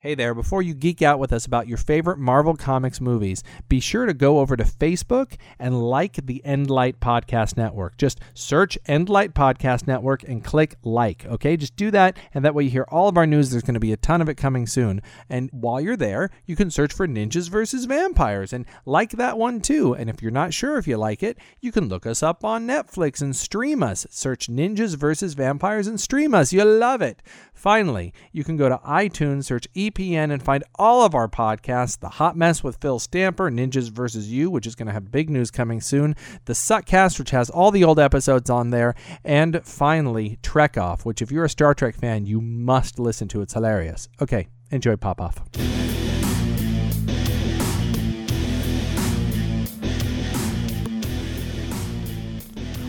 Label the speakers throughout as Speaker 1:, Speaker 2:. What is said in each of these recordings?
Speaker 1: Hey there, before you geek out with us about your favorite Marvel Comics movies, be sure to go over to Facebook and like the Endlight Podcast Network. Just search Endlight Podcast Network and click like, okay? Just do that, and that way you hear all of our news. There's going to be a ton of it coming soon. And while you're there, you can search for Ninjas versus Vampires and like that one too. And if you're not sure if you like it, you can look us up on Netflix and stream us. Search Ninjas versus Vampires and stream us. You'll love it. Finally, you can go to iTunes, search EPN, and find all of our podcasts The Hot Mess with Phil Stamper, Ninjas vs. You, which is going to have big news coming soon, The Suckcast, which has all the old episodes on there, and finally, Trek Off, which if you're a Star Trek fan, you must listen to. It's hilarious. Okay, enjoy Pop Off.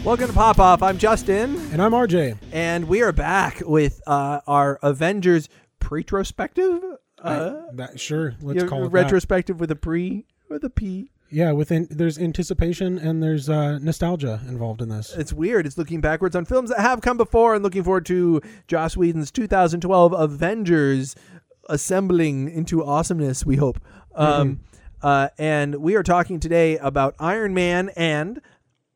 Speaker 1: Welcome to Pop Off. I'm Justin.
Speaker 2: And I'm RJ.
Speaker 1: And we are back with uh, our Avengers retrospective. Uh,
Speaker 2: That sure. Let's
Speaker 1: yeah,
Speaker 2: call it that.
Speaker 1: retrospective with a pre with a p.
Speaker 2: Yeah, within there's anticipation and there's uh, nostalgia involved in this.
Speaker 1: It's weird. It's looking backwards on films that have come before and looking forward to Joss Whedon's 2012 Avengers assembling into awesomeness. We hope. Um, uh, and we are talking today about Iron Man and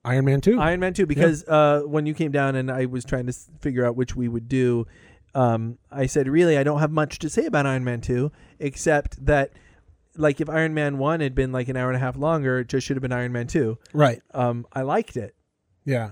Speaker 2: Iron Man Two.
Speaker 1: Iron Man 2 because uh, when you came down and I was trying to s- figure out which we would do, um, I said, really, I don't have much to say about Iron Man 2, except that, like, if Iron Man 1 had been like an hour and a half longer, it just should have been Iron Man 2.
Speaker 2: right.
Speaker 1: Um, I liked it.
Speaker 2: Yeah.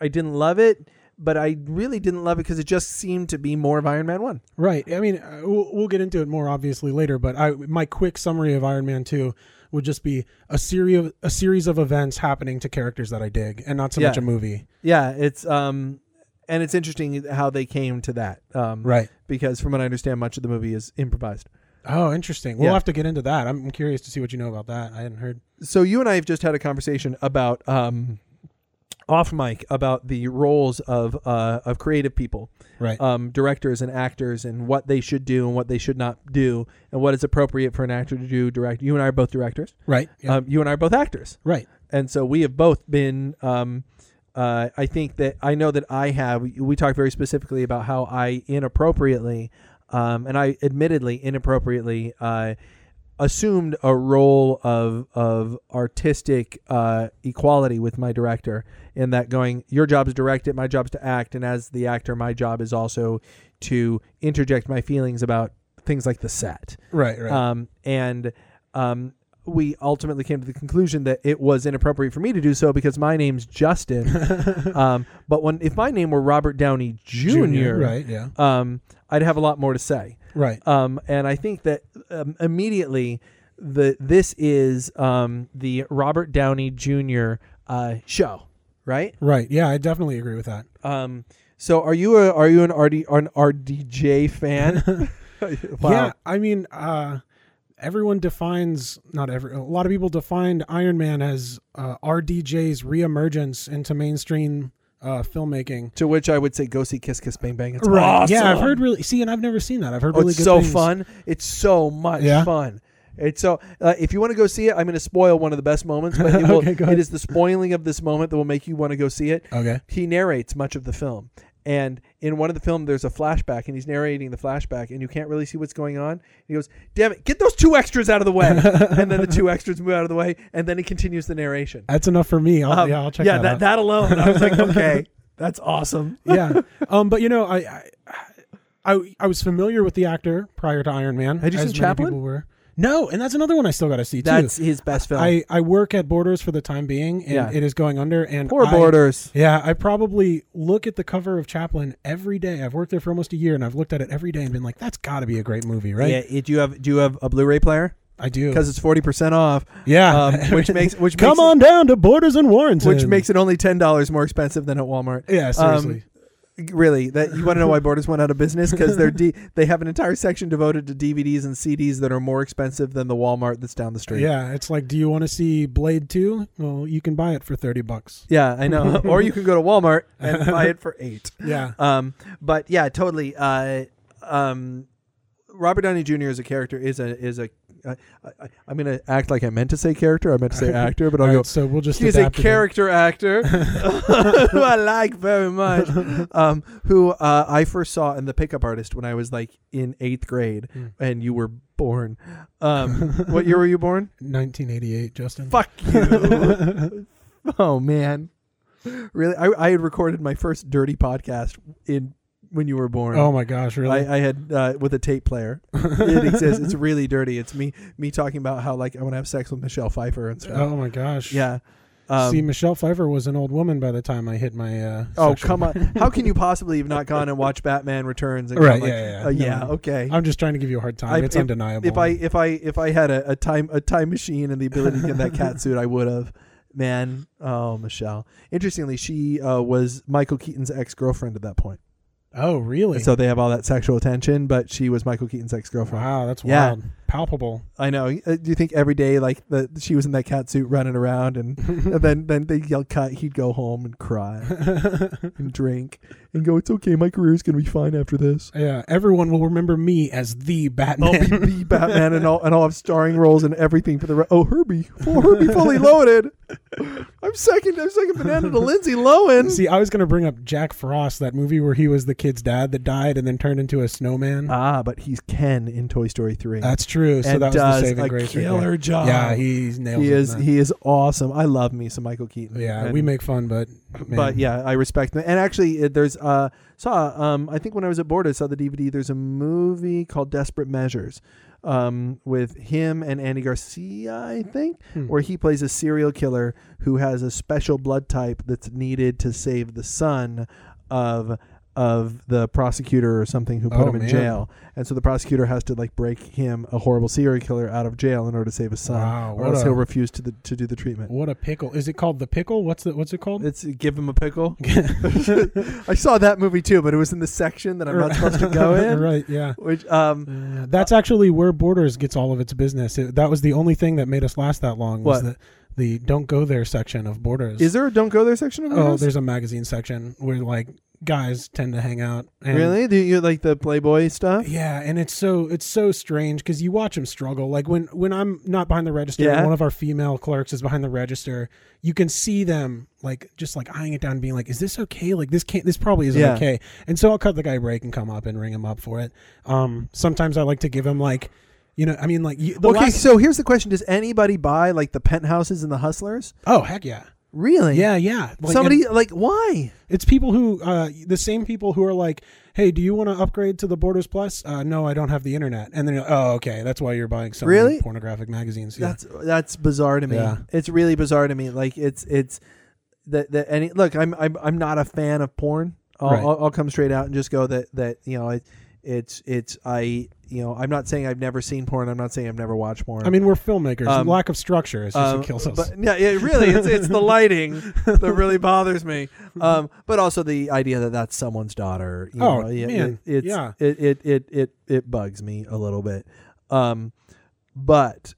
Speaker 1: I didn't love it, but I really didn't love it because it just seemed to be more of Iron Man 1.
Speaker 2: Right. I mean, uh, we'll, we'll get into it more obviously later, but I my quick summary of Iron Man Two would just be a series of, a series of events happening to characters that I dig, and not so
Speaker 1: Yeah.
Speaker 2: much a movie.
Speaker 1: Yeah, it's. um. And it's interesting how they came to that, um,
Speaker 2: Right.
Speaker 1: Because from what I understand, much of the movie is improvised.
Speaker 2: Oh, interesting. We'll
Speaker 1: Yeah.
Speaker 2: have to get into that. I'm curious to see what you know about that. I hadn't heard.
Speaker 1: so you and I have just had a conversation about um, off mic about the roles of uh, of creative people,
Speaker 2: Right.
Speaker 1: um, directors and actors, and what they should do and what they should not do, and what is appropriate for an actor to do. Direct. You and I are both directors.
Speaker 2: right. Yeah.
Speaker 1: Um, you and I are both actors,
Speaker 2: right.
Speaker 1: and so we have both been. Um, uh, I think that I know that I have. We talked very specifically about how I inappropriately, um, and I admittedly inappropriately. Uh, assumed a role of of artistic uh, equality with my director in that going your job is to direct it my job is to act and as the actor my job is also to interject my feelings about things like the set
Speaker 2: Right. Right.
Speaker 1: um, and um, we ultimately came to the conclusion that it was inappropriate for me to do so because my name's Justin. um, but when if my name were Robert Downey Jr.,
Speaker 2: Right. Yeah.
Speaker 1: um, I'd have a lot more to say.
Speaker 2: Right.
Speaker 1: Um, and I think that um, immediately the this is um, the Robert Downey Jr. Uh, show, right?
Speaker 2: Right. Yeah. I definitely agree with that.
Speaker 1: Um, so are you a, are you an RD an RDJ fan? wow.
Speaker 2: Yeah, I mean, uh, everyone defines not every a lot of people defined Iron Man as uh, RDJ's reemergence into mainstream uh, filmmaking.
Speaker 1: To which I would say, go see Kiss Kiss Bang Bang. It's awesome.
Speaker 2: Yeah, I've heard really. See, and I've never seen that. I've heard
Speaker 1: Oh,
Speaker 2: really
Speaker 1: it's
Speaker 2: good.
Speaker 1: so
Speaker 2: things.
Speaker 1: fun. It's so much
Speaker 2: Yeah?
Speaker 1: fun. It's so. Uh, if you want to go see it, I'm going to spoil one of the best moments, but it, will,
Speaker 2: Okay, go
Speaker 1: it
Speaker 2: ahead. Uh.
Speaker 1: is the spoiling of this moment that will make you want to go see it.
Speaker 2: Okay.
Speaker 1: He narrates much of the film, and in one of the film, there's a flashback, and he's narrating the flashback, and you can't really see what's going on. He goes, "Damn it, get those two extras out of the way," and then the two extras move out of the way, and then he continues the narration.
Speaker 2: That's enough for me. I'll,
Speaker 1: Um,
Speaker 2: yeah, I'll check
Speaker 1: yeah,
Speaker 2: that,
Speaker 1: that,
Speaker 2: out.
Speaker 1: that alone, I was like, okay, that's awesome.
Speaker 2: yeah. Um, but you know, I, I, I, I was familiar with the actor prior to Iron Man.
Speaker 1: Had you
Speaker 2: as
Speaker 1: seen
Speaker 2: many
Speaker 1: Chaplin?
Speaker 2: People were. No, and that's another one I still got to see too.
Speaker 1: That's his best film.
Speaker 2: I, I work at Borders for the time being, and
Speaker 1: Yeah.
Speaker 2: it is going under. And
Speaker 1: Poor
Speaker 2: I-
Speaker 1: Borders.
Speaker 2: Yeah, I probably look at the cover of Chaplin every day. I've worked there for almost a year, and I've looked at it every day and been like, "That's got to be a great movie, right?"
Speaker 1: Yeah, it- do you have do you have a Blu-ray player?
Speaker 2: I do.
Speaker 1: Because it's forty percent off.
Speaker 2: Yeah,
Speaker 1: um, which makes which
Speaker 2: come
Speaker 1: makes
Speaker 2: on down to Borders and Warrenton,
Speaker 1: which makes um, it only ten dollars more expensive than at Walmart.
Speaker 2: yeah seriously.
Speaker 1: Really, that you want to know why Borders went out of business because they're D they have an entire section devoted to DVDs and CDs that are more expensive than the Walmart that's down the street.
Speaker 2: yeah, it's like, do you want to see Blade Two? Well, you can buy it for thirty bucks.
Speaker 1: Yeah, I know. or you can go to Walmart and buy it for eight.
Speaker 2: Yeah,
Speaker 1: Um, but yeah, totally. Uh, um, Robert Downey Jr. as a character is a is a. I, I, I'm going to act like I meant to say character. I meant to say actor, but I'll
Speaker 2: All
Speaker 1: go.
Speaker 2: right, so we'll just
Speaker 1: He's a
Speaker 2: adapt it then.
Speaker 1: character actor who I like very much. Um, who uh, I first saw in The Pickup Artist when I was like in eighth grade,
Speaker 2: Mm.
Speaker 1: and you were born. Um, what year were you born?
Speaker 2: 1988, Justin.
Speaker 1: Fuck you. oh man, really? I, I had recorded my first dirty podcast in when you were born.
Speaker 2: Oh my gosh, really?
Speaker 1: I, I had uh, with a tape player. It exists. It's really dirty. It's me me talking about how like I want to have sex with Michelle Pfeiffer and stuff.
Speaker 2: oh my gosh.
Speaker 1: Yeah. Um,
Speaker 2: See, Michelle Pfeiffer was an old woman by the time I hit my. Uh,
Speaker 1: oh
Speaker 2: sexual-
Speaker 1: come on! How can you possibly have not gone and watched Batman Returns? And gone,
Speaker 2: Right,
Speaker 1: like,
Speaker 2: yeah, yeah, yeah.
Speaker 1: uh, yeah,
Speaker 2: No.
Speaker 1: okay.
Speaker 2: I'm just trying to give you a hard time.
Speaker 1: I-
Speaker 2: it's
Speaker 1: if-
Speaker 2: undeniable.
Speaker 1: if I if I if I had a, a time a time machine and the ability to get that cat suit, I would have. Man, oh Michelle. Interestingly, she uh, was Michael Keaton's ex girlfriend at that point,
Speaker 2: oh really?
Speaker 1: and so they have all that sexual attention. But she was Michael Keaton's ex girlfriend.
Speaker 2: wow, that's
Speaker 1: Yeah.
Speaker 2: wild. Palpable.
Speaker 1: I know. Uh, Do you think every day, like the she was in that cat suit running around, and, and then then they yell cut, he'd go home and cry and drink and go, "It's okay, my career's gonna be fine after this."
Speaker 2: yeah, everyone will remember me as the
Speaker 1: I'll be
Speaker 2: Batman.
Speaker 1: the Batman, and I'll and I'll have starring roles and everything for the re- oh Herbie, full Herbie, fully loaded. I'm second. I'm second banana to Lindsay Lohan.
Speaker 2: See, I was going to bring up Jack Frost, that movie where he was the kid's dad that died and then turned into a snowman.
Speaker 1: ah, but he's Ken in Toy Story three.
Speaker 2: that's true. So
Speaker 1: and
Speaker 2: that was
Speaker 1: does
Speaker 2: the saving
Speaker 1: a
Speaker 2: grace. right there.
Speaker 1: killer job.
Speaker 2: Yeah, he nails
Speaker 1: he
Speaker 2: it in
Speaker 1: is
Speaker 2: that.
Speaker 1: he is awesome. I love me some Michael Keaton.
Speaker 2: yeah,
Speaker 1: And-
Speaker 2: we make fun, but man.
Speaker 1: But yeah, I respect them. And actually, uh, there's uh saw um I think when I was at Board, I saw the DVD. There's a movie called Desperate Measures, um with him and Andy Garcia, I think,
Speaker 2: Hmm.
Speaker 1: where he plays a serial killer who has a special blood type that's needed to save the son of of the prosecutor or something who put
Speaker 2: Oh,
Speaker 1: him in
Speaker 2: man.
Speaker 1: jail. And so the prosecutor has to like break him a horrible serial killer out of jail in order to save his son,
Speaker 2: Wow,
Speaker 1: or
Speaker 2: what
Speaker 1: else
Speaker 2: a-
Speaker 1: he'll refuse to the, to do the treatment.
Speaker 2: What a pickle! Is it called the pickle? What's the what's it called?
Speaker 1: It's give him a pickle. I saw that movie too, but it was in the section that I'm not supposed to go in.
Speaker 2: right? Yeah.
Speaker 1: Which um
Speaker 2: Uh, that's actually where Borders gets all of its business. It, that was the only thing that made us last that long. Was
Speaker 1: What?
Speaker 2: the, the don't go there section of Borders?
Speaker 1: is there a don't go there section of
Speaker 2: oh,
Speaker 1: movies?
Speaker 2: there's a magazine section where like guys tend to hang out. And,
Speaker 1: really? Do you like the Playboy stuff?
Speaker 2: Yeah, and it's so it's so strange because you watch them struggle. Like when when I'm not behind the register,
Speaker 1: Yeah.
Speaker 2: and one of our female clerks is behind the register. You can see them like just like eyeing it down, and being like, "Is this okay? Like this can't. This probably isn't
Speaker 1: Yeah.
Speaker 2: okay." And so I'll cut the guy a break and come up and ring him up for it. Um, sometimes I like to give him like, you know, I mean like you, the
Speaker 1: okay,
Speaker 2: last-
Speaker 1: so here's the question: Does anybody buy like the penthouses and the hustlers?
Speaker 2: oh heck yeah,
Speaker 1: Really?
Speaker 2: yeah yeah. Like,
Speaker 1: Somebody like why?
Speaker 2: It's people who, uh, the same people who are like, "Hey, do you want to upgrade to the Borders Plus?" Uh, no, I don't have the internet. And then, you're like, oh, okay, that's why you're buying so
Speaker 1: Really?
Speaker 2: many pornographic magazines. Yeah.
Speaker 1: That's that's bizarre to me.
Speaker 2: Yeah.
Speaker 1: It's really bizarre to me. Like it's it's that that any look. I'm I'm I'm not a fan of porn. I'll,
Speaker 2: Right.
Speaker 1: I'll, I'll come straight out and just go that that you know it, it's it's I you know I'm not saying I've never seen porn. I'm not saying I've never watched porn.
Speaker 2: I mean, we're filmmakers.
Speaker 1: Um,
Speaker 2: Lack of structure is just
Speaker 1: Um,
Speaker 2: what kills us.
Speaker 1: But, yeah, yeah, really, it's, it's the lighting that really bothers me. Um, but also the idea that that's someone's daughter. You
Speaker 2: Oh,
Speaker 1: know, yeah,
Speaker 2: man,
Speaker 1: it, it's,
Speaker 2: yeah.
Speaker 1: It, it it it it bugs me a little bit. Um, but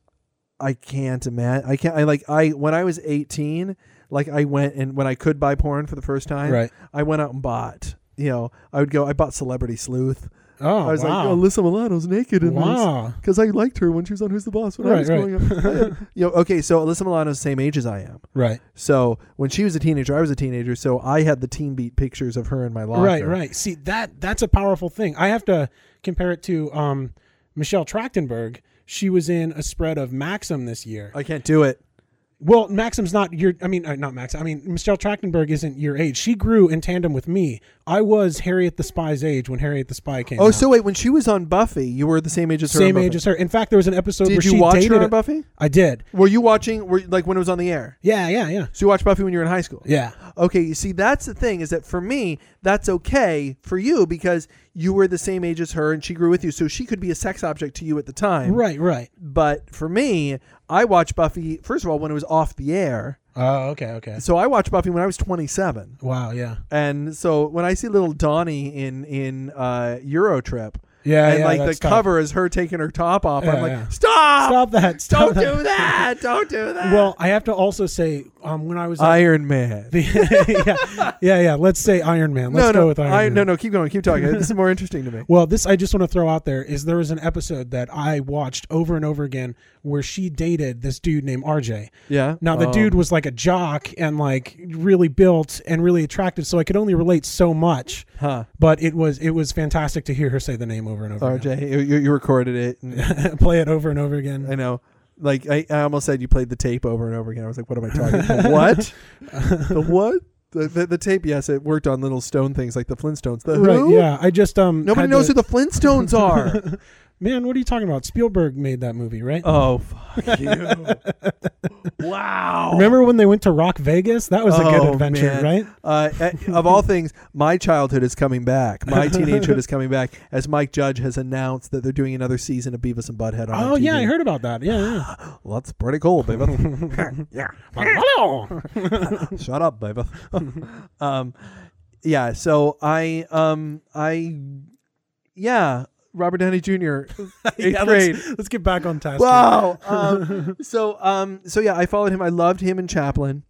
Speaker 1: I can't imagine. I can't. I like I when I was eighteen, like I went and when I could buy porn for the first time,
Speaker 2: right?
Speaker 1: I went out and bought. You know, I would go. I bought Celebrity Sleuth.
Speaker 2: Oh,
Speaker 1: I was like,
Speaker 2: wow.
Speaker 1: oh, Alyssa Milano's naked in this
Speaker 2: wow.
Speaker 1: because I liked her when she was on Who's the Boss when I
Speaker 2: Right,
Speaker 1: was
Speaker 2: right.
Speaker 1: growing up. I had- you know, okay, so Alyssa Milano's the same age as I am.
Speaker 2: Right,
Speaker 1: So when she was a teenager, I was a teenager. So I had the Teen Beat pictures of her in my locker.
Speaker 2: right, right. See that that's a powerful thing. I have to compare it to um, Michelle Trachtenberg. She was in a spread of Maxim this year.
Speaker 1: I can't do it.
Speaker 2: Well, Maxim's not your. I mean, uh, not Max. I mean, Michelle Trachtenberg isn't your age. She grew in tandem with me. I was Harriet the Spy's age when Harriet the Spy came.
Speaker 1: Oh,
Speaker 2: out.
Speaker 1: so wait, when she was on Buffy, you were the same age as her.
Speaker 2: same
Speaker 1: on
Speaker 2: age
Speaker 1: Buffy.
Speaker 2: as her. In fact, there was an episode where
Speaker 1: Did
Speaker 2: she
Speaker 1: you watch
Speaker 2: dated.
Speaker 1: her
Speaker 2: a-
Speaker 1: on Buffy?
Speaker 2: I did.
Speaker 1: Were you watching? Were like when it was on the air?
Speaker 2: Yeah, yeah, yeah,
Speaker 1: So you watched Buffy when you were in high school.
Speaker 2: yeah.
Speaker 1: Okay, you see, that's the thing is that for me, that's okay for you because you were the same age as her and she grew with you, so she could be a sex object to you at the time.
Speaker 2: Right, right.
Speaker 1: But for me, I watched Buffy first of all when it was off the air.
Speaker 2: Oh, okay, okay.
Speaker 1: So I watched Buffy when I was 27.
Speaker 2: Wow, yeah,
Speaker 1: And so when I see little Donnie in in uh, Eurotrip,
Speaker 2: yeah,
Speaker 1: and
Speaker 2: yeah,
Speaker 1: like the
Speaker 2: that's tough.
Speaker 1: cover is her taking her top off, I'm
Speaker 2: Yeah,
Speaker 1: like,
Speaker 2: yeah.
Speaker 1: stop,
Speaker 2: Stop that! Stop
Speaker 1: don't
Speaker 2: that.
Speaker 1: do that, don't do that.
Speaker 2: Well, I have to also say um, when I was at
Speaker 1: Iron Man.
Speaker 2: the, yeah, yeah, yeah. Let's say Iron Man. Let's
Speaker 1: no,
Speaker 2: go
Speaker 1: no,
Speaker 2: with Iron
Speaker 1: I-
Speaker 2: Man.
Speaker 1: no, no. Keep going. Keep talking. this is more interesting to me.
Speaker 2: Well, this I just want to throw out there is there was an episode that I watched over and over again where she dated this dude named RJ.
Speaker 1: Yeah.
Speaker 2: Now the
Speaker 1: Oh.
Speaker 2: dude was like a jock and like really built and really attractive, so I could only relate so much.
Speaker 1: Huh.
Speaker 2: But it was it was fantastic to hear her say the name over and over.
Speaker 1: RJ, you, you you recorded it. And
Speaker 2: again. play it over and over again.
Speaker 1: I know. Like I, I almost said, you played the tape over and over again. I was like, what am I talking? about? what? The what? The, the, the tape? Yes, it worked on little stone things like the Flintstones. The
Speaker 2: Right?
Speaker 1: who?
Speaker 2: Yeah, I just um.
Speaker 1: Nobody
Speaker 2: had
Speaker 1: knows
Speaker 2: to-
Speaker 1: who the Flintstones are.
Speaker 2: man. What are you talking about? Spielberg made that movie, right?
Speaker 1: oh, fuck you! wow.
Speaker 2: Remember when they went to Rock Vegas? That was a good
Speaker 1: Oh,
Speaker 2: adventure,
Speaker 1: man.
Speaker 2: right?
Speaker 1: Uh, a- of all things, my childhood is coming back. My teenagehood is coming back as Mike Judge has announced that they're doing another season of Beavis and Butthead on
Speaker 2: Oh yeah,
Speaker 1: TV.
Speaker 2: I heard about that. Yeah, yeah.
Speaker 1: Well, that's pretty cool, Beavis. yeah.
Speaker 2: Hello.
Speaker 1: Shut up, Beavis. um, yeah. So I, um, I, yeah, Robert Downey Jr. Eighth
Speaker 2: Yeah,
Speaker 1: grade.
Speaker 2: Let's, let's get back on task. here.
Speaker 1: Wow. Um, so um, so yeah, I followed him. I loved him and Chaplin.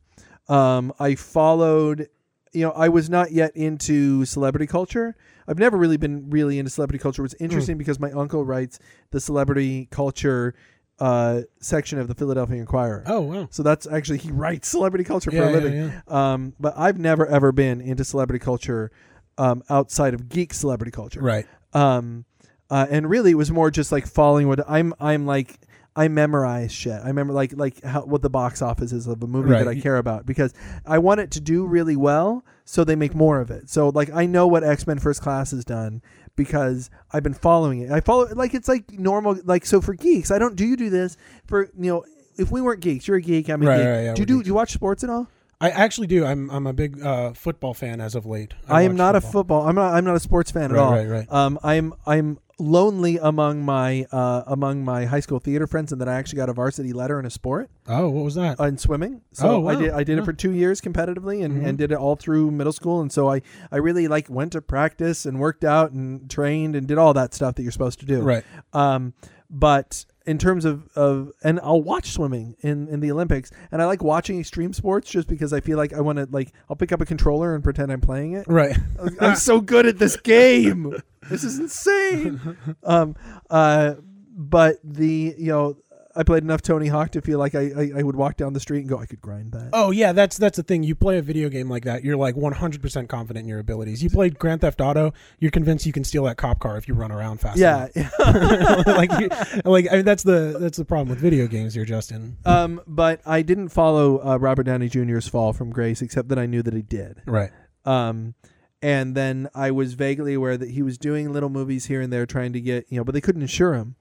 Speaker 1: Um, I followed. You know, I was not yet into celebrity culture. I've never really been really into celebrity culture. It was interesting because my uncle writes the celebrity culture uh, section of the Philadelphia Inquirer.
Speaker 2: Oh wow.
Speaker 1: So that's actually he writes celebrity culture for
Speaker 2: Yeah,
Speaker 1: a
Speaker 2: yeah,
Speaker 1: living. Um, but I've never ever been into celebrity culture um, outside of geek celebrity culture
Speaker 2: Right.
Speaker 1: um uh, and really it was more just like following what i'm i'm like i memorize shit i remember like like how, what the box office is of a movie that
Speaker 2: Right.
Speaker 1: i care about because i want it to do really well so they make more of it so like i know what x-men first class has done because i've been following it i follow like it's like normal like so for geeks i don't do you do this for you know if we weren't geeks you're a geek i'm a
Speaker 2: Right,
Speaker 1: geek
Speaker 2: right, yeah,
Speaker 1: do you
Speaker 2: we're
Speaker 1: do,
Speaker 2: geeks.
Speaker 1: do you watch sports at all
Speaker 2: I actually do. I'm I'm a big uh, football fan as of late.
Speaker 1: I am
Speaker 2: watch
Speaker 1: not a
Speaker 2: football.
Speaker 1: football. I'm not. I'm not a sports fan at
Speaker 2: Right,
Speaker 1: all.
Speaker 2: right, right.
Speaker 1: Um, I'm. I'm lonely among my uh, among my high school theater friends, and then I actually got a varsity letter in a sport
Speaker 2: Oh, what was that?
Speaker 1: uh, in swimming. So
Speaker 2: Oh, wow. Mm-hmm.
Speaker 1: I did. I did it
Speaker 2: Yeah.
Speaker 1: for two years competitively, and, and did it all through middle school. And so I I really like went to practice and worked out and trained and did all that stuff that you're supposed to do.
Speaker 2: right.
Speaker 1: Um, but in terms of, of and I'll watch swimming in, in the Olympics and I like watching extreme sports just because I feel like I want to like I'll pick up a controller and pretend I'm playing it
Speaker 2: Right.
Speaker 1: I'm so good at this game. This is insane. Um, uh, but the you know, I played enough Tony Hawk to feel like I, I I would walk down the street and go, I could grind that.
Speaker 2: Oh yeah, that's that's the thing. You play a video game like that, you're like 100% confident in your abilities. You played Grand Theft Auto, you're convinced you can steal that cop car if you run around fast.
Speaker 1: yeah.
Speaker 2: enough. like you, like I mean, that's the that's the problem with video games here, Justin.
Speaker 1: um, but I didn't follow uh, Robert Downey Jr.'s fall from grace, except that I knew that he did.
Speaker 2: Right.
Speaker 1: Um, and then I was vaguely aware that he was doing little movies here and there, trying to get you know, but they couldn't insure him.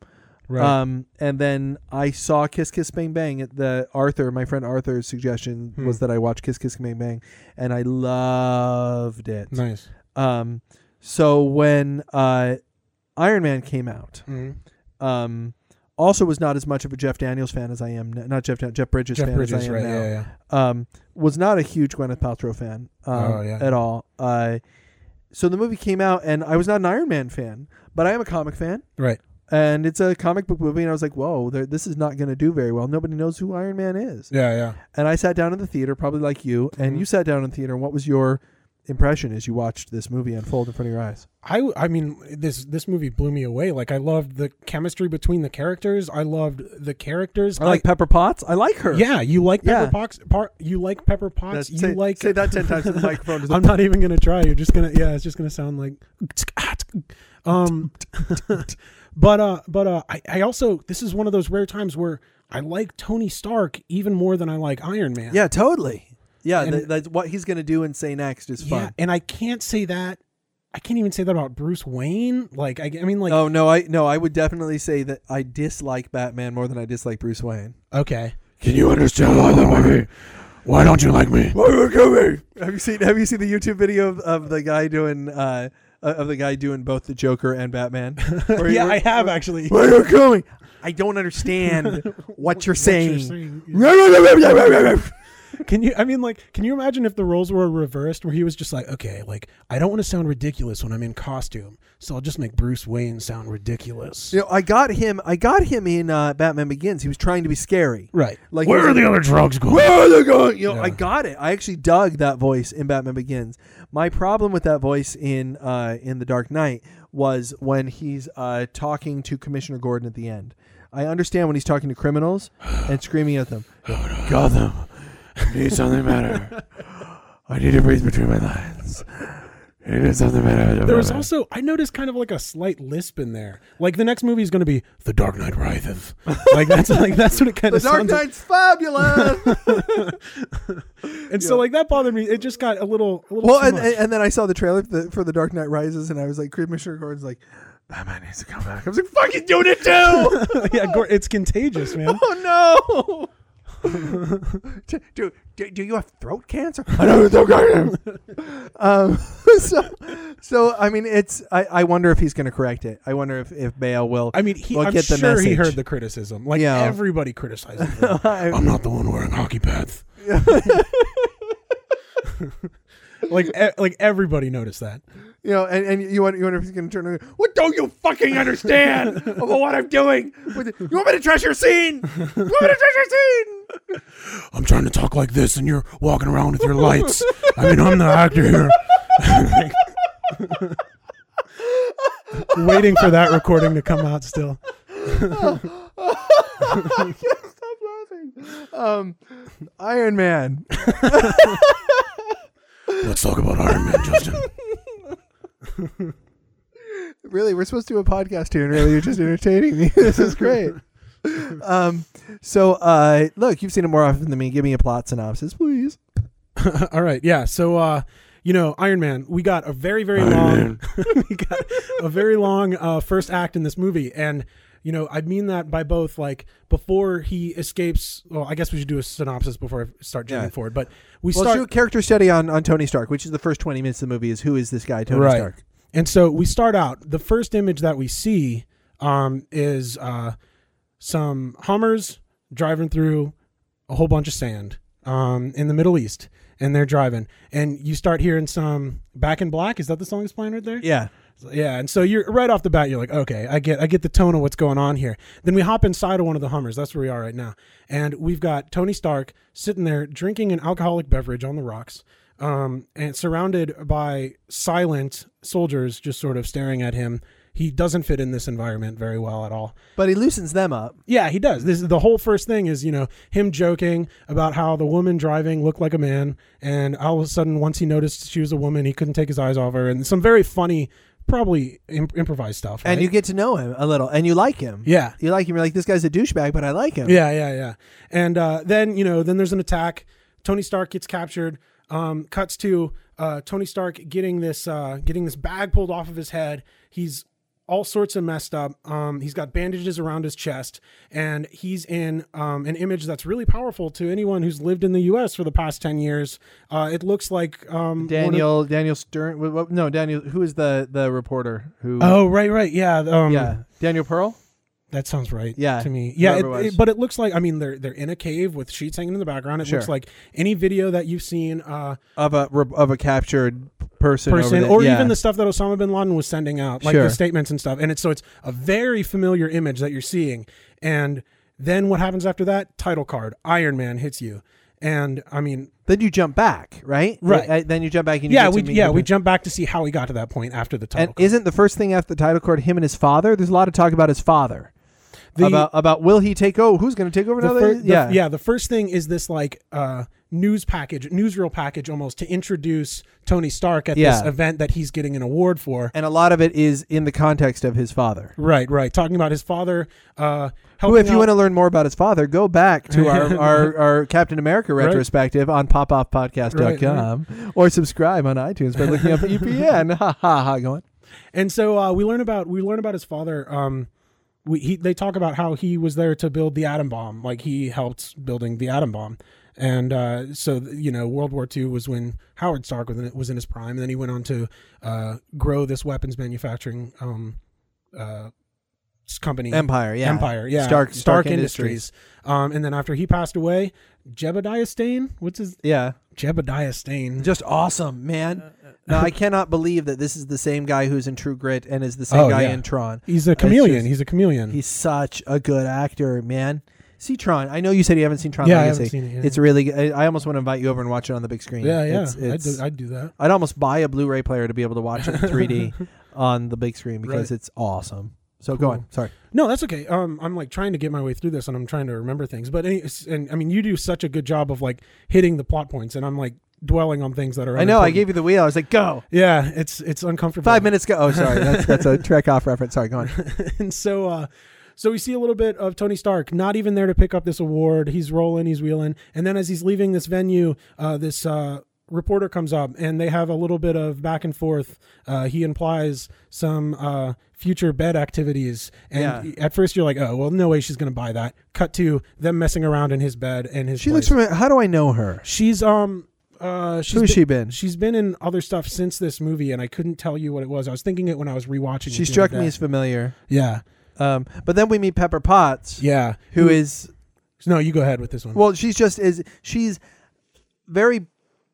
Speaker 2: Right.
Speaker 1: Um, and then I saw Kiss Kiss Bang Bang at the Arthur, my friend Arthur's suggestion
Speaker 2: Hmm.
Speaker 1: was that I watch Kiss Kiss Bang Bang, and I loved it.
Speaker 2: nice.
Speaker 1: Um, so when uh, Iron Man came out,
Speaker 2: Mhm.
Speaker 1: um, also was not as much of a Jeff Daniels fan as I am. n- Not Jeff Dan- Jeff Bridges
Speaker 2: Jeff
Speaker 1: fan as
Speaker 2: Bridges,
Speaker 1: I am
Speaker 2: right?
Speaker 1: now.
Speaker 2: Yeah, yeah.
Speaker 1: Um, was not a huge Gwyneth Paltrow fan um,
Speaker 2: Oh, yeah.
Speaker 1: at all. Uh, so the movie came out, and I was not an Iron Man fan, but I am a comic fan
Speaker 2: Right.
Speaker 1: and it's a comic book movie and i was like whoa there- this is not going to do very well nobody knows who iron man is
Speaker 2: Yeah, yeah.
Speaker 1: and i sat down in the theater probably like you
Speaker 2: Mm-hmm.
Speaker 1: and you sat down in the theater and what was your impression as you watched this movie unfold in front of your eyes
Speaker 2: I, w- I mean this this movie blew me away. Like I loved the chemistry between the characters. I loved the characters.
Speaker 1: i like pepper potts i like her
Speaker 2: yeah, you like Pepper
Speaker 1: Yeah.
Speaker 2: Potts. Par, you like Pepper
Speaker 1: That's-
Speaker 2: Potts. you
Speaker 1: say,
Speaker 2: like.
Speaker 1: say that 10 times to the microphone
Speaker 2: I'm not even gonna try. You're just gonna yeah. It's just gonna sound like. Um, but uh, but uh, I, I also this is one of those rare times where I like Tony Stark even more than I like Iron Man.
Speaker 1: yeah totally yeah
Speaker 2: And-
Speaker 1: th- that's what he's going to do and say next is
Speaker 2: yeah.
Speaker 1: fun
Speaker 2: And I can't say that. I can't even say that about Bruce Wayne. Like I, I mean like
Speaker 1: oh no i no i would definitely say that i dislike batman more than i dislike bruce wayne
Speaker 2: okay.
Speaker 3: Can you understand why that might be? Why don't you like me?
Speaker 1: Why you kill me? Have you seen Have you seen the YouTube video of, of the guy doing uh, of the guy doing both the Joker and Batman? Where he-
Speaker 2: Yeah, I have actually.
Speaker 1: Why you kill me? I don't understand what you're
Speaker 2: What you're
Speaker 1: saying.
Speaker 2: saying.
Speaker 1: Why
Speaker 2: Can you? I mean, like, can you imagine if the roles were reversed, where he was just like, okay, like, I don't want to sound ridiculous when I'm in costume, so I'll just make Bruce Wayne sound ridiculous.
Speaker 1: You know, I got him. I got him in uh, Batman Begins. He was trying to be scary.
Speaker 2: Right.
Speaker 1: Like he
Speaker 4: Where
Speaker 1: was
Speaker 4: are
Speaker 1: like,
Speaker 4: the other drugs going?
Speaker 1: Where are they going? Oh, You know,
Speaker 2: Yeah.
Speaker 1: I got it. I actually dug that voice in Batman Begins. My problem with that voice in uh, in The Dark Knight was when he's uh, talking to Commissioner Gordon at the end. I understand when he's talking to criminals and screaming at them.
Speaker 4: Gotham. I need something better. I need to breathe between my lines. I need something better.
Speaker 2: There was also I noticed kind of like a slight lisp in there. Like the next movie is going to be The Dark Knight Riseth. like that's like that's what it kind
Speaker 1: The
Speaker 2: of
Speaker 1: Dark
Speaker 2: sounds. Like.
Speaker 1: Knight's fabulous.
Speaker 2: And so like that bothered me. It just got a little. A little
Speaker 1: well,
Speaker 2: too
Speaker 1: and,
Speaker 2: much.
Speaker 1: and, and then I saw the trailer for the, for the Dark Knight Rises, and I was like, Commissioner Gordon's like,
Speaker 4: that man needs to come back. I was like, fucking doing it too.
Speaker 2: yeah, Gor- it's contagious, man.
Speaker 1: oh no. do, do, do, do you have throat cancer?
Speaker 4: I know it's okay.
Speaker 1: um, so, so I mean, it's. I, I wonder if he's going to correct it. I wonder if if Bale will.
Speaker 2: I mean, he,
Speaker 1: will
Speaker 2: I'm
Speaker 1: get the
Speaker 2: sure
Speaker 1: message.
Speaker 2: he heard the criticism. Like
Speaker 1: Yeah.
Speaker 2: everybody criticized him.
Speaker 4: I'm not the one wearing hockey pads.
Speaker 2: like e- like everybody noticed that.
Speaker 1: you know, and, and you wonder, you wonder if he's going to turn. around, What?
Speaker 4: What don't you fucking understand about what I'm doing?
Speaker 1: what the- You want me to trash your scene? You want me to trash your scene?
Speaker 4: I'm trying to talk like this, and you're walking around with your lights. I mean, I'm the actor here.
Speaker 2: Waiting for that recording to come out still.
Speaker 1: I can't stop laughing. Um, Iron Man.
Speaker 4: Let's talk about Iron Man, Justin.
Speaker 1: really, we're supposed to do a podcast here, and really, you're just entertaining me. this is great. Um, so uh, look, you've seen it more often than me. Give me a plot synopsis, please.
Speaker 2: All right, yeah. So, uh, you know, Iron Man. We got a very, very long, we got a very long uh, first act in this movie, and you know, I mean that by both like before he escapes. Well, I guess we should do a synopsis before I start jumping
Speaker 1: Yeah.
Speaker 2: forward. But we
Speaker 1: Well,
Speaker 2: start
Speaker 1: do a character study on, on Tony Stark, which is the first 20 minutes of the movie is who is this guy, Tony Stark?
Speaker 2: And so we start out. The first image that we see um, is uh, some Hummers driving through a whole bunch of sand um, in the Middle East, and they're driving. And you start hearing some "Back in Black." Is that the song that's playing right there?
Speaker 1: Yeah.
Speaker 2: Yeah, and so you're right off the bat. You're like, okay, I get, I get the tone of what's going on here. Then we hop inside of one of the Hummers. That's where we are right now, and we've got Tony Stark sitting there drinking an alcoholic beverage on the rocks, um, and surrounded by silent soldiers just sort of staring at him. He doesn't fit in this environment very well at all.
Speaker 1: But he loosens them up.
Speaker 2: Yeah, he does. This is the whole first thing is you know him joking about how the woman driving looked like a man, and all of a sudden once he noticed she was a woman, he couldn't take his eyes off her, and some very funny, probably imp- improvised stuff.
Speaker 1: And
Speaker 2: right?
Speaker 1: you get to know him a little and you like him.
Speaker 2: yeah,
Speaker 1: You like him. You're like, this guy's a douchebag, but I like him.
Speaker 2: yeah, yeah, yeah. And uh, then you know then there's an attack. Tony Stark gets captured. Um, cuts to uh, Tony Stark getting this uh, getting this bag pulled off of his head. He's all sorts of messed up. Um, he's got bandages around his chest, and he's in um, an image that's really powerful to anyone who's lived in the U.S. for the past ten years. Uh, it looks like um, one of-
Speaker 1: Daniel, Daniel Stern. wh- wh- No, Daniel. Who is the, the reporter who?
Speaker 2: Oh right, right, yeah, um,
Speaker 1: yeah. Daniel Pearl?
Speaker 2: That sounds right.
Speaker 1: Yeah,
Speaker 2: To me. Yeah.
Speaker 1: whoever it
Speaker 2: It,
Speaker 1: was.
Speaker 2: it- but it looks like I mean they're they're in a cave with sheets hanging in the background. It
Speaker 1: Sure.
Speaker 2: looks like any video that you've seen, uh,
Speaker 1: Of a, re- of a captured person. over
Speaker 2: person
Speaker 1: the-
Speaker 2: or
Speaker 1: yeah.
Speaker 2: even the stuff that Osama bin Laden was sending out, like
Speaker 1: Sure.
Speaker 2: the statements and stuff. And it's so it's a very familiar image that you're seeing. And then what happens after that? Title card. Iron Man hits you. And I mean,
Speaker 1: Then you jump back, right?
Speaker 2: Right.
Speaker 1: Uh, Then you jump back and you
Speaker 2: yeah,
Speaker 1: get to
Speaker 2: we
Speaker 1: meet
Speaker 2: yeah
Speaker 1: him.
Speaker 2: we jump back to see how he got to that point after the title.
Speaker 1: And
Speaker 2: card.
Speaker 1: isn't the first thing after the title card him and his father? There's a lot of talk about his father.
Speaker 2: The-
Speaker 1: about about will he take over? Who's going to take over now?
Speaker 2: the
Speaker 1: that
Speaker 2: fir-
Speaker 1: he-
Speaker 2: the-
Speaker 1: yeah,
Speaker 2: yeah. The first thing is this like uh, news package, newsreel package almost to introduce Tony Stark at
Speaker 1: Yeah.
Speaker 2: this event that he's getting an award for.
Speaker 1: And a lot of it is in the context of his father.
Speaker 2: Right, right. Talking about his father. Uh,
Speaker 1: Who, if you want
Speaker 2: want
Speaker 1: to learn more about his father, go back to our, our, our Captain America retrospective on popoffpodcast.com or subscribe on iTunes by looking up EPN. ha ha ha.
Speaker 2: E
Speaker 1: Going.
Speaker 2: and so uh, we learn about we learn about his father. Um, we he, they talk about how he was there to build the atom bomb, like he helped building the atom bomb. And uh, so you know, World War II was when Howard Stark was in, was in his prime, and then he went on to uh, grow this weapons manufacturing um, uh, company.
Speaker 1: Empire, yeah.
Speaker 2: Empire, yeah.
Speaker 1: Stark, Stark, Industries.
Speaker 2: Um, and then after he passed away, Jebediah Stain, what's his
Speaker 1: Yeah.
Speaker 2: Jebediah Stain?
Speaker 1: Just awesome, man. No, I cannot believe that this is the same guy who's in True Grit and is the same
Speaker 2: Oh,
Speaker 1: guy
Speaker 2: yeah. Mm.
Speaker 1: in Tron.
Speaker 2: He's a chameleon.
Speaker 1: just-
Speaker 2: he's a chameleon.
Speaker 1: He's such a good actor, man. See Tron. I know you said you haven't seen Tron
Speaker 2: Yeah, I
Speaker 1: Legacy.
Speaker 2: haven't seen it yet.
Speaker 1: It's really good. I I almost want to invite you over and watch it on the big screen.
Speaker 2: yeah, yeah.
Speaker 1: It's,
Speaker 2: I'd,
Speaker 1: it's,
Speaker 2: do, I'd do that.
Speaker 1: I'd almost buy a Blu-ray player to be able to watch it in 3D on the big screen because it's awesome. So go
Speaker 2: Cool.
Speaker 1: on. Sorry.
Speaker 2: No, that's okay. Um, I'm like trying to get my way through this, and I'm trying to remember things. But any, and I mean, you do such a good job of like hitting the plot points, and I'm like dwelling on things that are.
Speaker 1: I know. I gave you the wheel. I was like, go.
Speaker 2: you. Yeah, it's it's uncomfortable.
Speaker 1: Five minutes go. Oh, sorry. That's, that's a Trek off reference. Sorry. Go on.
Speaker 2: and so uh so we see a little bit of Tony Stark not even there to pick up this award. He's rolling, he's wheeling, and then as he's leaving this venue, uh, this uh, reporter comes up, and they have a little bit of back and forth. Uh, he implies some uh, future bed activities, and at first you're like, "Oh, well, no way she's going to buy that." Cut to them messing around in his bed and his.
Speaker 1: She looks
Speaker 2: place.
Speaker 1: familiar. How do I know her?
Speaker 2: She's um. Uh, she's
Speaker 1: Who's
Speaker 2: been-
Speaker 1: she been?
Speaker 2: She's been in other stuff since this movie, and I couldn't tell you what it was. I was thinking it when I was rewatching. it
Speaker 1: She
Speaker 2: the other
Speaker 1: struck me
Speaker 2: day.
Speaker 1: as familiar.
Speaker 2: yeah,
Speaker 1: Um, but then we meet Pepper Potts,
Speaker 2: yeah.
Speaker 1: who is
Speaker 2: No, you go ahead with this one.
Speaker 1: well, she's just is she's very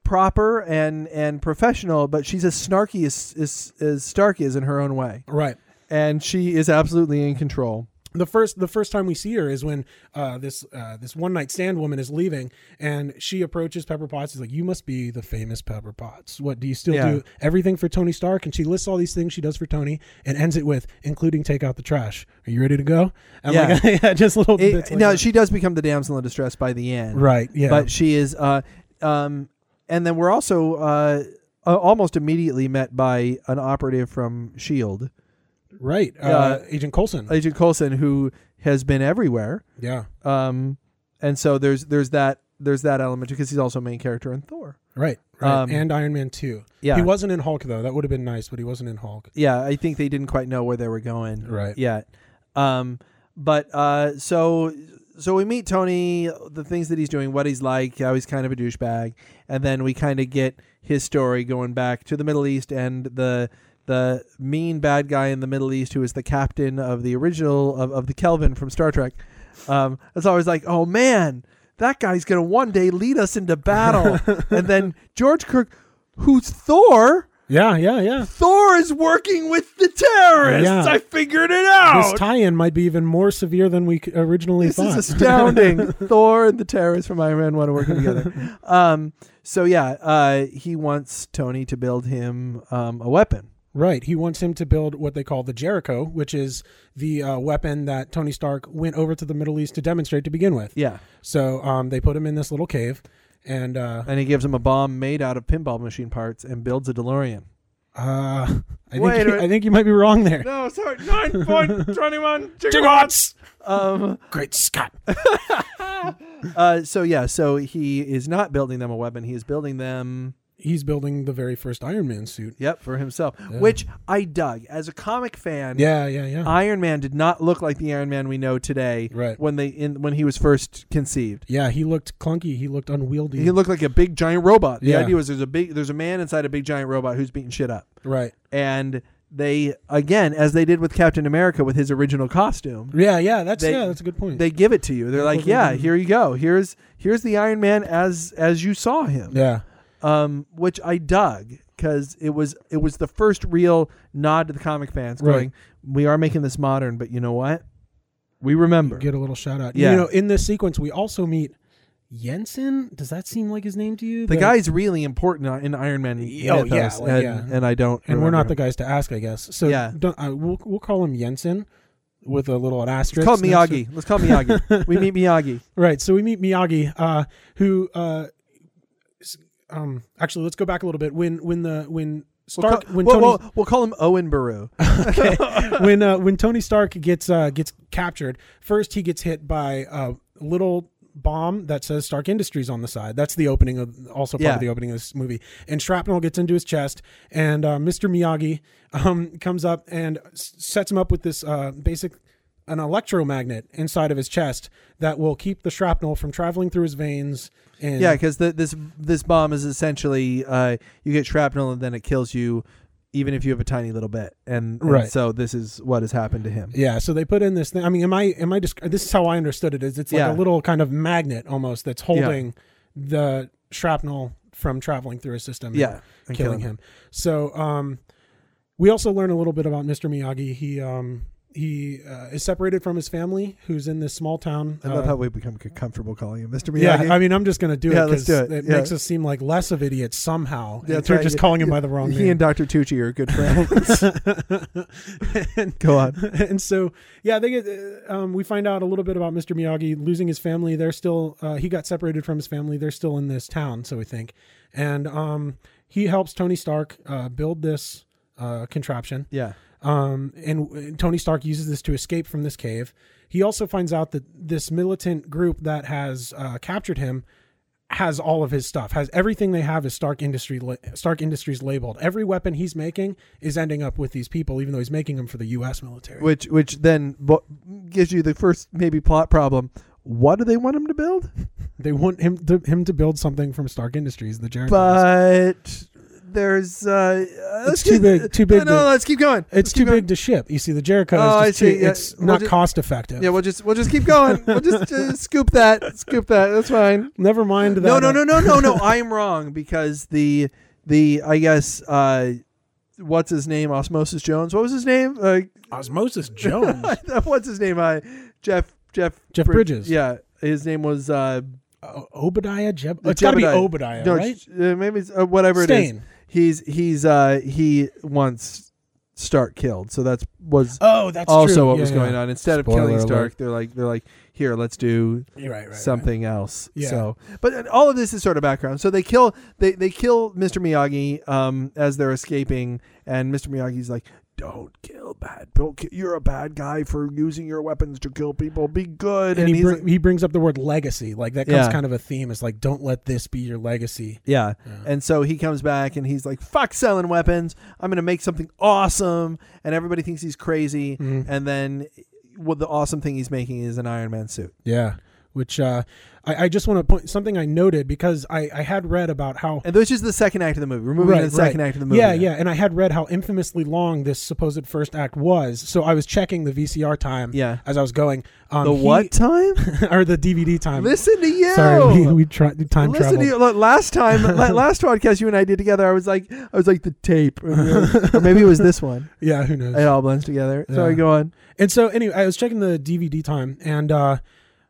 Speaker 1: proper and and professional, but she's as snarky as as, as Stark is in her own way,
Speaker 2: right.
Speaker 1: and she is absolutely in control.
Speaker 2: The first the first time we see her is when uh, this uh, this one night stand woman is leaving, and she approaches Pepper Potts. She's like, "You must be the famous Pepper Potts. What do you still
Speaker 1: Yeah.
Speaker 2: do everything for Tony Stark?" And she lists all these things she does for Tony, and ends it with, "Including take out the trash." Are you ready to go? And
Speaker 1: Yeah.
Speaker 2: like, yeah, just little
Speaker 1: It-
Speaker 2: bits. Like
Speaker 1: now
Speaker 2: that.
Speaker 1: she does become the damsel in distress by the end,
Speaker 2: right, yeah,
Speaker 1: But she is, uh, um, and then we're also uh, a- almost immediately met by an operative from Shield,
Speaker 2: right. Uh,
Speaker 1: Yeah.
Speaker 2: Agent Coulson.
Speaker 1: E Agent Coulson, who has been everywhere.
Speaker 2: yeah,
Speaker 1: um and so there's there's that there's that element because he's also a main character in thor
Speaker 2: right, right.
Speaker 1: Um,
Speaker 2: and Iron Man two.
Speaker 1: yeah.
Speaker 2: he wasn't in Hulk though. That would have been nice, but he wasn't in Hulk.
Speaker 1: yeah i think they didn't quite know where they were going
Speaker 2: Right.
Speaker 1: yet um but uh so so we meet tony the things that he's doing what he's like how he's kind of a douchebag and then we kind of get his story going back to the middle east and the the mean bad guy in the middle east who is the captain of the original of, of the kelvin from star trek um it's always like oh man that guy's gonna one day lead us into battle and then george kirk who's thor
Speaker 2: Yeah, yeah, yeah.
Speaker 1: Thor is working with the terrorists.
Speaker 2: Yeah.
Speaker 1: I figured it
Speaker 2: This
Speaker 1: out.
Speaker 2: tie-in might be even more severe than we c- originally
Speaker 1: this
Speaker 2: thought.
Speaker 1: is astounding. Thor and the terrorists from Iron Man want to work together. Um, so yeah, uh, he wants Tony to build him um, a weapon.
Speaker 2: Right. He wants him to build what they call the Jericho, which is the uh, weapon that Tony Stark went over to the Middle East to demonstrate to begin with.
Speaker 1: Yeah,
Speaker 2: So um, they put him in this little cave, and uh,
Speaker 1: and he gives him a bomb made out of pinball machine parts and builds a DeLorean.
Speaker 2: uh, I, think
Speaker 1: Wait a
Speaker 2: you,
Speaker 1: minute.
Speaker 2: I think you might be wrong there.
Speaker 1: No, sorry, nine point twenty-one
Speaker 2: Gigawatts!
Speaker 1: Um,
Speaker 2: Great Scott!
Speaker 1: uh, so yeah, so he is not building them a weapon. He is building them.
Speaker 2: He's building the very first Iron Man suit.
Speaker 1: Yep, for himself, which I dug as a comic fan.
Speaker 2: Yeah, yeah, yeah.
Speaker 1: Iron Man did not look like the Iron Man we know today.
Speaker 2: Right.
Speaker 1: When they in when he was first conceived,
Speaker 2: yeah, he looked clunky. He looked unwieldy.
Speaker 1: he looked like a big giant robot. The
Speaker 2: Yeah.
Speaker 1: idea was there's a big there's a man inside a big giant robot who's beating shit up,
Speaker 2: right.
Speaker 1: and they again as they did with Captain America with his original costume,
Speaker 2: Yeah, yeah. That's
Speaker 1: They-
Speaker 2: yeah. That's a good point.
Speaker 1: they give it to you. They're like, yeah, here you go. Here's here's the Iron Man as as you saw him.
Speaker 2: yeah.
Speaker 1: um, which I dug because it was it was the first real nod to the comic fans,
Speaker 2: Right.
Speaker 1: going, "We are making this modern, but you know what? We remember."
Speaker 2: Get a little shout out.
Speaker 1: Yeah.
Speaker 2: You know, in this sequence, we also meet Jensen. Does that seem like his name to you?
Speaker 1: the guy's really important on- in Iron Man.
Speaker 2: Oh, yeah,
Speaker 1: mythos,
Speaker 2: like,
Speaker 1: and,
Speaker 2: yeah.
Speaker 1: and I don't.
Speaker 2: and we're not
Speaker 1: remember
Speaker 2: the guys to ask, I guess. So
Speaker 1: Yeah.
Speaker 2: don't, I, we'll we'll call him Jensen with a little asterisk.
Speaker 1: him. Call
Speaker 2: next to-
Speaker 1: Miyagi. Let's call Miyagi. we meet Miyagi.
Speaker 2: right. So we meet Miyagi, uh, who uh, s- um, actually let's go back a little bit when when the when
Speaker 1: We'll
Speaker 2: Stark
Speaker 1: call,
Speaker 2: when
Speaker 1: we'll,
Speaker 2: Tony
Speaker 1: we'll- we'll call him Owen Baru.
Speaker 2: when uh, when Tony Stark gets uh, gets captured, first he gets hit by a little bomb that says Stark Industries on the side. That's the opening of also part
Speaker 1: Yeah.
Speaker 2: of the opening of this movie. And shrapnel gets into his chest, and uh, Mr. Miyagi um, comes up and s- sets him up with this uh, basic an electromagnet inside of his chest that will keep the shrapnel from traveling through his veins. And
Speaker 1: Yeah, because this this bomb is essentially uh, you get shrapnel and then it kills you even if you have a tiny little bit. And, and
Speaker 2: Right.
Speaker 1: so this is what has happened to him.
Speaker 2: Yeah, so they put in this thing. I mean, am I am I desc- this is how I understood it is it's like
Speaker 1: Yeah.
Speaker 2: a little kind of magnet almost that's holding the shrapnel from traveling through his system. and
Speaker 1: Yeah, and
Speaker 2: killing, him. So um we also learn a little bit about Mr. Miyagi. He um he uh, is separated from his family who's in this small town.
Speaker 1: I love
Speaker 2: Uh,
Speaker 1: how we become c- comfortable calling him Mr.
Speaker 2: yeah,
Speaker 1: Miyagi.
Speaker 2: I mean, I'm just gonna do
Speaker 1: Yeah,
Speaker 2: it
Speaker 1: let's
Speaker 2: because
Speaker 1: do
Speaker 2: it,
Speaker 1: it. Yeah.
Speaker 2: makes us seem like less of idiots somehow.
Speaker 1: Yeah,
Speaker 2: Yeah,
Speaker 1: that's
Speaker 2: we're
Speaker 1: right.
Speaker 2: just
Speaker 1: Yeah.
Speaker 2: calling him by the wrong
Speaker 1: he
Speaker 2: name.
Speaker 1: and Dr. Tucci are good friends. Go on.
Speaker 2: and so yeah they get uh, um, we find out a little bit about mr miyagi losing his family they're still uh, he got separated from his family they're still in this town so we think and um, he helps tony stark uh, build this uh, contraption
Speaker 1: Yeah.
Speaker 2: um, and, and Tony Stark uses this to escape from this cave. He also finds out that this militant group that has uh, captured him has all of his stuff. Has everything they have is Stark Industry la- Stark Industries labeled. Every weapon he's making is ending up with these people, even though he's making them for the U.S. military.
Speaker 1: Which which then bo- gives you the first maybe plot problem. What do they want him to build?
Speaker 2: They want him to him to build something from Stark Industries, the Jericho.
Speaker 1: But there's uh let's
Speaker 2: It's too
Speaker 1: keep-
Speaker 2: big- too big
Speaker 1: No, no,
Speaker 2: to-
Speaker 1: let's keep going.
Speaker 2: it's too big to ship. You see, the Jericho
Speaker 1: Oh, I
Speaker 2: is just
Speaker 1: see.
Speaker 2: too-
Speaker 1: Yeah.
Speaker 2: it's
Speaker 1: We'll
Speaker 2: not
Speaker 1: ju-
Speaker 2: cost effective.
Speaker 1: Yeah, we'll just we'll just keep going. We'll just, uh scoop that. Scoop that. That's fine.
Speaker 2: Never mind that.
Speaker 1: No, no,
Speaker 2: uh,
Speaker 1: no, no, no, no. I'm wrong because the the I guess uh what's his name? Osmosis Jones. What was his name? Uh,
Speaker 2: Osmosis Jones.
Speaker 1: what's his name? Uh, Jeff Jeff
Speaker 2: Jeff
Speaker 1: Brid-
Speaker 2: Bridges.
Speaker 1: Yeah. His name was uh
Speaker 2: O- Obadiah Jeb. It's got to be
Speaker 1: Jebediah.
Speaker 2: Obadiah,
Speaker 1: no,
Speaker 2: right?
Speaker 1: it's- uh, maybe it's, uh, whatever it
Speaker 2: Stain.
Speaker 1: is. He's he's uh he wants Stark killed. So that's was
Speaker 2: Oh, that's
Speaker 1: also
Speaker 2: true.
Speaker 1: what
Speaker 2: Yeah,
Speaker 1: was
Speaker 2: yeah.
Speaker 1: going on. Instead
Speaker 5: Spoiler
Speaker 1: of killing
Speaker 5: alert.
Speaker 1: Stark, they're like they're like here, let's do
Speaker 2: You're right, right, right.
Speaker 1: something else.
Speaker 2: Yeah.
Speaker 1: So, but uh, all of this is sort of background. So they kill they they kill Mr. Miyagi um as they're escaping, and Mr. Miyagi's like. Don't kill bad. Don't ki- You're a bad guy for using your weapons to kill people. Be good.
Speaker 2: And, he
Speaker 1: he's
Speaker 2: br-
Speaker 1: like-
Speaker 2: he brings up the word legacy. Like that comes
Speaker 1: Yeah.
Speaker 2: kind of a theme. It's like don't let this be your legacy.
Speaker 1: Yeah. And so he comes back and he's like, fuck selling weapons. I'm going to make something awesome. And everybody thinks he's crazy.
Speaker 2: Mm-hmm.
Speaker 1: And then what the awesome thing he's making is an Iron Man suit.
Speaker 2: Yeah. Which uh, I, I just want to point something I noted because I, I had read about how
Speaker 1: And this is the second act of the movie. We're moving to the second act of the movie.
Speaker 2: Yeah,
Speaker 1: now.
Speaker 2: yeah. And I had read how infamously long this supposed first act was. So I was checking the VCR time
Speaker 1: Yeah.
Speaker 2: as I was going. Um,
Speaker 1: The
Speaker 2: he-
Speaker 1: what time?
Speaker 2: or the DVD time.
Speaker 1: Listen to you.
Speaker 2: Sorry, we, we tri- time
Speaker 1: Listen
Speaker 2: travel.
Speaker 1: to you. Look, Last time, la- last podcast you and I did together, I was like, I was like the tape, or maybe it was this one.
Speaker 2: Yeah, who knows?
Speaker 1: It all blends together. Sorry,
Speaker 2: Yeah.
Speaker 1: go on.
Speaker 2: And so, anyway, I was checking the DVD time, and uh,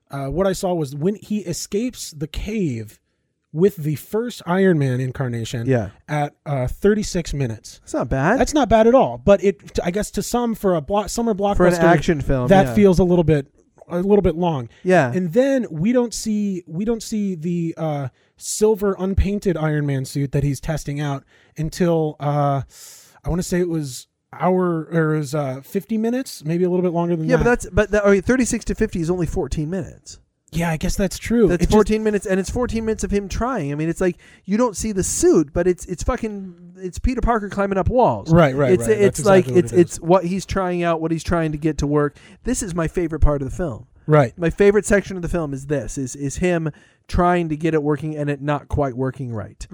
Speaker 2: uh, what I saw was when he escapes the cave with the first Iron Man incarnation
Speaker 1: Yeah.
Speaker 2: at uh, 36 minutes.
Speaker 1: It's not bad
Speaker 2: That's not bad at all, but it, I guess, to some for a block, summer blockbuster
Speaker 1: for an action film. Um,
Speaker 2: that
Speaker 1: yeah.
Speaker 2: feels a little bit, a little bit long.
Speaker 1: Yeah.
Speaker 2: And then we don't see, we don't see the uh, silver unpainted Iron Man suit that he's testing out until uh, I want to say it was hour or it was uh, 50 minutes, maybe a little bit longer than
Speaker 1: Yeah,
Speaker 2: that.
Speaker 1: but that's but that, all right, 36 to 50 is only 14 minutes.
Speaker 2: Yeah, I guess that's true.
Speaker 1: That's
Speaker 2: It just-
Speaker 1: 14 minutes and it's 14 minutes of him trying. I mean, it's like you don't see the suit, but it's it's fucking it's Peter Parker climbing up walls.
Speaker 2: Right, right,
Speaker 1: It's
Speaker 2: right.
Speaker 1: it's
Speaker 2: That's
Speaker 1: like
Speaker 2: exactly what
Speaker 1: it's
Speaker 2: it is.
Speaker 1: it's what he's trying out, what he's trying to get to work. This is my favorite part of the film.
Speaker 2: right.
Speaker 1: My favorite section of the film is this is is him trying to get it working and it not quite working right.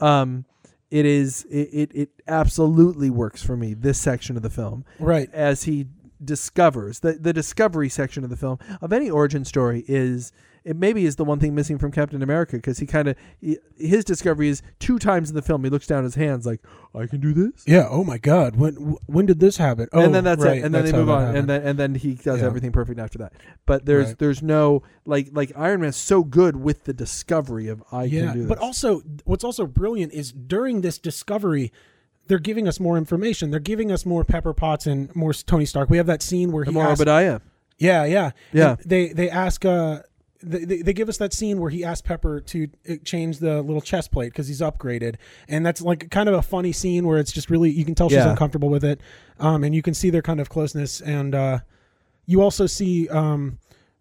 Speaker 1: Um it is it, it it absolutely works for me this section of the film
Speaker 2: Right.
Speaker 1: as he discovers the the discovery section of the film of any origin story is it maybe is the one thing missing from Captain America because he kind of his discovery is two times in the film he looks down at his hands like I can do this
Speaker 2: Yeah. Oh my God. When wh- when did this happen? Oh,
Speaker 1: and then that's
Speaker 2: right,
Speaker 1: it and then
Speaker 2: that's
Speaker 1: they
Speaker 2: how
Speaker 1: move
Speaker 2: that
Speaker 1: on
Speaker 2: happened.
Speaker 1: and then and then he does
Speaker 2: Yeah.
Speaker 1: everything perfect after that but there's
Speaker 2: Right.
Speaker 1: there's no like like Iron Man's so good with the discovery of I
Speaker 2: yeah.
Speaker 1: can do this
Speaker 2: But also, what's also brilliant is during this discovery, they're giving us more information. They're giving us more Pepper Potts and more Tony Stark. We have that scene where he
Speaker 1: Amar
Speaker 2: asks-
Speaker 1: Obadiah
Speaker 2: Yeah, yeah,
Speaker 1: Yeah.
Speaker 2: And They they ask. uh they, they they give us that scene where he asks Pepper to uh, change the little chest plate because he's upgraded, and that's like kind of a funny scene where it's just really you can tell she's
Speaker 1: Yeah.
Speaker 2: uncomfortable with it, um, and you can see their kind of closeness, and uh, you also see um,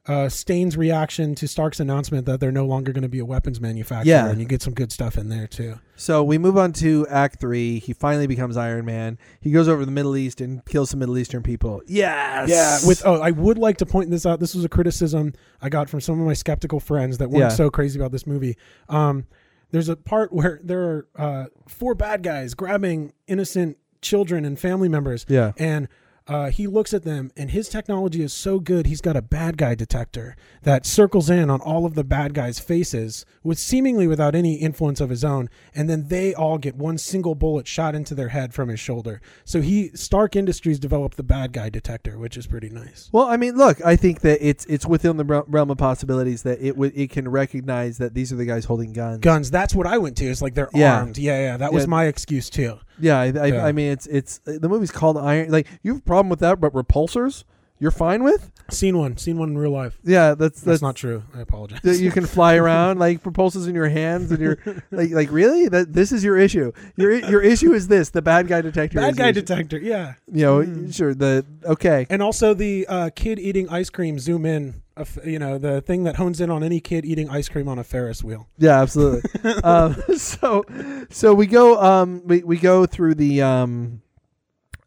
Speaker 2: uh, Stain's reaction to Stark's announcement that they're no longer going to be a weapons manufacturer,
Speaker 1: Yeah.
Speaker 2: and you get some good stuff in there too.
Speaker 1: So we move on to Act Three. He finally becomes Iron Man. He goes over to the Middle East and kills some Middle Eastern people. Yes.
Speaker 2: Yeah, with oh, I would like to point this out. This was a criticism I got from some of my skeptical friends that weren't
Speaker 1: Yeah.
Speaker 2: so crazy about this movie. Um, there's a part where there are uh, four bad guys grabbing innocent children and family members.
Speaker 1: Yeah.
Speaker 2: And uh, he looks at them, and his technology is so good. He's got a bad guy detector that circles in on all of the bad guys' faces, with seemingly without any influence of his own, and then they all get one single bullet shot into their head from his shoulder. So he Stark Industries developed the bad guy detector, which is pretty nice.
Speaker 1: Well, I mean, look, I think that it's it's within the rel- realm of possibilities that it would it can recognize that these are the guys holding guns.
Speaker 2: Guns. That's what I went to. It's like they're
Speaker 1: Yeah.
Speaker 2: armed. Yeah, yeah. That was
Speaker 1: Yeah.
Speaker 2: my excuse too.
Speaker 1: Yeah, I, I,
Speaker 2: Yeah.
Speaker 1: I mean, it's it's the movie's called Iron. Like you have a problem with that, but repulsors, you're fine with.
Speaker 2: Seen one. Seen one in real life.
Speaker 1: Yeah, that's
Speaker 2: That's,
Speaker 1: that's,
Speaker 2: not true. I apologize.
Speaker 1: that you can fly around like propulsors in your hands and you're like like really that this is your issue your your issue is this the bad guy detector
Speaker 2: bad
Speaker 1: is the
Speaker 2: guy Hmm.
Speaker 1: issue.
Speaker 2: detector. Yeah.
Speaker 1: you know sure the okay
Speaker 2: And also the uh, kid eating ice cream zoom in, uh, f- you know, the thing that hones in on any kid eating ice cream on a Ferris wheel.
Speaker 1: yeah absolutely um, so so we go um we, we go through the um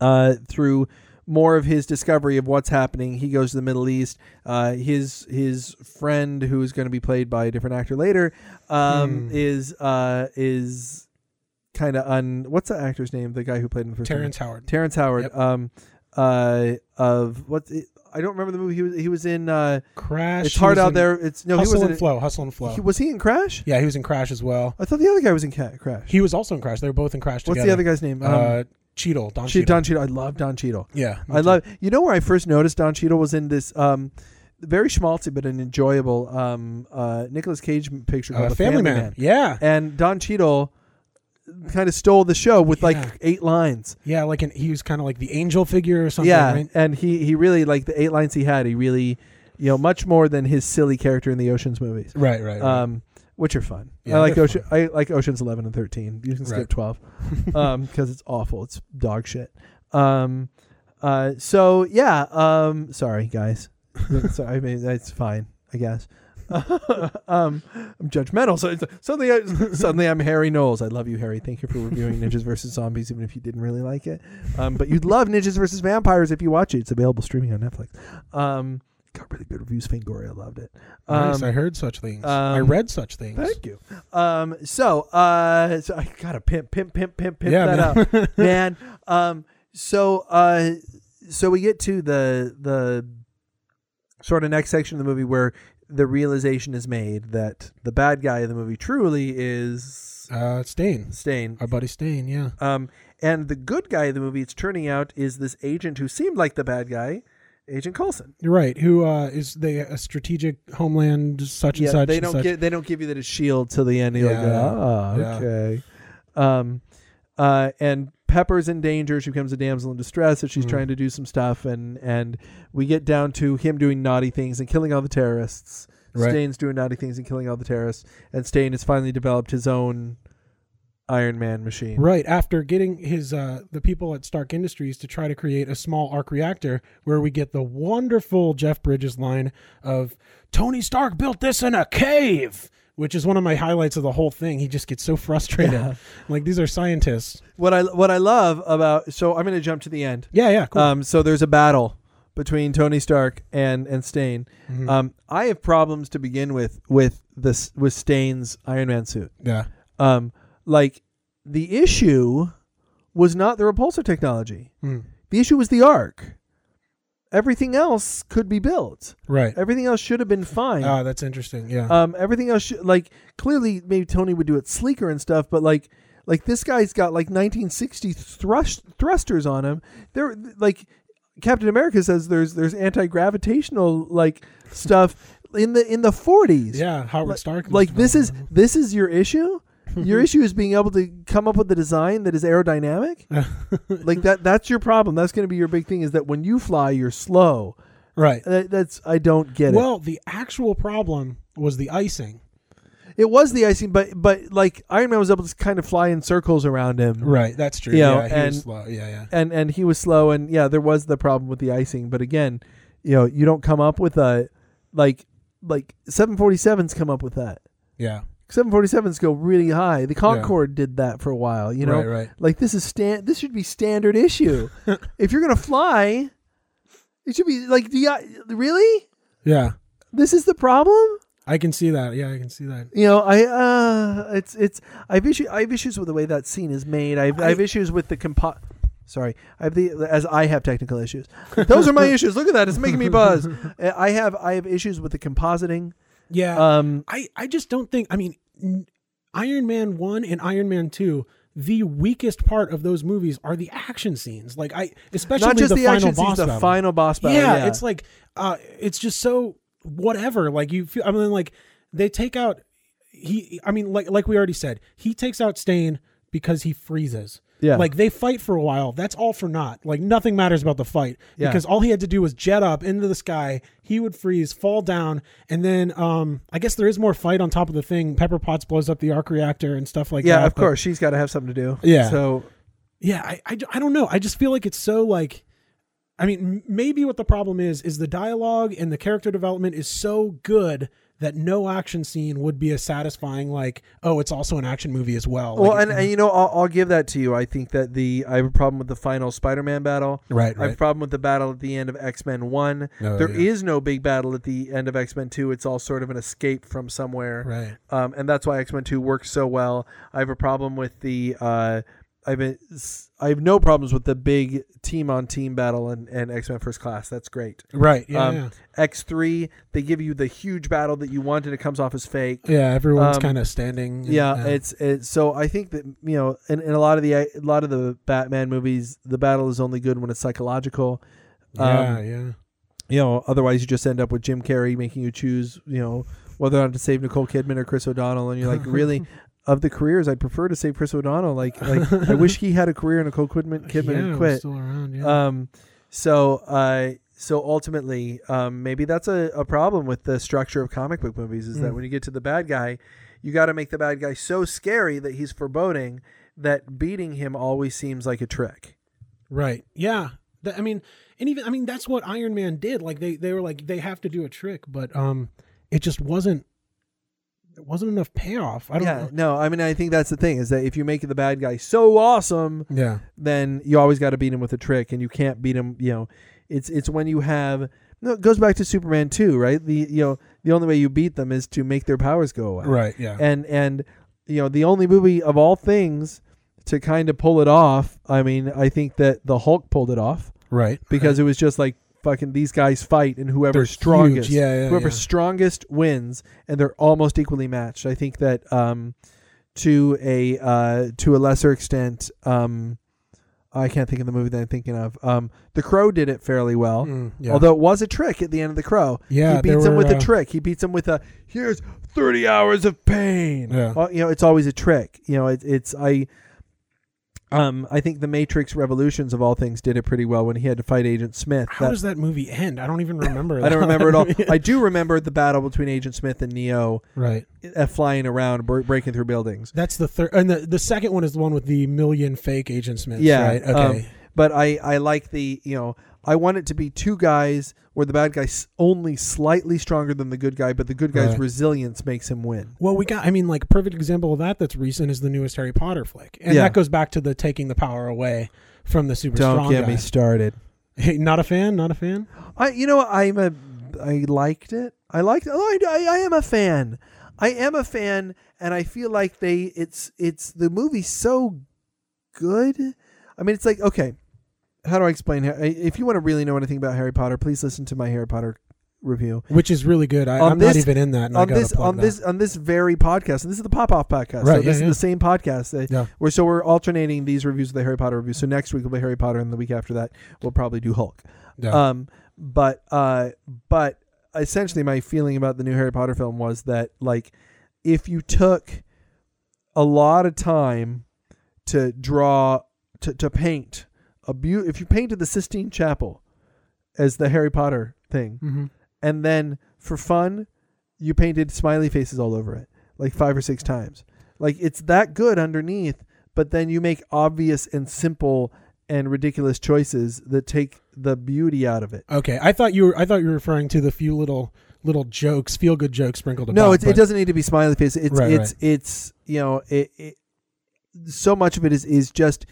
Speaker 1: uh through more of his discovery of what's happening he goes to the middle east uh his his friend who is going to be played by a different actor later um
Speaker 2: Hmm.
Speaker 1: is uh is kind of un what's the actor's name the guy who played in the first one?
Speaker 2: Terrence Howard.
Speaker 1: Terrence Howard.
Speaker 2: Yep.
Speaker 1: Um, uh, of what I don't remember the movie he was. He was in. Uh,
Speaker 2: Crash.
Speaker 1: it's
Speaker 2: he
Speaker 1: hard
Speaker 2: was
Speaker 1: out
Speaker 2: in
Speaker 1: there. It's no. He
Speaker 2: Hustle
Speaker 1: was
Speaker 2: and
Speaker 1: in.
Speaker 2: flow. Hustle and flow.
Speaker 1: He, was he in Crash?
Speaker 2: yeah, he was in Crash as well.
Speaker 1: I thought the other guy was in Ca- Crash.
Speaker 2: He was also in Crash. They were both in Crash
Speaker 1: What's the
Speaker 2: together.
Speaker 1: other guy's name? Um,
Speaker 2: Uh, Cheadle. Don
Speaker 1: Che-
Speaker 2: Cheadle.
Speaker 1: Don Cheadle. I love Don Cheadle.
Speaker 2: yeah. me
Speaker 1: I
Speaker 2: too.
Speaker 1: love. You know where I first noticed Don Cheadle was in this. Um, very schmaltzy but an enjoyable um uh Nicolas Cage picture
Speaker 2: Uh,
Speaker 1: called The
Speaker 2: Family, Man. Yeah.
Speaker 1: And Don Cheadle kind of stole the show with
Speaker 2: Yeah.
Speaker 1: like eight lines.
Speaker 2: Yeah. Like an, he was kind of like the angel figure or something.
Speaker 1: yeah,
Speaker 2: Right?
Speaker 1: and he he really like the eight lines he had. He really, you know, much more than his silly character in the Ocean's movies,
Speaker 2: Right. Right. right.
Speaker 1: um, which are fun.
Speaker 2: Yeah,
Speaker 1: I like
Speaker 2: they're
Speaker 1: Ocean. I like Ocean's Eleven and Thirteen. You can skip
Speaker 2: Right.
Speaker 1: twelve um, because it's awful. It's dog shit. Um, uh, so yeah. Um, sorry guys. sorry, I mean that's fine. I guess. um, I'm judgmental. So it's, suddenly, I, suddenly I'm Harry Knowles. I love you, Harry. Thank you for reviewing Ninjas vs Zombies, even if you didn't really like it. Um, but you'd love Ninjas vs Vampires if you watch it. It's available streaming on Netflix. Um, got really good reviews. Fangoria loved it. Um,
Speaker 2: nice. I heard such things. I
Speaker 1: um,
Speaker 2: read such things.
Speaker 1: Thank you. Um, so, uh, so I gotta pimp, pimp, pimp, pimp, pimp
Speaker 2: Yeah,
Speaker 1: that up, man. Um, so, uh, so we get to the the sort of next section of the movie where the realization is made that the bad guy of the movie truly is
Speaker 2: Uh, Stain.
Speaker 1: Stain,
Speaker 2: Our buddy Stain. Yeah.
Speaker 1: um, and the good guy of the movie, it's turning out, is this agent who seemed like the bad guy, Agent Coulson.
Speaker 2: You're right. Who uh, is they a strategic homeland such and
Speaker 1: Yeah,
Speaker 2: such?
Speaker 1: they
Speaker 2: and
Speaker 1: don't
Speaker 2: such.
Speaker 1: give they don't give you that as shield till the end. You're like,
Speaker 2: Yeah.
Speaker 1: ah,
Speaker 2: Yeah.
Speaker 1: okay. Um, uh, and Pepper's in danger. She becomes a damsel in distress, and she's
Speaker 2: Mm.
Speaker 1: trying to do some stuff. And and we get down to him doing naughty things and killing all the terrorists.
Speaker 2: Right.
Speaker 1: Stain's doing naughty things and killing all the terrorists. And Stain has finally developed his own Iron Man machine.
Speaker 2: Right after getting his uh, the people at Stark Industries to try to create a small arc reactor, where we get the wonderful Jeff Bridges line of "Tony Stark built this in a cave," which is one of my highlights of the whole thing. He just gets so frustrated. Like these are scientists.
Speaker 1: What I what I love about so I'm going to jump to the end.
Speaker 2: Yeah, yeah, cool.
Speaker 1: Um, so there's a battle between Tony Stark and and Stain.
Speaker 2: Mm-hmm.
Speaker 1: Um, I have problems to begin with with this with Stain's Iron Man suit.
Speaker 2: yeah,
Speaker 1: Um, like the issue was not the repulsor technology.
Speaker 2: Mm.
Speaker 1: The issue was the arc. Everything else could be built.
Speaker 2: right.
Speaker 1: Everything else should have been fine.
Speaker 2: Ah, that's interesting. Yeah,
Speaker 1: Um, everything else, should, like clearly, maybe Tony would do it sleeker and stuff, but like, like this guy's got like 1960 thrust thrusters on him. They're like Captain America says there's there's anti gravitational like stuff in the in the 40s.
Speaker 2: yeah. Howard
Speaker 1: like,
Speaker 2: Stark.
Speaker 1: Like this is this is your issue. Your issue is being able to come up with a design that is aerodynamic. like that that's your problem. That's going to be your big thing is that when you fly, you're slow.
Speaker 2: right.
Speaker 1: That, that's I don't get it.
Speaker 2: Well, the actual problem was the icing.
Speaker 1: It was the icing, but but like Iron Man was able to kind of fly in circles around him,
Speaker 2: Right. That's true.
Speaker 1: You know,
Speaker 2: yeah, he was
Speaker 1: and-
Speaker 2: slow. Yeah, yeah.
Speaker 1: and and he was slow, and yeah, there was the problem with the icing. But again, you know, you don't come up with a like like 747s come up with that.
Speaker 2: Yeah.
Speaker 1: 747s go really high. The Concorde did that for a while, you know.
Speaker 2: Right, right.
Speaker 1: Like this is stand. This should be standard issue. if you're gonna fly, it should be like do you really?
Speaker 2: Yeah.
Speaker 1: This is the problem.
Speaker 2: I can see that. Yeah, I can see that.
Speaker 1: You know, I uh, it's it's I have issue I have issues with the way that scene is made. I have, I, have
Speaker 2: I-
Speaker 1: issues with the compo- Sorry, I have the as I have technical issues. Those are my issues. Look at that; it's making me buzz. I have I have issues with the compositing.
Speaker 2: Yeah.
Speaker 1: Um,
Speaker 2: I, I just don't think I mean n- Iron Man 1 and Iron Man 2 the weakest part of those movies are the action scenes like I especially
Speaker 1: not just
Speaker 2: the,
Speaker 1: the,
Speaker 2: final
Speaker 1: action
Speaker 2: boss
Speaker 1: scenes, the
Speaker 2: battle.
Speaker 1: final boss battle.
Speaker 2: yeah,
Speaker 1: Yeah,
Speaker 2: it's like uh it's just so whatever like you feel I mean like they take out he I mean like like we already said he takes out Stain because he freezes
Speaker 1: Yeah.
Speaker 2: like they fight for a while that's all for naught like nothing matters about the fight
Speaker 1: Yeah.
Speaker 2: because all he had to do was jet up into the sky he would freeze fall down and then um i guess there is more fight on top of the thing pepper potts blows up the arc reactor and stuff like that
Speaker 1: yeah. Of
Speaker 2: but-
Speaker 1: course, she's got to have something to do.
Speaker 2: Yeah.
Speaker 1: So
Speaker 2: yeah I, I d- I don't know i just feel like it's so like i mean m- maybe what the problem is is the dialogue and the character development is so good that no action scene would be a satisfying like oh it's also an action movie as well
Speaker 1: well,
Speaker 2: Like,
Speaker 1: and, and you know, I'll, I'll give that to you. I think that the I have a problem with the final Spider-Man battle. I
Speaker 2: right
Speaker 1: have a
Speaker 2: right
Speaker 1: problem with the battle at the end of X Men One.
Speaker 2: Oh,
Speaker 1: There is
Speaker 2: yeah.
Speaker 1: no big battle at the end of X Men Two. It's all sort of an escape from somewhere,
Speaker 2: right
Speaker 1: um, and that's why X Men Two works so well. I have a problem with the. Uh, I've been, I have no problems with the big team on team battle and, and X Men First Class. That's great.
Speaker 2: right yeah
Speaker 1: um,
Speaker 2: yeah.
Speaker 1: X three, they give you the huge battle that you wanted. It comes off as fake.
Speaker 2: Yeah, everyone's
Speaker 1: Um,
Speaker 2: kind of standing. uh,
Speaker 1: yeah, it's it's so I think that you know, in, in a lot of the a lot of the Batman movies, the battle is only good when it's psychological. Um,
Speaker 2: yeah, yeah.
Speaker 1: You know, otherwise you just end up with Jim Carrey making you choose, you know, whether or not to save Nicole Kidman or Chris O'Donnell, and you're like, really, of the careers, I prefer to save Chris O'Donnell. Like, like I wish he had a career and Nicole Kidman, Kidman
Speaker 2: yeah,
Speaker 1: had
Speaker 2: was
Speaker 1: quit.
Speaker 2: Still around. Yeah.
Speaker 1: Um, so, uh, so ultimately, um, maybe that's a, a problem with the structure of comic book movies is that
Speaker 2: Mm.
Speaker 1: when you get to the bad guy, you got to make the bad guy so scary that he's foreboding that beating him always seems like a trick.
Speaker 2: right. Yeah. That- I mean, and even I mean that's what Iron Man did. Like they they were like they have to do a trick, but um, it just wasn't. It wasn't enough payoff. I don't.
Speaker 1: Yeah,
Speaker 2: know.
Speaker 1: no, I mean, I think that's the thing is that if you make the bad guy so awesome,
Speaker 2: Yeah.
Speaker 1: then you always got to beat him with a trick, and you can't beat him. You know, it's it's when you have no, it goes back to Superman too, right? The you know the only way you beat them is to make their powers go away.
Speaker 2: Right. Yeah.
Speaker 1: and and you know the only movie of all things to kind of pull it off i mean i think that the hulk pulled it off
Speaker 2: right.
Speaker 1: because it was just like fucking these guys fight and whoever's
Speaker 2: They're
Speaker 1: strongest
Speaker 2: huge. Yeah, yeah,
Speaker 1: whoever's
Speaker 2: yeah.
Speaker 1: strongest wins and they're almost equally matched i think that um to a uh to a lesser extent um i can't think of the movie that i'm thinking of um the crow did it fairly well
Speaker 2: Mm, yeah.
Speaker 1: Although it was a trick at the end of the crow,
Speaker 2: Yeah,
Speaker 1: he
Speaker 2: there
Speaker 1: beats him
Speaker 2: were,
Speaker 1: with a
Speaker 2: uh,
Speaker 1: trick. He beats him with a here's thirty hours of pain.
Speaker 2: Yeah.
Speaker 1: Well, you know, it's always a trick. You know, it, it's I. Um, I think the Matrix Revolutions of all things did it pretty well when he had to fight Agent Smith.
Speaker 2: How
Speaker 1: That-
Speaker 2: does that movie end? I don't even remember.
Speaker 1: I don't remember at all.
Speaker 2: Yeah.
Speaker 1: I do remember the battle between Agent Smith and Neo
Speaker 2: right.
Speaker 1: uh, flying around, br- breaking through buildings.
Speaker 2: That's the third, and the, the second one is the one with the million fake Agent Smiths.
Speaker 1: Yeah.
Speaker 2: Right.
Speaker 1: um,
Speaker 2: Okay.
Speaker 1: but I, I like the, you know, I want it to be two guys where the bad guy's only slightly stronger than the good guy, but the good guy's
Speaker 2: Right.
Speaker 1: resilience makes him win.
Speaker 2: Well, we got. I mean, like perfect example of that. That's recent is the newest Harry Potter flick, and
Speaker 1: Yeah.
Speaker 2: that goes back to the taking the power away from the super
Speaker 1: Don't
Speaker 2: strong
Speaker 1: get
Speaker 2: guy.
Speaker 1: me started.
Speaker 2: Hey, not a fan. Not a fan.
Speaker 1: I, you know, I'm a, I liked it. I liked. Oh, I, I, I am a fan. I am a fan, and I feel like they. It's it's the movie's so good. I mean, it's like okay, how do I explain? Har- If you want to really know anything about Harry Potter, please listen to my Harry Potter review.
Speaker 2: Which is really good. I,
Speaker 1: On
Speaker 2: I'm
Speaker 1: this-
Speaker 2: not even in that. And I
Speaker 1: on
Speaker 2: gotta
Speaker 1: this
Speaker 2: plug
Speaker 1: on
Speaker 2: that.
Speaker 1: this on this very podcast, and this is the Pop Off podcast. so
Speaker 2: Right,
Speaker 1: this
Speaker 2: yeah,
Speaker 1: is
Speaker 2: yeah.
Speaker 1: the same podcast. That
Speaker 2: Yeah.
Speaker 1: We're so we're alternating these reviews with the Harry Potter reviews. So next week will be Harry Potter, and the week after that we'll probably do Hulk.
Speaker 2: Yeah.
Speaker 1: Um, but uh, but essentially, my feeling about the new Harry Potter film was that like if you took a lot of time to draw to to paint a beau- if you painted the Sistine Chapel as the Harry Potter thing,
Speaker 2: Mhm.
Speaker 1: and then for fun, you painted smiley faces all over it, like five or six times. Like it's that good underneath, but then you make obvious and simple and ridiculous choices that take the beauty out of it.
Speaker 2: Okay. I thought you were. I thought you were referring to the few little little jokes, feel good jokes sprinkled.
Speaker 1: No,
Speaker 2: about,
Speaker 1: it, it
Speaker 2: but-
Speaker 1: doesn't need to be smiley face. It's
Speaker 2: Right,
Speaker 1: it's it's you know it, it. So much of it is is just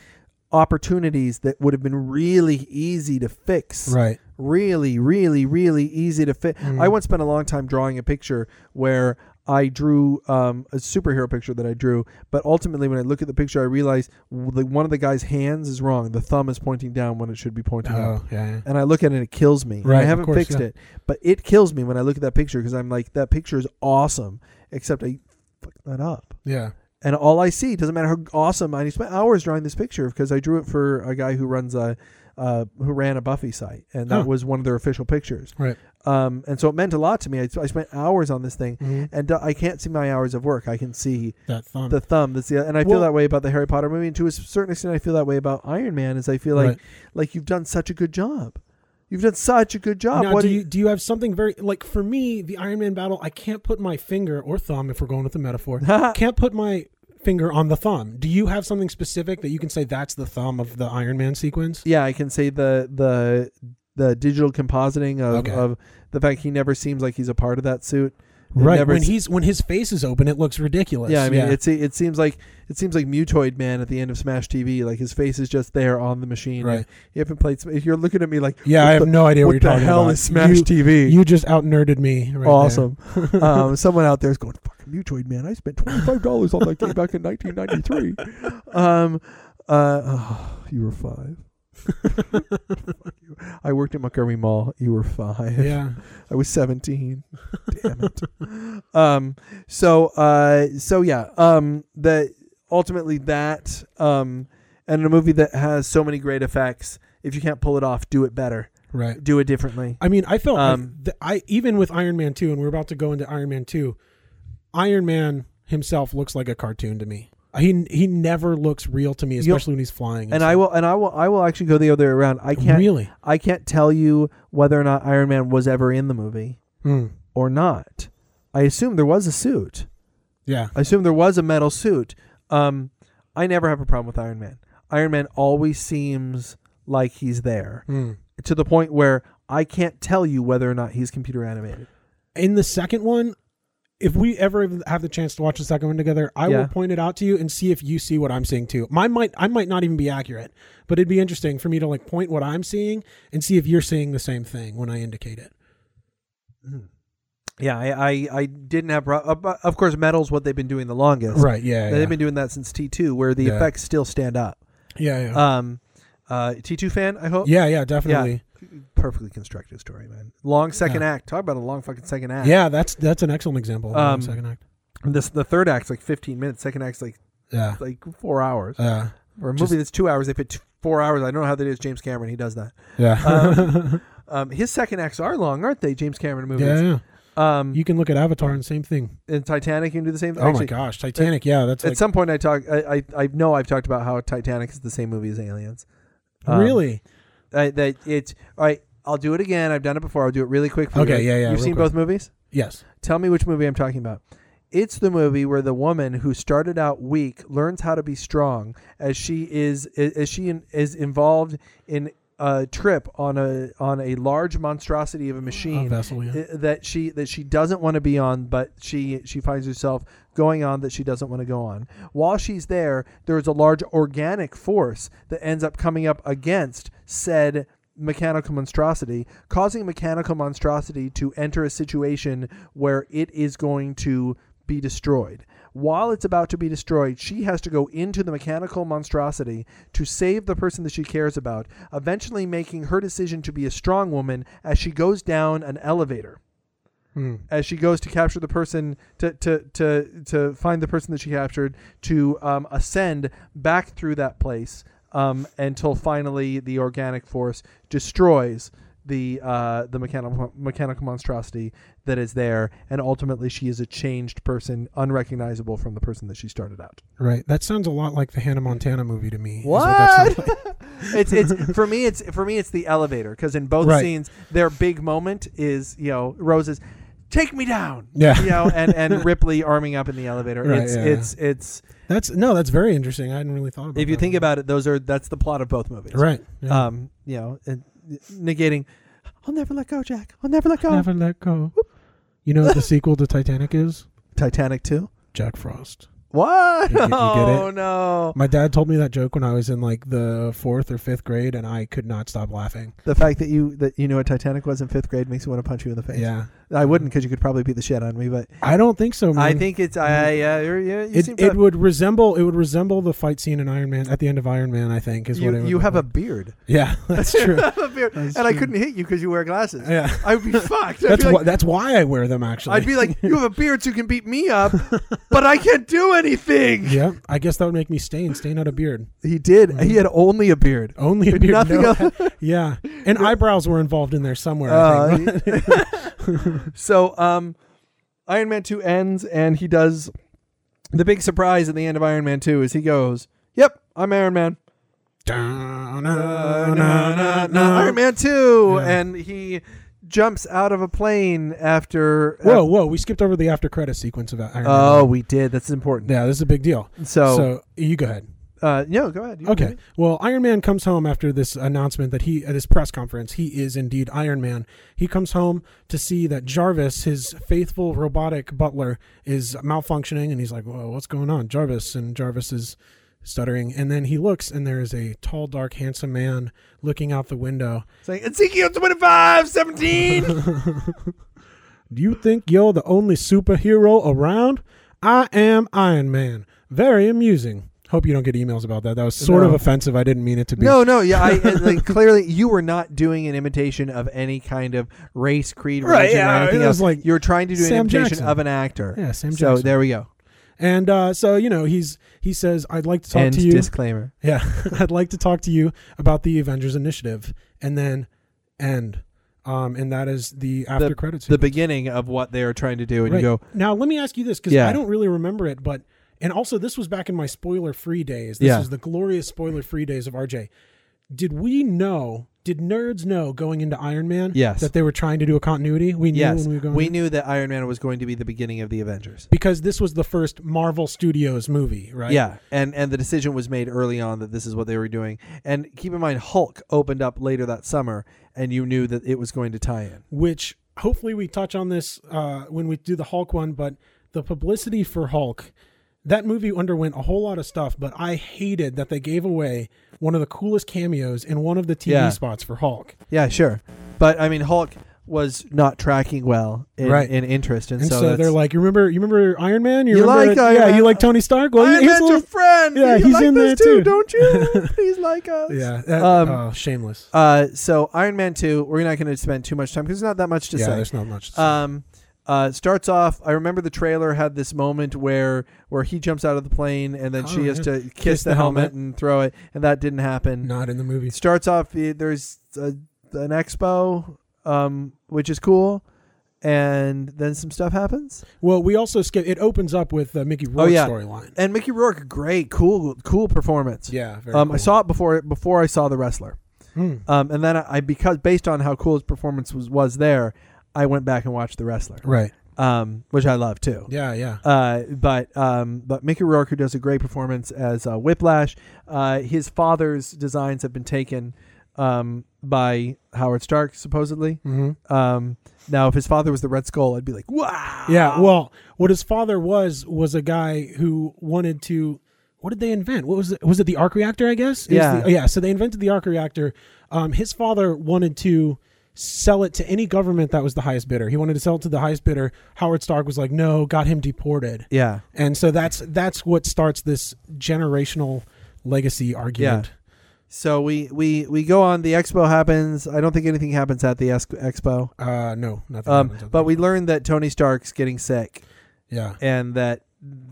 Speaker 1: opportunities that would have been really easy to fix.
Speaker 2: Right.
Speaker 1: really, really, really easy to fit.
Speaker 2: Mm.
Speaker 1: I once spent a long time drawing a picture where I drew um, a superhero picture that I drew, but ultimately when I look at the picture, I realize w- the, one of the guy's hands is wrong. The thumb is pointing down when it should be pointing up
Speaker 2: Oh, yeah. yeah.
Speaker 1: and I look at it and it kills me. And
Speaker 2: Right,
Speaker 1: I
Speaker 2: of
Speaker 1: haven't
Speaker 2: course,
Speaker 1: fixed
Speaker 2: yeah.
Speaker 1: it, but it kills me when I look at that picture because I'm like, that picture is awesome, except I fucked that up.
Speaker 2: Yeah.
Speaker 1: And all I see doesn't matter how awesome. I spent hours drawing this picture because I drew it for a guy who runs a, uh, who ran a Buffy site, and that
Speaker 2: Huh.
Speaker 1: was one of their official pictures.
Speaker 2: Right.
Speaker 1: Um, and so it meant a lot to me. I, I spent hours on this thing,
Speaker 2: Mhm.
Speaker 1: and uh, I can't see my hours of work. I can see
Speaker 2: That thumb.
Speaker 1: the thumb. That's the, and I feel
Speaker 2: Um, Well-
Speaker 1: that way about the Harry Potter movie. And to a certain extent, I feel that way about Iron Man. Is I feel like
Speaker 2: Right.
Speaker 1: like you've done such a good job. You've done such a good job.
Speaker 2: now,
Speaker 1: What
Speaker 2: do
Speaker 1: do
Speaker 2: you do you have something very like for me the Iron Man battle? I can't put my finger or thumb if we're going with the metaphor. can't put my finger on the thumb. Do you have something specific that you can say that's the thumb of the Iron Man sequence?
Speaker 1: yeah, I can say the the the digital compositing of,
Speaker 2: Okay.
Speaker 1: of the fact he never seems like he's a part of that suit. It Never
Speaker 2: When
Speaker 1: se-
Speaker 2: he's when his face is open, it looks ridiculous.
Speaker 1: yeah, I mean, it's it seems like it seems like Mutoid Man at the end of Smash TV. Like his face is just there on the machine.
Speaker 2: Right.
Speaker 1: You haven't played. Sm- You're looking at me like,
Speaker 2: Yeah,
Speaker 1: what
Speaker 2: I have
Speaker 1: the,
Speaker 2: no idea
Speaker 1: what
Speaker 2: what, you're
Speaker 1: the
Speaker 2: talking
Speaker 1: hell
Speaker 2: about.
Speaker 1: is Smash
Speaker 2: you,
Speaker 1: TV?
Speaker 2: You just out nerded me. Right
Speaker 1: awesome. um, someone out there is going, "Fucking Mutoid Man! I spent twenty five dollars on that game back in nineteen ninety three. Um, uh, oh, you were five. Fuck you. I worked at Montgomery Mall. You were five.
Speaker 2: There. Yeah.
Speaker 1: I was seventeen. Damn it. um, so, uh, so yeah. Um, the ultimately that um, and in a movie that has so many great effects, if you can't pull it off, do it better.
Speaker 2: Right.
Speaker 1: Do it differently.
Speaker 2: I mean, I felt
Speaker 1: Um,
Speaker 2: I, th- I even with Iron Man two, and we're about to go into Iron Man two. Iron Man himself looks like a cartoon to me. He he never looks real to me, especially when he's flying.
Speaker 1: And I will, and I will, I will actually go the other way around. I can't
Speaker 2: really.
Speaker 1: I can't tell you whether or not Iron Man was ever in the movie
Speaker 2: Hmm.
Speaker 1: or not. I assume there was a suit.
Speaker 2: Yeah.
Speaker 1: I assume there was a metal suit. Um, I never have a problem with Iron Man. Iron Man always seems like he's there
Speaker 2: Hmm.
Speaker 1: to the point where I can't tell you whether or not he's computer animated.
Speaker 2: in the second one, if we ever have the chance to watch the second one together, I
Speaker 1: Yeah.
Speaker 2: will point it out to you and see if you see what I'm seeing too. My might I might not even be accurate, but it'd be interesting for me to like point what I'm seeing and see if you're seeing the same thing when I indicate it.
Speaker 1: Yeah, I, I, I didn't have. pro- Of of course, metal's what they've been doing the longest.
Speaker 2: Right, yeah.
Speaker 1: They've been doing that since T two, where the
Speaker 2: Yeah.
Speaker 1: effects still stand up.
Speaker 2: yeah, yeah.
Speaker 1: Um, uh, T two fan, I hope.
Speaker 2: yeah, yeah, definitely.
Speaker 1: perfectly constructed story, man. Long second act. Talk about a long fucking second
Speaker 2: Yeah.
Speaker 1: act.
Speaker 2: that's that's an excellent example of
Speaker 1: Um,
Speaker 2: the second act.
Speaker 1: This the third act's like fifteen minutes. Second act's like
Speaker 2: Yeah.
Speaker 1: like four hours.
Speaker 2: Uh,
Speaker 1: Or a
Speaker 2: just-
Speaker 1: movie that's two hours. If it's four hours, I don't know how that is. James Cameron, he does that.
Speaker 2: yeah.
Speaker 1: Um, Um, his second acts are long, aren't they? James Cameron movies.
Speaker 2: yeah, yeah.
Speaker 1: Um,
Speaker 2: You can look at Avatar and same thing.
Speaker 1: and Titanic, you can do the same.
Speaker 2: Oh my
Speaker 1: Actually,
Speaker 2: gosh, Titanic. Yeah, that's
Speaker 1: At
Speaker 2: like,
Speaker 1: some point, I talk. I, I I know I've talked about how Titanic is the same movie as Aliens. Um,
Speaker 2: really.
Speaker 1: I, that it's all right. I'll do it again. I've done it before. I'll do it really quick. For
Speaker 2: Okay,
Speaker 1: you.
Speaker 2: yeah, yeah,
Speaker 1: You've
Speaker 2: real
Speaker 1: seen
Speaker 2: quick.
Speaker 1: both movies.
Speaker 2: Yes.
Speaker 1: Tell me which movie I'm talking about. It's the movie where the woman who started out weak learns how to be strong as she is as she in, is involved in a trip on a on a large monstrosity of a
Speaker 2: Oh,
Speaker 1: machine
Speaker 2: vessel, yeah.
Speaker 1: i- that she that she doesn't want to be on, but she she finds herself going on that she doesn't want to go on. While she's there, there is a large organic force that ends up coming up against said mechanical monstrosity, causing mechanical monstrosity to enter a situation where it is going to be destroyed. While it's about to be destroyed, she has to go into the mechanical monstrosity to save the person that she cares about, eventually making her decision to be a strong woman as she goes down an elevator.
Speaker 2: Hmm.
Speaker 1: As she goes to capture the person, to, to, to, to find the person that she captured, to um, ascend back through that place um, until finally the organic force destroys the uh, the mechanical mechanical monstrosity that is there, and ultimately she is a changed person, unrecognizable from the person that she started out.
Speaker 2: Right. That sounds a lot like the Hannah Montana movie to me. is that sounds
Speaker 1: What?
Speaker 2: like.
Speaker 1: it's it's for me. It's for me. It's the elevator because in both
Speaker 2: Right.
Speaker 1: scenes, their big moment is you know Rose's, take me down.
Speaker 2: Yeah.
Speaker 1: you know, and and Ripley arming up in the elevator.
Speaker 2: Right,
Speaker 1: it's
Speaker 2: yeah.
Speaker 1: it's it's.
Speaker 2: That's no, that's very interesting. I hadn't really thought about.
Speaker 1: If you
Speaker 2: that
Speaker 1: think
Speaker 2: one.
Speaker 1: about it, those are that's the plot of both movies.
Speaker 2: right, yeah.
Speaker 1: Um, you know, and negating. I'll never let go, Jack. I'll never let go.
Speaker 2: never let go. You know what the sequel to Titanic is
Speaker 1: Titanic two.
Speaker 2: Jack Frost.
Speaker 1: What?
Speaker 2: You get- you get
Speaker 1: oh
Speaker 2: it?
Speaker 1: no!
Speaker 2: My dad told me that joke when I was in like the fourth or fifth grade, and I could not stop laughing.
Speaker 1: The fact that you that you knew what Titanic was in fifth grade makes me want to punch you in the face.
Speaker 2: Yeah,
Speaker 1: I wouldn't because you could probably beat the shit on me. But
Speaker 2: I don't think so, man.
Speaker 1: I think it's I uh, you you
Speaker 2: it,
Speaker 1: seem to
Speaker 2: it would resemble it would resemble the fight scene in Iron Man at the end of Iron Man. I think is what it
Speaker 1: you,
Speaker 2: would
Speaker 1: you
Speaker 2: look
Speaker 1: have a
Speaker 2: like.
Speaker 1: beard.
Speaker 2: yeah. That's true.
Speaker 1: I have a beard, and
Speaker 2: That's
Speaker 1: I
Speaker 2: true.
Speaker 1: couldn't hit you because you wear glasses.
Speaker 2: yeah,
Speaker 1: I would be fucked. I'd
Speaker 2: that's
Speaker 1: be
Speaker 2: why
Speaker 1: like,
Speaker 2: that's why I wear them actually.
Speaker 1: I'd be like, you have a beard, so you can beat me up, but I can't do anything.
Speaker 2: yeah, Mm-hmm. I guess that would make me stain stain out a beard.
Speaker 1: He did. He had only a beard.
Speaker 2: Only a beard.
Speaker 1: Nothing
Speaker 2: no
Speaker 1: else.
Speaker 2: hat. Yeah, and eyebrows were involved in there somewhere. Oh, I think.
Speaker 1: Uh, so, um, Iron Man 2 ends, and he does the big surprise at the end of Iron Man 2 is he goes, Yep, I'm Iron Man.
Speaker 2: Dun,
Speaker 1: Uh, na,
Speaker 2: na, na,
Speaker 1: na,
Speaker 2: na,
Speaker 1: na, Iron Man 2.
Speaker 2: Yeah.
Speaker 1: And he jumps out of a plane after.
Speaker 2: Whoa, whoa! We skipped over the after credit sequence of Iron
Speaker 1: oh,
Speaker 2: Man.
Speaker 1: we Oh. did. That's important.
Speaker 2: yeah, this is a big deal.
Speaker 1: So,
Speaker 2: so you go ahead.
Speaker 1: uh, no, go ahead. You can do
Speaker 2: Okay.
Speaker 1: it.
Speaker 2: Well, Iron Man comes home after this announcement that he at this press conference he is indeed Iron Man. He comes home to see that Jarvis, his faithful robotic butler, is malfunctioning, and he's like, "Whoa, what's going on, Jarvis?" And Jarvis is stuttering, and then he looks, and there is a tall, dark, handsome man looking out the window.
Speaker 1: It's like, Ezekiel 25, 17.
Speaker 2: Do you think you're the only superhero around? I am Iron Man. Very amusing. Hope you don't get emails about that. That was sort of
Speaker 1: No.
Speaker 2: offensive. I didn't mean it to be.
Speaker 1: no, no. Yeah. I, and, like, clearly, you were not doing an imitation of any kind of race, creed,
Speaker 2: Right,
Speaker 1: religion,
Speaker 2: yeah,
Speaker 1: or anything
Speaker 2: it
Speaker 1: else.
Speaker 2: was like
Speaker 1: you were trying to do an
Speaker 2: Sam
Speaker 1: imitation
Speaker 2: Jackson.
Speaker 1: of an actor.
Speaker 2: Yeah, Sam
Speaker 1: So
Speaker 2: Jackson.
Speaker 1: there we go.
Speaker 2: And uh, so you know, he's he says, "I'd like to talk
Speaker 1: End
Speaker 2: to you."
Speaker 1: disclaimer.
Speaker 2: yeah, I'd like to talk to you about the Avengers Initiative, and then end. Um, and that is the after credits.
Speaker 1: The beginning of what they are trying to do, and
Speaker 2: Right.
Speaker 1: you go,
Speaker 2: now, let me ask you this because
Speaker 1: Yeah.
Speaker 2: I don't really remember it, but and also this was back in my spoiler-free days. This
Speaker 1: Yeah.
Speaker 2: was the glorious spoiler-free days of RJ. Did we know? Did nerds know going into Iron Man?
Speaker 1: Yes.
Speaker 2: that they were trying to do a continuity. We knew
Speaker 1: yes,
Speaker 2: when we were going.
Speaker 1: we
Speaker 2: in?
Speaker 1: knew that Iron Man was going to be the beginning of the Avengers.
Speaker 2: because this was the first Marvel Studios movie, right?
Speaker 1: Yeah, and and the decision was made early on that this is what they were doing. And keep in mind, Hulk opened up later that summer, and you knew that it was going to tie in.
Speaker 2: which hopefully we touch on this uh, when we do the Hulk one, but the publicity for Hulk. That movie underwent a whole lot of stuff, but I hated that they gave away one of the coolest cameos in one of the TV
Speaker 1: Yeah.
Speaker 2: spots for Hulk.
Speaker 1: Yeah, sure, but I mean, Hulk was not tracking well in,
Speaker 2: Right.
Speaker 1: in interest, and,
Speaker 2: And
Speaker 1: so,
Speaker 2: so,
Speaker 1: that's,
Speaker 2: they're like, "You remember? You remember Iron Man?
Speaker 1: You
Speaker 2: remember
Speaker 1: like
Speaker 2: it?
Speaker 1: Iron
Speaker 2: yeah,
Speaker 1: Man.
Speaker 2: you like Tony Stark? Well,
Speaker 1: Iron
Speaker 2: he's
Speaker 1: Man's
Speaker 2: a
Speaker 1: your
Speaker 2: little-
Speaker 1: friend.
Speaker 2: Yeah,
Speaker 1: You
Speaker 2: he's
Speaker 1: like
Speaker 2: in
Speaker 1: this
Speaker 2: there, too.
Speaker 1: don't you? he's like us.
Speaker 2: yeah, that-
Speaker 1: Um,
Speaker 2: oh, shameless.
Speaker 1: Uh, so Iron Man two, we're not going to spend too much time because there's not that much to
Speaker 2: Yeah,
Speaker 1: say.
Speaker 2: there's not much. to say.
Speaker 1: Um, uh, starts off. I remember the trailer had this moment where where he jumps out of the plane and then she
Speaker 2: Oh,
Speaker 1: has
Speaker 2: yeah.
Speaker 1: to kiss, the, helmet. and throw it, and that didn't happen.
Speaker 2: not in the movie.
Speaker 1: It starts off. eh, There's a, an expo, um, which is cool, and then some stuff happens.
Speaker 2: Well, we also skip. It opens up with uh, Mickey Rourke
Speaker 1: Oh, yeah.
Speaker 2: storyline.
Speaker 1: And Mickey Rourke, great, cool, cool performance.
Speaker 2: Yeah, very
Speaker 1: Um, I
Speaker 2: cool.
Speaker 1: saw it before before I saw the wrestler.
Speaker 2: Hmm.
Speaker 1: Um, and then I, I because based on how cool his performance was was there, I went back and watched the wrestler,
Speaker 2: Right.
Speaker 1: um, which I love too.
Speaker 2: Yeah, yeah.
Speaker 1: Uh, but um, but Mickey Rourke, who does a great performance as uh, Whiplash, uh, his father's designs have been taken um, by Howard Stark, supposedly.
Speaker 2: Mm-hmm.
Speaker 1: Um, now, if his father was the Red Skull, I'd be like, wow.
Speaker 2: Yeah, well, what his father was was a guy who wanted to. What did they invent? What was it? Was it the arc reactor? I guess. It was
Speaker 1: Yeah.
Speaker 2: the- yeah. So they invented the arc reactor. Um, his father wanted to sell it to any government that was the highest bidder. He wanted to sell it to the highest bidder. Howard Stark was like, "No, got him deported."
Speaker 1: yeah,
Speaker 2: And so that's that's what starts this generational legacy argument.
Speaker 1: So we we we go on. The expo happens. I don't think anything happens at the ex- expo.
Speaker 2: Uh, no, nothing.
Speaker 1: Um,
Speaker 2: happens.
Speaker 1: but we learn that Tony Stark's getting sick
Speaker 2: yeah,
Speaker 1: and that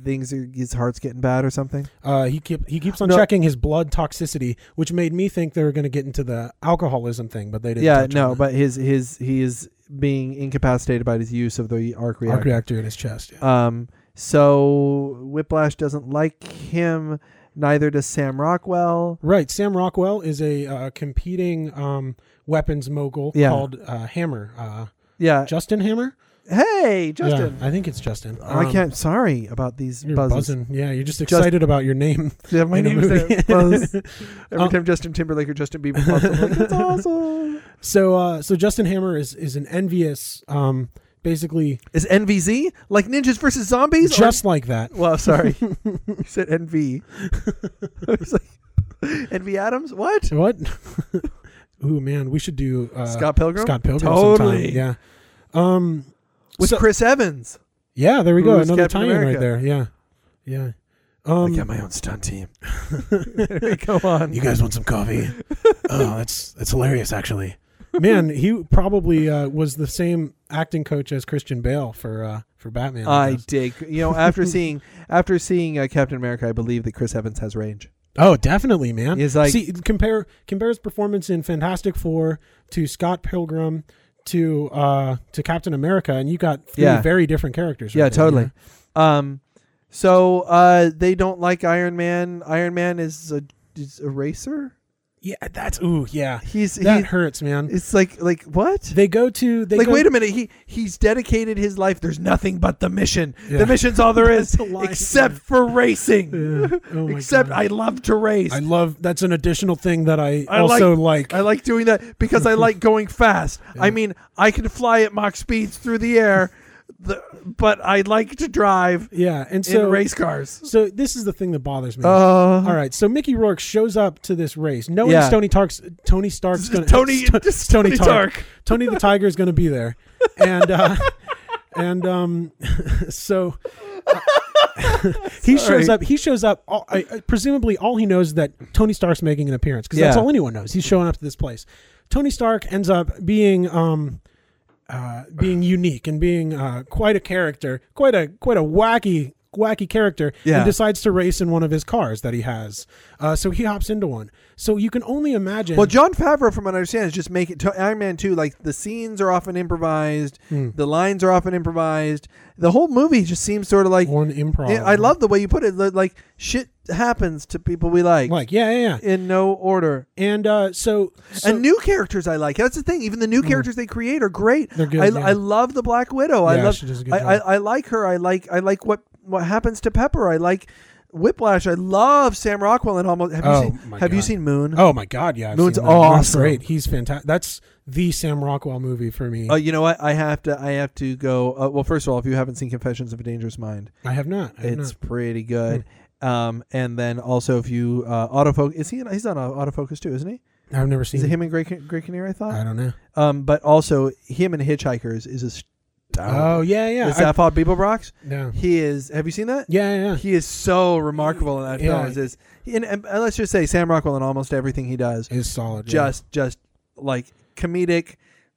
Speaker 1: things are, his heart's getting bad or something.
Speaker 2: uh, he keep he keeps on
Speaker 1: No.
Speaker 2: checking his blood toxicity, which made me think they were going to get into the alcoholism thing, but they didn't.
Speaker 1: yeah,
Speaker 2: touch on
Speaker 1: no,
Speaker 2: that.
Speaker 1: but his his he is being incapacitated by his use of the arc
Speaker 2: arc
Speaker 1: reactor.
Speaker 2: reactor in his chest. Yeah.
Speaker 1: Um, so Whiplash doesn't like him. Neither does Sam Rockwell.
Speaker 2: Right. Sam Rockwell is a uh, competing um, weapons mogul
Speaker 1: Yeah.
Speaker 2: called uh, Hammer. Uh,
Speaker 1: Yeah.
Speaker 2: Justin Hammer.
Speaker 1: hey, Justin.
Speaker 2: Yeah, I think it's Justin.
Speaker 1: Oh, I
Speaker 2: Um,
Speaker 1: can't. Sorry about these
Speaker 2: You're
Speaker 1: buzzes.
Speaker 2: buzzing. Yeah, you're just
Speaker 1: Just-
Speaker 2: excited about your name.
Speaker 1: Yeah, my
Speaker 2: in a
Speaker 1: name is
Speaker 2: movie.
Speaker 1: there. Buzz. Every
Speaker 2: Um,
Speaker 1: time Justin Timberlake or Justin Bieber pops up, I'm like, that's awesome.
Speaker 2: So, uh, so Justin Hammer is is an envious, um, basically
Speaker 1: Is NVZ like ninjas versus zombies? or-
Speaker 2: just like that.
Speaker 1: well, sorry, you said NV. I was like, NV Adams. What?
Speaker 2: What? Ooh man, we should do uh,
Speaker 1: Scott Pilgrim.
Speaker 2: Scott Pilgrim.
Speaker 1: Totally.
Speaker 2: Sometime. Yeah. Um,
Speaker 1: with
Speaker 2: So-
Speaker 1: Chris Evans.
Speaker 2: Yeah, there we go.
Speaker 1: Who's
Speaker 2: Another
Speaker 1: Captain
Speaker 2: tie in right
Speaker 1: America?
Speaker 2: there. Yeah. Yeah. Um,
Speaker 4: I got my own stunt team.
Speaker 1: Go on.
Speaker 2: You guys want some coffee? oh, that's that's hilarious, actually. Man, he probably uh, was the same acting coach as Christian Bale for uh, for Batman. I
Speaker 1: I
Speaker 2: guess.
Speaker 1: dig. You know, after seeing after seeing uh, Captain America, I believe that Chris Evans has range.
Speaker 2: oh, definitely, man.
Speaker 1: He's like-
Speaker 2: see compare compare his performance in Fantastic Four to Scott Pilgrim to uh, to Captain America, and you got three
Speaker 1: Yeah.
Speaker 2: very different characters.
Speaker 1: yeah,
Speaker 2: right there,
Speaker 1: totally. Um, so uh, they don't like Iron Man. Iron Man is a is a racer.
Speaker 2: you know? Yeah, that's ooh, yeah.
Speaker 1: He's
Speaker 2: That
Speaker 1: he,
Speaker 2: hurts, man.
Speaker 1: it's like like what?
Speaker 2: They go to they
Speaker 1: like
Speaker 2: go,
Speaker 1: wait a minute. He he's dedicated his life. There's nothing but the mission.
Speaker 2: Yeah.
Speaker 1: The mission's all there is,
Speaker 2: That's a lie.
Speaker 1: except for racing.
Speaker 2: Yeah. Oh my
Speaker 1: except
Speaker 2: God.
Speaker 1: I love to race.
Speaker 2: I love that's an additional thing that I,
Speaker 1: I
Speaker 2: also like.
Speaker 1: I like doing that because I like going fast. I mean, I can fly at Mach speeds through the air, the, but I like to drive
Speaker 2: yeah, and so
Speaker 1: in race cars.
Speaker 2: So this is the thing that bothers me.
Speaker 1: Uh,
Speaker 2: All right, so Mickey Rourke shows up to this race. No
Speaker 1: Yeah.
Speaker 2: one's Tony Tark's Tony Stark's gonna
Speaker 1: Tony,
Speaker 2: Sto-
Speaker 1: just Tony, Stark.
Speaker 2: Tony the Tiger is gonna be there, and uh, and um, so uh,
Speaker 1: Sorry.
Speaker 2: he shows up. He shows up. All, I, I- presumably, all he knows is that Tony Stark's making an appearance because that's
Speaker 1: Yeah.
Speaker 2: all anyone knows. He's showing up to this place. Tony Stark ends up being um, uh, being unique and being uh, quite a character, quite a quite a wacky wacky character,
Speaker 1: Yeah.
Speaker 2: and decides to race in one of his cars that he has. Uh, so he hops into one. So you can only imagine.
Speaker 1: Well, John Favreau, from what I understand, is just making to Iron Man 2. Like, the scenes are often improvised,
Speaker 2: Hmm.
Speaker 1: the lines are often improvised. The whole movie just seems sort of like.
Speaker 2: one improv.
Speaker 1: I love the way you put it. li- Like, shit happens to people we like,
Speaker 2: like yeah yeah yeah.
Speaker 1: in no order.
Speaker 2: And uh, so, so
Speaker 1: and new characters I like. That's the thing. Even the new characters they create are great.
Speaker 2: They're good,
Speaker 1: I,
Speaker 2: yeah.
Speaker 1: I love the Black Widow. I
Speaker 2: Yeah,
Speaker 1: love.
Speaker 2: she does a good
Speaker 1: I, I,
Speaker 2: job.
Speaker 1: I like her. I like. I like what what happens to Pepper. I like Whiplash. I love Sam Rockwell. And almost have
Speaker 2: Oh,
Speaker 1: you seen
Speaker 2: my
Speaker 1: Have you
Speaker 2: God.
Speaker 1: seen Moon?
Speaker 2: oh my god, yeah, I've
Speaker 1: Moon's
Speaker 2: seen that. Moon's
Speaker 1: awesome.
Speaker 2: great. He's fantastic. That's the Sam Rockwell movie for me.
Speaker 1: Uh, you know what? I have to. I have to go. Uh, well, first of all, if you haven't seen Confessions of a Dangerous Mind,
Speaker 2: I have not. I Hmm. have
Speaker 1: it's
Speaker 2: not.
Speaker 1: pretty good. Um, and then also if you uh, autofocus, is he? In, he's on uh, autofocus too, isn't he?
Speaker 2: I've never
Speaker 1: Is
Speaker 2: seen.
Speaker 1: it
Speaker 2: it.
Speaker 1: him and Grey, Can- Grey Kinnear? I thought.
Speaker 2: I don't know.
Speaker 1: Um, but also him and Hitchhikers is a.
Speaker 2: Oh yeah yeah.
Speaker 1: is
Speaker 2: I-
Speaker 1: that Paul Beeblebrox?
Speaker 2: no.
Speaker 1: He is. Have you seen that?
Speaker 2: Yeah yeah. yeah.
Speaker 1: He is so remarkable in that film.
Speaker 2: Yeah.
Speaker 1: Is this, and, and let's just say Sam Rockwell in almost everything he does,
Speaker 2: Is solid. yeah.
Speaker 1: just just like comedic.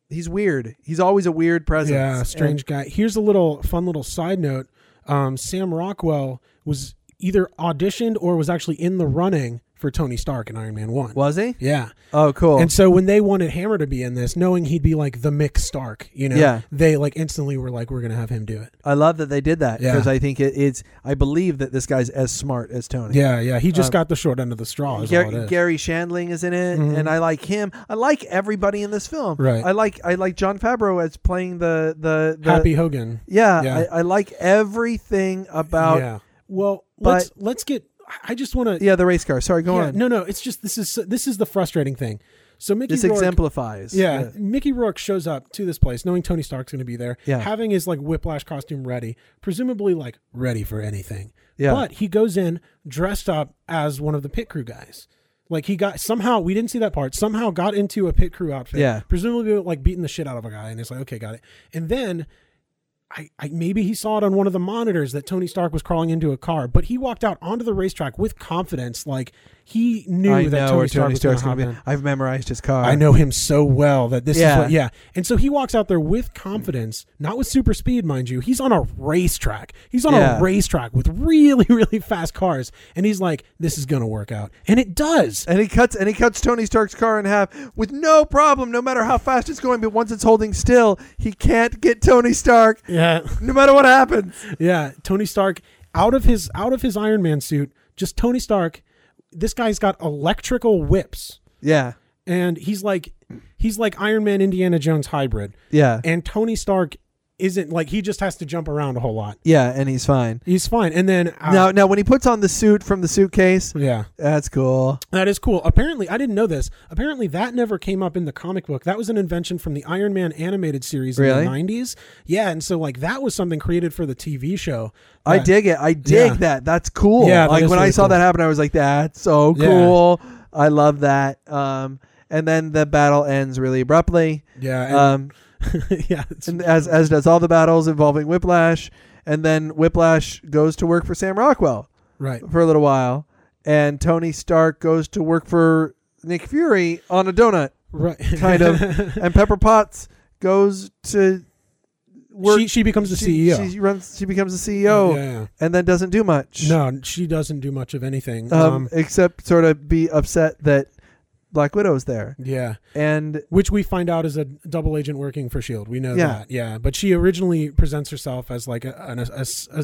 Speaker 1: He's weird. He's always a weird presence.
Speaker 2: Yeah, strange guy. Here's a little fun little side note. Um, Sam Rockwell was either auditioned or was actually in the running for Tony Stark in Iron Man One.
Speaker 1: And- was he?
Speaker 2: Yeah.
Speaker 1: Oh, cool.
Speaker 2: And so when they wanted Hammer to be in this, knowing he'd be like the Mick Stark, you know,
Speaker 1: Yeah.
Speaker 2: they like instantly were like, we're gonna have him do it.
Speaker 1: I love that they did that
Speaker 2: Yeah.
Speaker 1: because I think it, it's. I believe that this guy's as smart as Tony.
Speaker 2: Yeah, yeah. He just
Speaker 1: Um,
Speaker 2: got the short end of the straw. Is all it
Speaker 1: Gary,
Speaker 2: is.
Speaker 1: Gary Shandling is in it,
Speaker 2: Mhm.
Speaker 1: and I like him. I like everybody in this film.
Speaker 2: Right.
Speaker 1: I like I like John Favreau as playing the the, the
Speaker 2: Happy Hogan.
Speaker 1: Yeah,
Speaker 2: Yeah.
Speaker 1: I, I like everything about yeah.
Speaker 2: yeah. Well,
Speaker 1: but-
Speaker 2: let's let's get. I just want to.
Speaker 1: the race car. Sorry, go on.
Speaker 2: no, no. It's just this is this is the frustrating thing. So Mickey
Speaker 1: this
Speaker 2: Rourke,
Speaker 1: exemplifies.
Speaker 2: Yeah, Mickey Rourke shows up to this place knowing Tony Stark's going to be there,
Speaker 1: Yeah.
Speaker 2: having his like whiplash costume ready, presumably like ready for anything.
Speaker 1: Yeah.
Speaker 2: But he goes in dressed up as one of the pit crew guys. Like he got somehow we didn't see that part. Somehow got into a pit crew outfit.
Speaker 1: Yeah.
Speaker 2: Presumably like beating the shit out of a guy and it's like, "Okay, got it." And then I, I maybe he saw it on one of the monitors that Tony Stark was crawling into a car, but he walked out onto the racetrack with confidence, like he knew
Speaker 1: I
Speaker 2: that
Speaker 1: know
Speaker 2: Tony
Speaker 1: where
Speaker 2: Stark
Speaker 1: Tony
Speaker 2: was going
Speaker 1: Stark's
Speaker 2: to
Speaker 1: gonna
Speaker 2: hop
Speaker 1: be.
Speaker 2: in.
Speaker 1: I've memorized his car.
Speaker 2: I know him so well that this
Speaker 1: Yeah.
Speaker 2: is what, yeah. And so he walks out there with confidence, not with super speed, mind you. He's on a racetrack. He's on
Speaker 1: Yeah.
Speaker 2: a racetrack with really, really fast cars. And he's like, this is going to work out. And it does.
Speaker 1: And he cuts and he cuts Tony Stark's car in half with no problem, no matter how fast it's going. But once it's holding still, he can't get Tony Stark,
Speaker 2: Yeah.
Speaker 1: no matter what happens.
Speaker 2: Yeah. Tony Stark out of his, out of his Iron Man suit, just Tony Stark. This guy's got electrical whips
Speaker 1: Yeah,
Speaker 2: and he's like, he's like Iron Man, Indiana Jones hybrid.
Speaker 1: yeah,
Speaker 2: And Tony Stark isn't like, he just has to jump around a whole lot.
Speaker 1: yeah. And he's fine.
Speaker 2: He's fine. And then uh,
Speaker 1: now, now when he puts on the suit from the suitcase,
Speaker 2: yeah.
Speaker 1: that's cool.
Speaker 2: That is cool. Apparently, I didn't know this. Apparently, that never came up in the comic book. That was an invention from the Iron Man animated series in
Speaker 1: Really?
Speaker 2: the 90s. Yeah, and so like that was something created for the TV show.
Speaker 1: I
Speaker 2: that-
Speaker 1: dig it. I dig
Speaker 2: Yeah.
Speaker 1: that. That's cool.
Speaker 2: Yeah, that
Speaker 1: like
Speaker 2: is
Speaker 1: when I
Speaker 2: really
Speaker 1: saw
Speaker 2: cool.
Speaker 1: that happen, I was like, that's so
Speaker 2: Yeah.
Speaker 1: cool. I love that. Um, and then the battle ends really abruptly.
Speaker 2: Yeah, and,
Speaker 1: Um,
Speaker 2: yeah, it's-
Speaker 1: and as as does all the battles involving Whiplash. And then Whiplash goes to work for Sam Rockwell
Speaker 2: right.
Speaker 1: for a little while, and Tony Stark goes to work for Nick Fury on a donut,
Speaker 2: Right.
Speaker 1: kind of, and Pepper Potts goes to work.
Speaker 2: she, she becomes the
Speaker 1: she-
Speaker 2: CEO.
Speaker 1: She runs. She becomes the CEO,
Speaker 2: Yeah,
Speaker 1: and then doesn't do much.
Speaker 2: yeah. No, she doesn't do much of anything.
Speaker 1: um,
Speaker 2: um
Speaker 1: except sort of be upset that Black Widow's there,
Speaker 2: yeah.
Speaker 1: and
Speaker 2: which we find out is a double agent working for Shield. E We know
Speaker 1: Yeah.
Speaker 2: that, yeah. But she originally presents herself as like a an, a, a,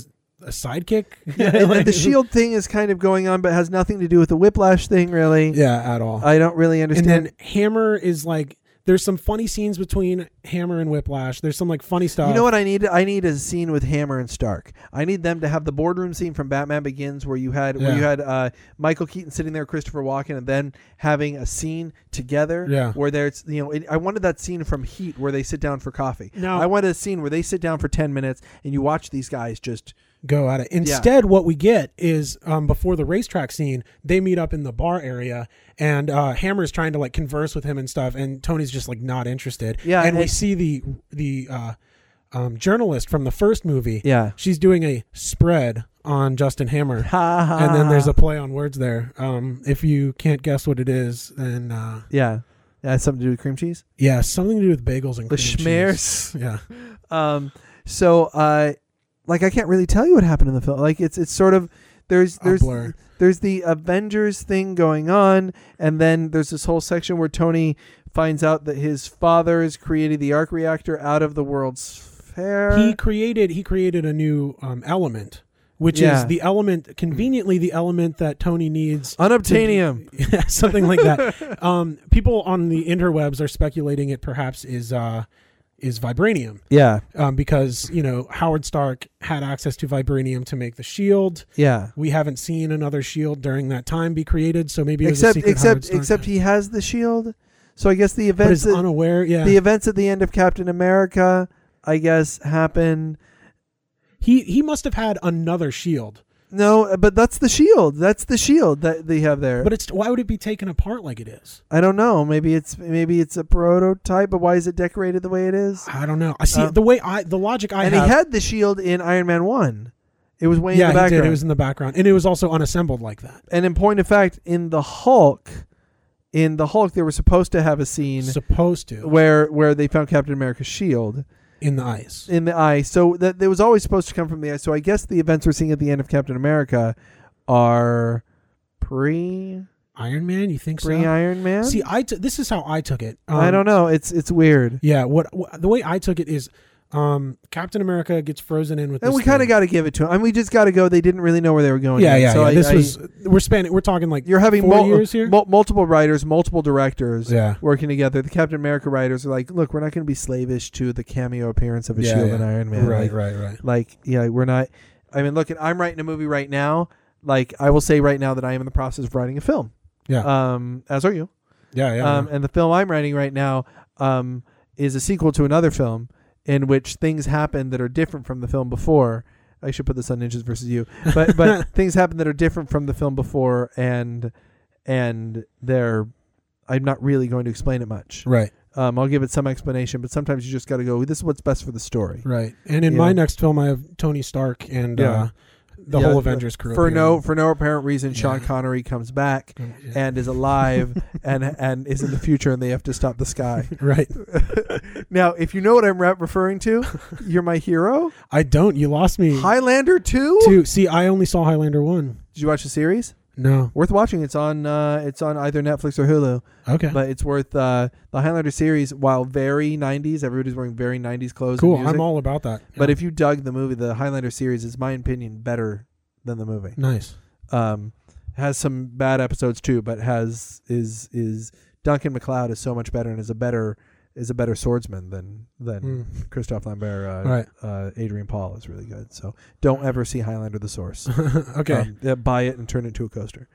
Speaker 2: a sidekick.
Speaker 1: and,
Speaker 2: Like-
Speaker 1: and the Shield E thing is kind of going on, but has nothing to do with the Whiplash thing, really.
Speaker 2: yeah, at all.
Speaker 1: I don't really
Speaker 2: and
Speaker 1: understand.
Speaker 2: then Hammer is like, there's some funny scenes between Hammer and Whiplash. There's some like funny stuff.
Speaker 1: you know what I need? I need a scene with Hammer and Stark. I need them to have the boardroom scene from Batman Begins, where you had where
Speaker 2: Yeah.
Speaker 1: you had uh, Michael Keaton sitting there, Christopher Walken, and then having a scene together.
Speaker 2: Yeah.
Speaker 1: Where there's you know, it, I wanted that scene from Heat where they sit down for coffee.
Speaker 2: Now-
Speaker 1: I wanted a scene where they sit down for ten minutes and you watch these guys just
Speaker 2: Go at it. Instead, what we get is um, before the racetrack scene, they meet up in the bar area, and uh, Hammer's trying to like converse with him and stuff, and Tony's just like not interested.
Speaker 1: Yeah,
Speaker 2: and we
Speaker 1: and-
Speaker 2: see the the uh, um, journalist from the first movie.
Speaker 1: yeah.
Speaker 2: she's doing a spread on Justin Hammer, and
Speaker 1: Uh.
Speaker 2: then there's a play on words there. Um, if you can't guess what it is, then uh,
Speaker 1: yeah, that has something to do with cream cheese.
Speaker 2: yeah, something to do with bagels and
Speaker 1: The
Speaker 2: cream cheese.
Speaker 1: schmears.
Speaker 2: Yeah,
Speaker 1: Um, so uh, like I can't really tell you what happened in the film. Like it's it's sort of there's
Speaker 2: a
Speaker 1: there's
Speaker 2: blur.
Speaker 1: there's the Avengers thing going on, and then there's this whole section where Tony finds out that his father has created the arc reactor out of the world's fair.
Speaker 2: He created he created a new um, element, which
Speaker 1: Yeah.
Speaker 2: is the element conveniently the element that Tony needs.
Speaker 1: Unobtainium.
Speaker 2: Yeah, something like that. um, people on the interwebs are speculating it perhaps is uh, is vibranium
Speaker 1: Yeah,
Speaker 2: um, because you know Howard Stark had access to vibranium to make the shield.
Speaker 1: yeah.
Speaker 2: we haven't seen another shield during that time be created, so maybe it was
Speaker 1: Except
Speaker 2: a secret Howard
Speaker 1: except
Speaker 2: Stark.
Speaker 1: except he has the shield. So I guess the
Speaker 2: but is
Speaker 1: events at,
Speaker 2: unaware. Yeah,
Speaker 1: the events at the end of Captain America, I guess, happen.
Speaker 2: he he must have had another shield,
Speaker 1: No, uh, but that's the shield. That's the shield that they have there.
Speaker 2: but it's why would it be taken apart like it is?
Speaker 1: I don't know. Maybe it's maybe it's a prototype, but why is it decorated the way it is?
Speaker 2: I don't know. I see
Speaker 1: Uh,
Speaker 2: the way I the logic I
Speaker 1: and
Speaker 2: have.
Speaker 1: he had the shield in Iron Man One. It was way
Speaker 2: yeah,
Speaker 1: in the
Speaker 2: he
Speaker 1: background.
Speaker 2: did. It was in the background, and it was also unassembled like that.
Speaker 1: and in point of fact, in the Hulk, in the Hulk, they were supposed to have a scene
Speaker 2: Supposed to
Speaker 1: where where they found Captain America's shield
Speaker 2: in the ice.
Speaker 1: in the eye. So that it was always supposed to come from the eye. So I guess the events we're seeing at the end of Captain America are pre
Speaker 2: Iron Man, you think
Speaker 1: pre
Speaker 2: so?
Speaker 1: Iron Man.
Speaker 2: See, I t- this is how I took it.
Speaker 1: I
Speaker 2: Um,
Speaker 1: don't know. It's it's weird.
Speaker 2: Yeah, what, what the way I took it is, um, Captain America gets frozen in with.
Speaker 1: And
Speaker 2: this
Speaker 1: we kind
Speaker 2: thing.
Speaker 1: of got to give it to him. I mean, we just got to go. They didn't really know where they were going.
Speaker 2: Yeah,
Speaker 1: yet.
Speaker 2: yeah,
Speaker 1: So
Speaker 2: yeah.
Speaker 1: I-
Speaker 2: this
Speaker 1: I-
Speaker 2: was we're spanning. We're talking like
Speaker 1: you're having
Speaker 2: four
Speaker 1: mul-
Speaker 2: years here.
Speaker 1: mul- multiple writers, multiple directors.
Speaker 2: yeah.
Speaker 1: working together. The Captain America writers are like, look, we're not going to be slavish to the cameo appearance of a
Speaker 2: Yeah,
Speaker 1: shield
Speaker 2: yeah.
Speaker 1: and Iron Man.
Speaker 2: right,
Speaker 1: like,
Speaker 2: right, right.
Speaker 1: like, yeah, we're not. I mean, look, I'm writing a movie right now. Like, I will say right now that I am in the process of writing a film.
Speaker 2: Yeah.
Speaker 1: Um, as are you.
Speaker 2: Yeah, yeah.
Speaker 1: Um, and the film I'm writing right now um, is a sequel to another film in which things happen that are different from the film before. I should put this on Ninjas versus You, but but things happen that are different from the film before, and and they're. I'm not really going to explain it much.
Speaker 2: right,
Speaker 1: Um, I'll give it some explanation, but sometimes you just got to go. This is what's best for the story.
Speaker 2: right. And in
Speaker 1: Yeah.
Speaker 2: my next film, I have Tony Stark and uh,
Speaker 1: Yeah.
Speaker 2: the
Speaker 1: Yeah,
Speaker 2: whole
Speaker 1: uh,
Speaker 2: Avengers crew
Speaker 1: For
Speaker 2: appearing.
Speaker 1: no for no apparent reason, Sean
Speaker 2: Yeah.
Speaker 1: Connery comes back
Speaker 2: Yeah.
Speaker 1: and is alive and and is in the future, and they have to stop the sky.
Speaker 2: right.
Speaker 1: now, if you know what I'm re- referring to, you're my hero.
Speaker 2: I don't. You lost me.
Speaker 1: Highlander two.
Speaker 2: Two. See, I only saw Highlander one.
Speaker 1: Did you watch the series?
Speaker 2: No.
Speaker 1: Worth watching. It's on uh, it's on either Netflix or Hulu,
Speaker 2: Okay.
Speaker 1: but it's worth uh, the Highlander series. While very 90s, everybody's wearing very 90s clothes.
Speaker 2: cool.
Speaker 1: And music.
Speaker 2: I'm all about that.
Speaker 1: but
Speaker 2: Yeah.
Speaker 1: if you dug the movie, the Highlander series is, my opinion, better than the movie.
Speaker 2: nice.
Speaker 1: um, has some bad episodes too, but has is is Duncan McLeod is so much better and is a better is a better swordsman than than
Speaker 2: Mm.
Speaker 1: Christophe Lambert. Uh,
Speaker 2: All right.
Speaker 1: uh, Adrian Paul is really good. So don't ever see Highlander: The Source.
Speaker 2: okay.
Speaker 1: Um, yeah, buy it and turn it into a coaster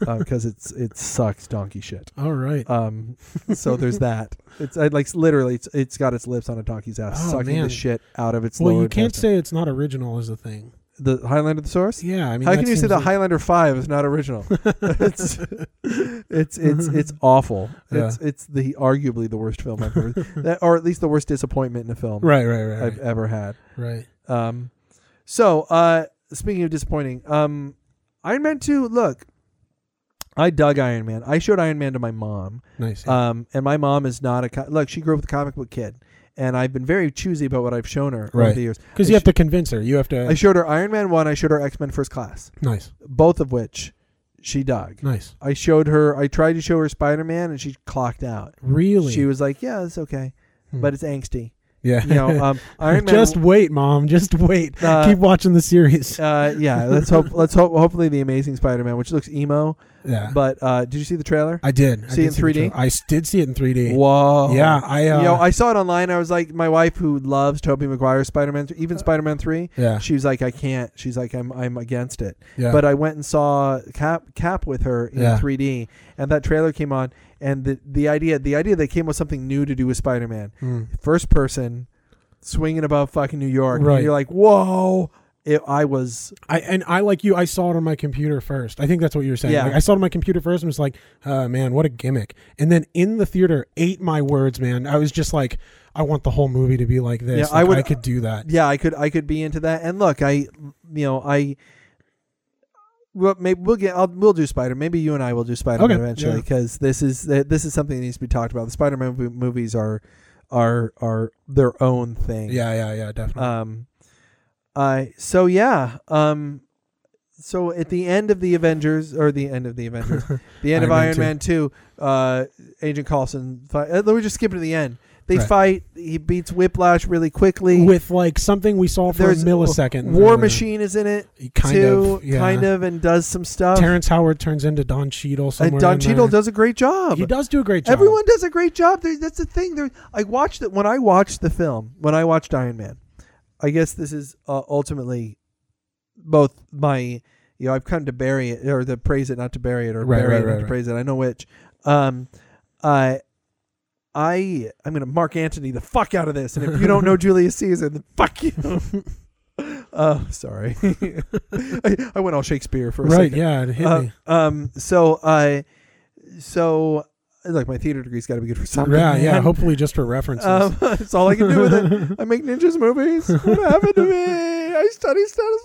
Speaker 1: because it's it sucks donkey shit.
Speaker 2: all right.
Speaker 1: Um, so there's that. It's I, like literally, it's, it's got its lips on a donkey's ass,
Speaker 2: Oh,
Speaker 1: sucking
Speaker 2: man.
Speaker 1: the shit out of its.
Speaker 2: well,
Speaker 1: lower
Speaker 2: you can't
Speaker 1: intestine.
Speaker 2: say it's not original is the thing.
Speaker 1: the Highlander the source.
Speaker 2: Yeah, I mean,
Speaker 1: How
Speaker 2: that
Speaker 1: can you say
Speaker 2: seems
Speaker 1: the
Speaker 2: like-
Speaker 1: Highlander Five is not original? it's it's it's it's awful. It's it's the arguably the worst film I've ever, that, or at least the worst disappointment in a film
Speaker 2: Right, right, right,
Speaker 1: I've
Speaker 2: right,
Speaker 1: ever had.
Speaker 2: right.
Speaker 1: Um, so uh, speaking of disappointing, um, Iron Man Two. Look, I dug Iron Man. I showed Iron Man to my mom.
Speaker 2: Nice.
Speaker 1: Um, and my mom is not a co- look. She grew up with a comic book kid, and I've been very choosy about what I've shown her over
Speaker 2: Right.
Speaker 1: the years.
Speaker 2: Because
Speaker 1: I
Speaker 2: you have
Speaker 1: sh-
Speaker 2: to convince her. You have to.
Speaker 1: I showed her Iron Man One. I showed her X Men First Class,
Speaker 2: nice,
Speaker 1: both of which she dug.
Speaker 2: nice.
Speaker 1: I showed her. I tried to show her Spider Man, and she clocked out.
Speaker 2: Really?
Speaker 1: She was like, "Yeah, it's okay,
Speaker 2: Hmm.
Speaker 1: but it's angsty."
Speaker 2: yeah.
Speaker 1: You know, um, Iron Man.
Speaker 2: just wait, mom. Just wait.
Speaker 1: Uh,
Speaker 2: Keep watching the series.
Speaker 1: uh, yeah, let's hope. Let's hope. Hopefully, the Amazing Spider Man, which looks emo,
Speaker 2: yeah.
Speaker 1: but uh, did you see the trailer?
Speaker 2: I did. I
Speaker 1: See it
Speaker 2: did
Speaker 1: in
Speaker 2: the
Speaker 1: 3D?
Speaker 2: trailer. I s- did see it in 3D.
Speaker 1: Whoa.
Speaker 2: Yeah, I. Uh,
Speaker 1: you know, I saw it online. I was like, my wife who loves Tobey Maguire's Spider Man, even Spider Man Three.
Speaker 2: Uh, yeah,
Speaker 1: She was like, I can't. She's like, I'm, I'm against it.
Speaker 2: yeah.
Speaker 1: But uh, I went and saw Cap, Cap with her in
Speaker 2: Yeah.
Speaker 1: 3D, and that trailer came on, and the the idea, the idea that came was something new to do with Spider Man,
Speaker 2: Mm.
Speaker 1: first person, swinging above fucking New York. and
Speaker 2: Right.
Speaker 1: you're like, whoa. It, I was
Speaker 2: I and I like you. I saw it on my computer first. I think that's what you were saying.
Speaker 1: Yeah.
Speaker 2: Like, I saw it on my computer first, and was like, "Oh man, what a gimmick!" And then in the theater, ate my words, man. I was just like, "I want the whole movie to be like this.
Speaker 1: Yeah, I
Speaker 2: Like,
Speaker 1: would-
Speaker 2: I could do that."
Speaker 1: yeah, I could I could be into that. And look, I you know I well maybe we'll get I'll, we'll do Spider. Maybe you and I will do Spider Man
Speaker 2: Okay,
Speaker 1: eventually
Speaker 2: yeah.
Speaker 1: because this is this is something that needs to be talked about. The Spider Man movies are are are their own thing.
Speaker 2: Yeah, yeah, yeah, definitely.
Speaker 1: Um. I so yeah. Um. So at the end of the Avengers or the end of the Avengers, the end of Iron
Speaker 2: Iron
Speaker 1: Man
Speaker 2: Man
Speaker 1: two, uh, Agent Coulson. Fight, uh, let me just skip to the end. They
Speaker 2: Right.
Speaker 1: fight. He beats Whiplash really quickly.
Speaker 2: With like something we saw for a
Speaker 1: There's
Speaker 2: millisecond.
Speaker 1: War
Speaker 2: earlier.
Speaker 1: Machine is in it
Speaker 2: kind
Speaker 1: too,
Speaker 2: of, yeah.
Speaker 1: kind of, and does some stuff.
Speaker 2: Terrence Howard turns into Don Cheadle somewhere.
Speaker 1: and Don
Speaker 2: in
Speaker 1: Cheadle
Speaker 2: there.
Speaker 1: does a great job.
Speaker 2: He does do a great job.
Speaker 1: Everyone does a great job. There, that's the thing. There, I watched it when I watched the film. When I watched Iron Man, I guess this is uh, ultimately both my you know I've come to bury it or to praise it, not to bury it, or
Speaker 2: Right,
Speaker 1: bury
Speaker 2: right,
Speaker 1: it, not
Speaker 2: right,
Speaker 1: to
Speaker 2: right.
Speaker 1: praise it. I know which. Um, I. I I'm gonna Mark Antony the fuck out of this, and if you don't know Julius Caesar, then fuck you. uh, sorry, I, I went all Shakespeare for a
Speaker 2: right?
Speaker 1: second.
Speaker 2: Yeah, it hit
Speaker 1: Uh,
Speaker 2: me.
Speaker 1: um. So I. so like my theater degree's got to be good for something.
Speaker 2: Yeah, yeah.
Speaker 1: man.
Speaker 2: Hopefully, just for references.
Speaker 1: Um, that's all I can do with it. I make ninjas movies. What happened to me? I study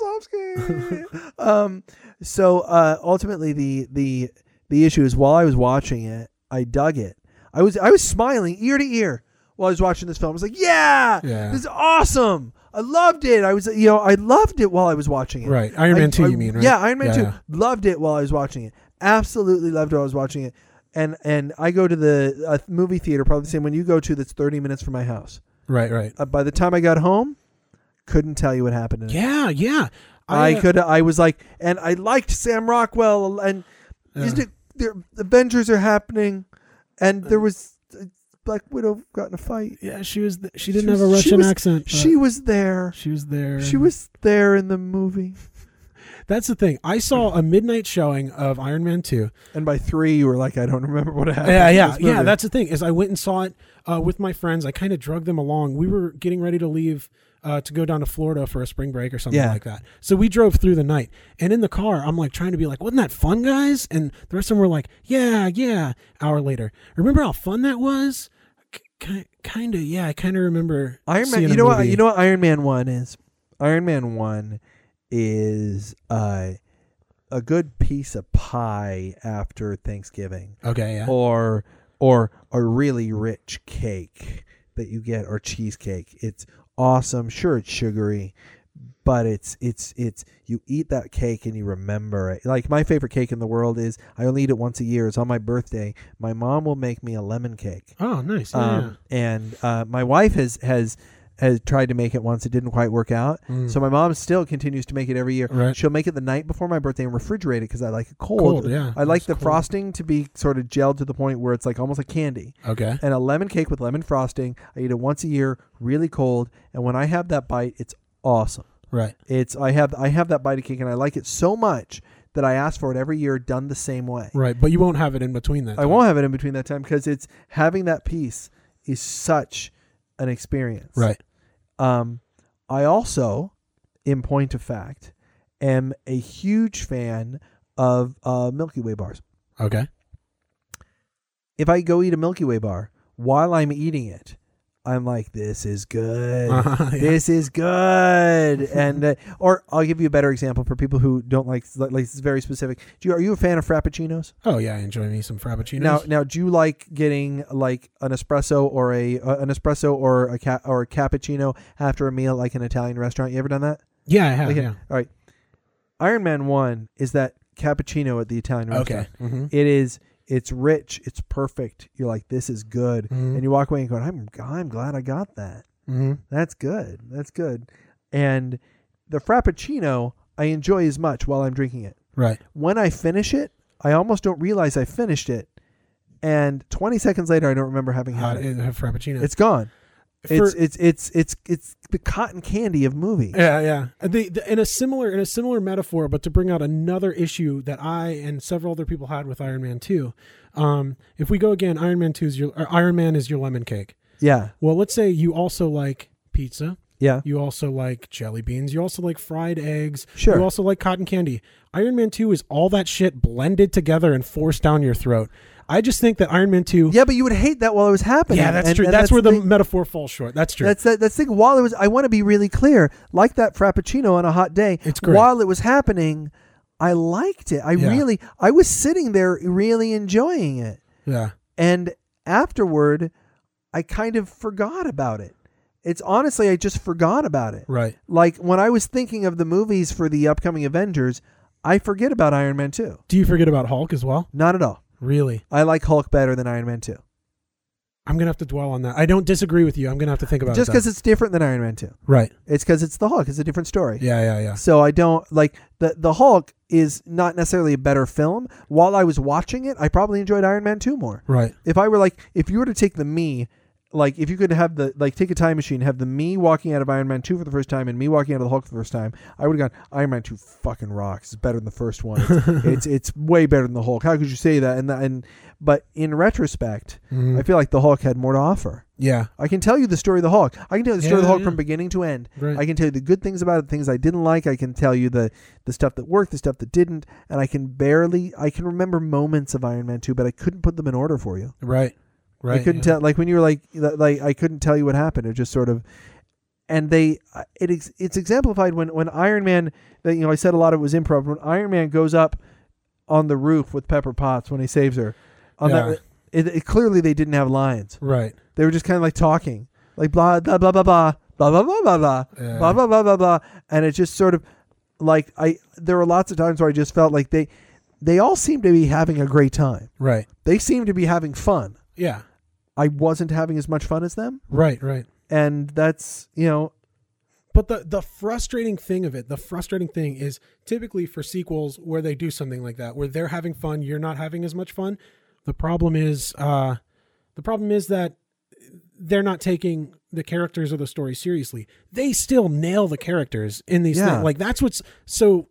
Speaker 1: Stanislavski. um. So uh, ultimately, the the the issue is while I was watching it, I dug it. I was I was smiling ear to ear while I was watching this film. I was like, yeah,
Speaker 2: Yeah.
Speaker 1: this is awesome. I loved it. I was you know I loved it while I was watching it.
Speaker 2: right, Iron
Speaker 1: I-
Speaker 2: Man Two.
Speaker 1: I-
Speaker 2: you mean? Right?
Speaker 1: Yeah, Iron Man Two.
Speaker 2: yeah.
Speaker 1: Loved it while I was watching it. Absolutely loved it while I was watching it. And and I go to the uh, movie theater probably the same one you go to. That's thirty minutes from my house.
Speaker 2: Right, right.
Speaker 1: Uh, by the time I got home, couldn't tell you what happened. In it.
Speaker 2: Yeah, yeah.
Speaker 1: I,
Speaker 2: uh,
Speaker 1: could. I was like, and I liked Sam Rockwell. And
Speaker 2: Yeah.
Speaker 1: isn't it? There, Avengers are happening, and there was uh, Black Widow got in a fight.
Speaker 2: Yeah, she was. Th- she didn't
Speaker 1: was-
Speaker 2: have a
Speaker 1: she
Speaker 2: Russian
Speaker 1: was-
Speaker 2: accent. but
Speaker 1: She was there.
Speaker 2: she was there.
Speaker 1: She was there in the movie.
Speaker 2: That's the thing. I saw a midnight showing of Iron Man Two.
Speaker 1: And by three, you were like, I don't remember what happened.
Speaker 2: Yeah,
Speaker 1: in
Speaker 2: yeah,
Speaker 1: this
Speaker 2: yeah.
Speaker 1: movie.
Speaker 2: That's the thing. Is I went and saw it uh, with my friends. I kind of drugged them along. We were getting ready to leave. Uh, to go down to Florida for a spring break or something
Speaker 1: Yeah.
Speaker 2: like that. So we drove through the night, and in the car, I'm like trying to be like, "Wasn't that fun, guys?" And the rest of them were like, "Yeah, yeah." Hour later, remember how fun that was? K- kind of, yeah. I kind of remember
Speaker 1: Iron Man.
Speaker 2: seeing
Speaker 1: You
Speaker 2: a
Speaker 1: know what?
Speaker 2: movie.
Speaker 1: You know what Iron Man One is. Iron Man One is uh, a good piece of pie after Thanksgiving,
Speaker 2: Okay, yeah.
Speaker 1: or or a really rich cake that you get, or cheesecake. It's awesome. Sure, it's sugary, but it's it's it's you eat that cake and you remember it. Like my favorite cake in the world is I only eat it once a year. It's on my birthday. My mom will make me a lemon cake.
Speaker 2: Oh, nice. Yeah.
Speaker 1: Um, and uh, my wife has has has tried to make it once. It didn't quite work out.
Speaker 2: Mm.
Speaker 1: So my mom still continues to make it every year.
Speaker 2: Right.
Speaker 1: She'll make it the night before my birthday and refrigerate it because I like it cold.
Speaker 2: Cold, yeah.
Speaker 1: I like
Speaker 2: It's
Speaker 1: the
Speaker 2: cold.
Speaker 1: frosting to be sort of gelled to the point where it's like almost like candy.
Speaker 2: Okay.
Speaker 1: And a lemon cake with lemon frosting. I eat it once a year, really cold. And when I have that bite, it's awesome.
Speaker 2: Right.
Speaker 1: It's I have I have that bite of cake and I like it so much that I ask for it every year, done the same way.
Speaker 2: Right. But you won't have it in between that.
Speaker 1: I won't have it in between that time because it's having that piece is such an experience.
Speaker 2: Right.
Speaker 1: Um, I also, in point of fact, am a huge fan of uh, Milky Way bars.
Speaker 2: Okay.
Speaker 1: If I go eat a Milky Way bar, while I'm eating it, I'm like, this is good.
Speaker 2: Uh-huh, yeah.
Speaker 1: This is good. and uh, or I'll give you a better example for people who don't like like this is very specific. Do you, are you a fan of frappuccinos?
Speaker 2: Oh yeah, I enjoy me some frappuccinos.
Speaker 1: Now, now, do you like getting like an espresso or a uh, an espresso or a ca- or a cappuccino after a meal, like an Italian restaurant? You ever done that?
Speaker 2: yeah, I have.
Speaker 1: Like,
Speaker 2: Yeah.
Speaker 1: All right. Iron Man One is that cappuccino at the Italian restaurant.
Speaker 2: Okay. hmm
Speaker 1: It is. It's rich. It's perfect. You're like, this is good,
Speaker 2: Mhm.
Speaker 1: and you walk away and going, I'm I'm glad I got that.
Speaker 2: hmm
Speaker 1: That's good. That's good. And the frappuccino I enjoy as much while I'm drinking it.
Speaker 2: Right.
Speaker 1: When I finish it, I almost don't realize I finished it. And 20 seconds later, I don't remember having
Speaker 2: Uh,
Speaker 1: had it.
Speaker 2: it- frappuccino.
Speaker 1: It's gone.
Speaker 2: For-
Speaker 1: it's, it's it's it's it's the cotton candy of movie.
Speaker 2: Yeah, yeah. The, the, in a similar in a similar metaphor, but to bring out another issue that I and several other people had with Iron Man Two. Um, if we go again, Iron Man Two is your or Iron Man is your lemon cake.
Speaker 1: Yeah,
Speaker 2: Well, let's say you also like pizza.
Speaker 1: yeah.
Speaker 2: You also like jelly beans. You also like fried eggs.
Speaker 1: Sure.
Speaker 2: You also like cotton candy. Iron Man Two is all that shit blended together and forced down your throat. I just think that Iron Man Two.
Speaker 1: Yeah, but you would hate that while it was happening.
Speaker 2: Yeah, that's
Speaker 1: And-
Speaker 2: true.
Speaker 1: and
Speaker 2: that's, where the
Speaker 1: thing-
Speaker 2: metaphor falls short. That's true.
Speaker 1: That's that. That's the thing. While it was, I want to be really clear. Like that frappuccino on a hot day.
Speaker 2: It's great.
Speaker 1: While it was happening, I liked it. I
Speaker 2: Yeah.
Speaker 1: really, I was sitting there really enjoying it.
Speaker 2: yeah.
Speaker 1: And afterward, I kind of forgot about it. It's honestly, I just forgot about it.
Speaker 2: Right.
Speaker 1: Like when I was thinking of the movies for the upcoming Avengers, I forget about Iron Man two.
Speaker 2: Do you forget about Hulk as well?
Speaker 1: Not at all.
Speaker 2: Really?
Speaker 1: I like Hulk better than Iron Man two.
Speaker 2: I'm gonna have to dwell on that. I don't disagree with you. I'm gonna have to think about
Speaker 1: Just
Speaker 2: it.
Speaker 1: because it's different than Iron Man two.
Speaker 2: then. right?
Speaker 1: It's because it's the Hulk. It's a different story.
Speaker 2: Yeah, yeah, yeah.
Speaker 1: So I don't like the the Hulk is not necessarily a better film. While I was watching it, I probably enjoyed Iron Man 2 more.
Speaker 2: Right.
Speaker 1: If I were like if you were to take the me like if you could have the like take a time machine, have the me walking out of Iron Man 2 for the first time and me walking out of the Hulk for the first time, I would have gone Iron Man 2 fucking rocks. It's better than the first one. It's it's, it's way better than the Hulk. How could you say that? And that, and but in retrospect,
Speaker 2: Mhm.
Speaker 1: I feel like the Hulk had more to offer.
Speaker 2: Yeah.
Speaker 1: I can tell you the story of the Hulk. I can tell you the story of the
Speaker 2: Yeah,
Speaker 1: Hulk
Speaker 2: yeah.
Speaker 1: from beginning to end.
Speaker 2: Right.
Speaker 1: I can tell you the good things about it, the things I didn't like. I can tell you the the stuff that worked, the stuff that didn't, and I can barely I can remember moments of Iron Man 2, but I couldn't put them in order for you.
Speaker 2: right. Right.
Speaker 1: I couldn't
Speaker 2: yeah.
Speaker 1: tell like when you were like like I couldn't tell you what happened. It just sort of and they uh, it ex- it's exemplified when when Iron Man that you know I said a lot of it was improv when Iron Man goes up on the roof with Pepper Potts when he saves her. On
Speaker 2: Yeah.
Speaker 1: that it, it clearly they didn't have lines.
Speaker 2: Right.
Speaker 1: They were just kind of like talking, like blah blah blah blah blah blah blah blah blah blah
Speaker 2: Yeah.
Speaker 1: blah blah blah blah blah, and it just sort of like I. There were lots of times where I just felt like they, they all seemed to be having a great time.
Speaker 2: Right.
Speaker 1: They seemed to be having fun.
Speaker 2: Yeah.
Speaker 1: I wasn't having as much fun as them,
Speaker 2: Right. Right.
Speaker 1: and that's you know
Speaker 2: But the the frustrating thing of it, the frustrating thing is typically for sequels where they do something like that, where they're having fun, you're not having as much fun. The problem is, uh, the problem is that they're not taking the characters or the story seriously. They still nail the characters in these
Speaker 1: Yeah.
Speaker 2: things. Like that's what's so.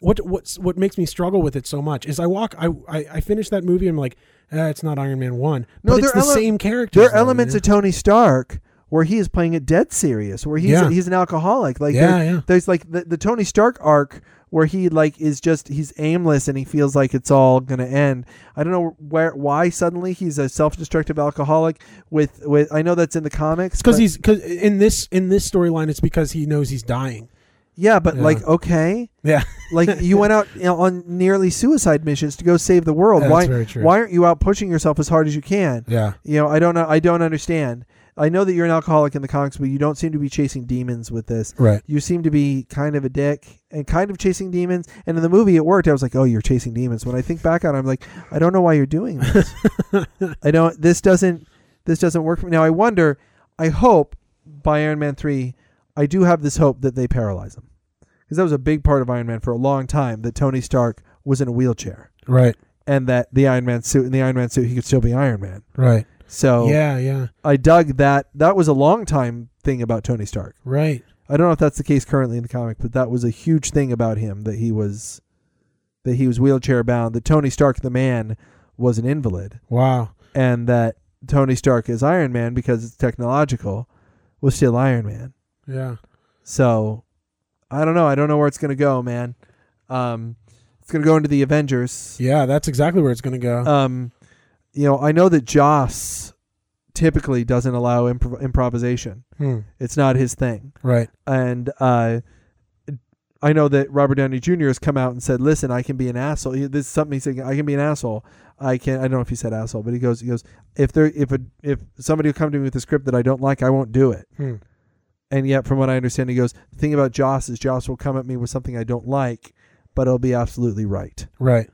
Speaker 2: What what's what makes me struggle with it so much is I walk I I, I finish that movie. I'm like, eh, it's not Iron Man one.
Speaker 1: No,
Speaker 2: but it's the
Speaker 1: they're ele-
Speaker 2: same characters.
Speaker 1: there are
Speaker 2: though, you
Speaker 1: elements
Speaker 2: know?
Speaker 1: of Tony Stark where he is playing it dead serious, where he's
Speaker 2: Yeah.
Speaker 1: he's an alcoholic. Like
Speaker 2: Yeah,
Speaker 1: there-
Speaker 2: yeah.
Speaker 1: there's like the, the Tony Stark arc where he like is just he's aimless and he feels like it's all gonna end. I don't know where why suddenly he's a self destructive alcoholic with with I know that's in the comics
Speaker 2: It's because
Speaker 1: but-
Speaker 2: he's because in this in this storyline, it's because he knows he's dying.
Speaker 1: yeah, but
Speaker 2: Yeah.
Speaker 1: like okay.
Speaker 2: Yeah,
Speaker 1: Like you went out you know, on nearly suicide missions to go save the world.
Speaker 2: That's
Speaker 1: why?
Speaker 2: very true.
Speaker 1: Why aren't you out pushing yourself as hard as you can?
Speaker 2: yeah,
Speaker 1: You know, I don't know. I don't understand. I know that you're an alcoholic in the comics, but you don't seem to be chasing demons with this.
Speaker 2: right.
Speaker 1: You seem to be kind of a dick and kind of chasing demons. And in the movie, it worked. I was like, "Oh, you're chasing demons." When I think back on, it, I'm like, "I don't know why you're doing this. I don't. This doesn't. This doesn't work for me." Now, I wonder. I hope by Iron Man three, I do have this hope that they paralyze him, because that was a big part of Iron Man for a long time. That Tony Stark was in a wheelchair,
Speaker 2: Right,
Speaker 1: and that the Iron Man suit in the Iron Man suit, he could still be Iron Man.
Speaker 2: right.
Speaker 1: So
Speaker 2: Yeah, yeah,
Speaker 1: I dug that. That was a long time thing about Tony Stark.
Speaker 2: right.
Speaker 1: I don't know if that's the case currently in the comic, but that was a huge thing about him that he was that he was wheelchair bound, that Tony Stark the man was an invalid,
Speaker 2: Wow.
Speaker 1: and that Tony Stark is Iron Man because it's technological was still Iron Man.
Speaker 2: Yeah.
Speaker 1: So I don't know. I don't know where it's gonna go, man. Um, it's gonna go into the Avengers.
Speaker 2: Yeah, that's exactly where it's going to go.
Speaker 1: Um, you know, I know that Joss typically doesn't allow improv- improvisation.
Speaker 2: Hmm,
Speaker 1: It's not his thing.
Speaker 2: right.
Speaker 1: and uh, I know that Robert Downey Jr. has come out and said, "Listen, I can be an asshole." He- This is something he's saying. I can be an asshole. I can. I don't know if he said asshole, but he goes, he goes, if there, if a, if somebody will come to me with a script that I don't like, I won't do it.
Speaker 2: Hmm.
Speaker 1: And yet, from what I understand, he goes, the thing about Joss is Joss will come at me with something I don't like, but it'll be absolutely right.
Speaker 2: Right.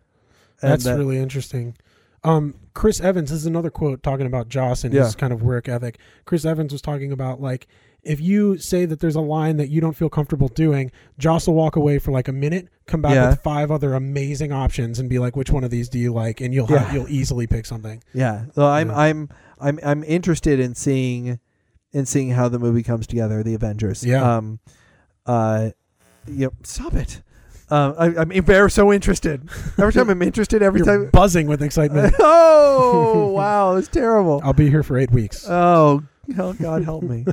Speaker 1: And
Speaker 2: That's
Speaker 1: that-
Speaker 2: really interesting. Um, Chris Evans, this is another quote talking about Joss and
Speaker 1: Yeah.
Speaker 2: his kind of work ethic. Chris Evans was talking about like if you say that there's a line that you don't feel comfortable doing, Joss will walk away for like a minute, come back
Speaker 1: Yeah.
Speaker 2: with five other amazing options, and be like, "Which one of these do you like?" And you'll have,
Speaker 1: Yeah.
Speaker 2: you'll easily pick something.
Speaker 1: Yeah. So I'm
Speaker 2: Yeah.
Speaker 1: I'm I'm I'm interested in seeing in seeing how the movie comes together, the Avengers.
Speaker 2: Yeah.
Speaker 1: Um uh yep, stop it. Um I I'm embar- so interested. Every time I'm interested, every
Speaker 2: You're
Speaker 1: time
Speaker 2: buzzing with excitement.
Speaker 1: Oh wow, it's terrible.
Speaker 2: I'll be here for eight weeks.
Speaker 1: Oh, oh God help me.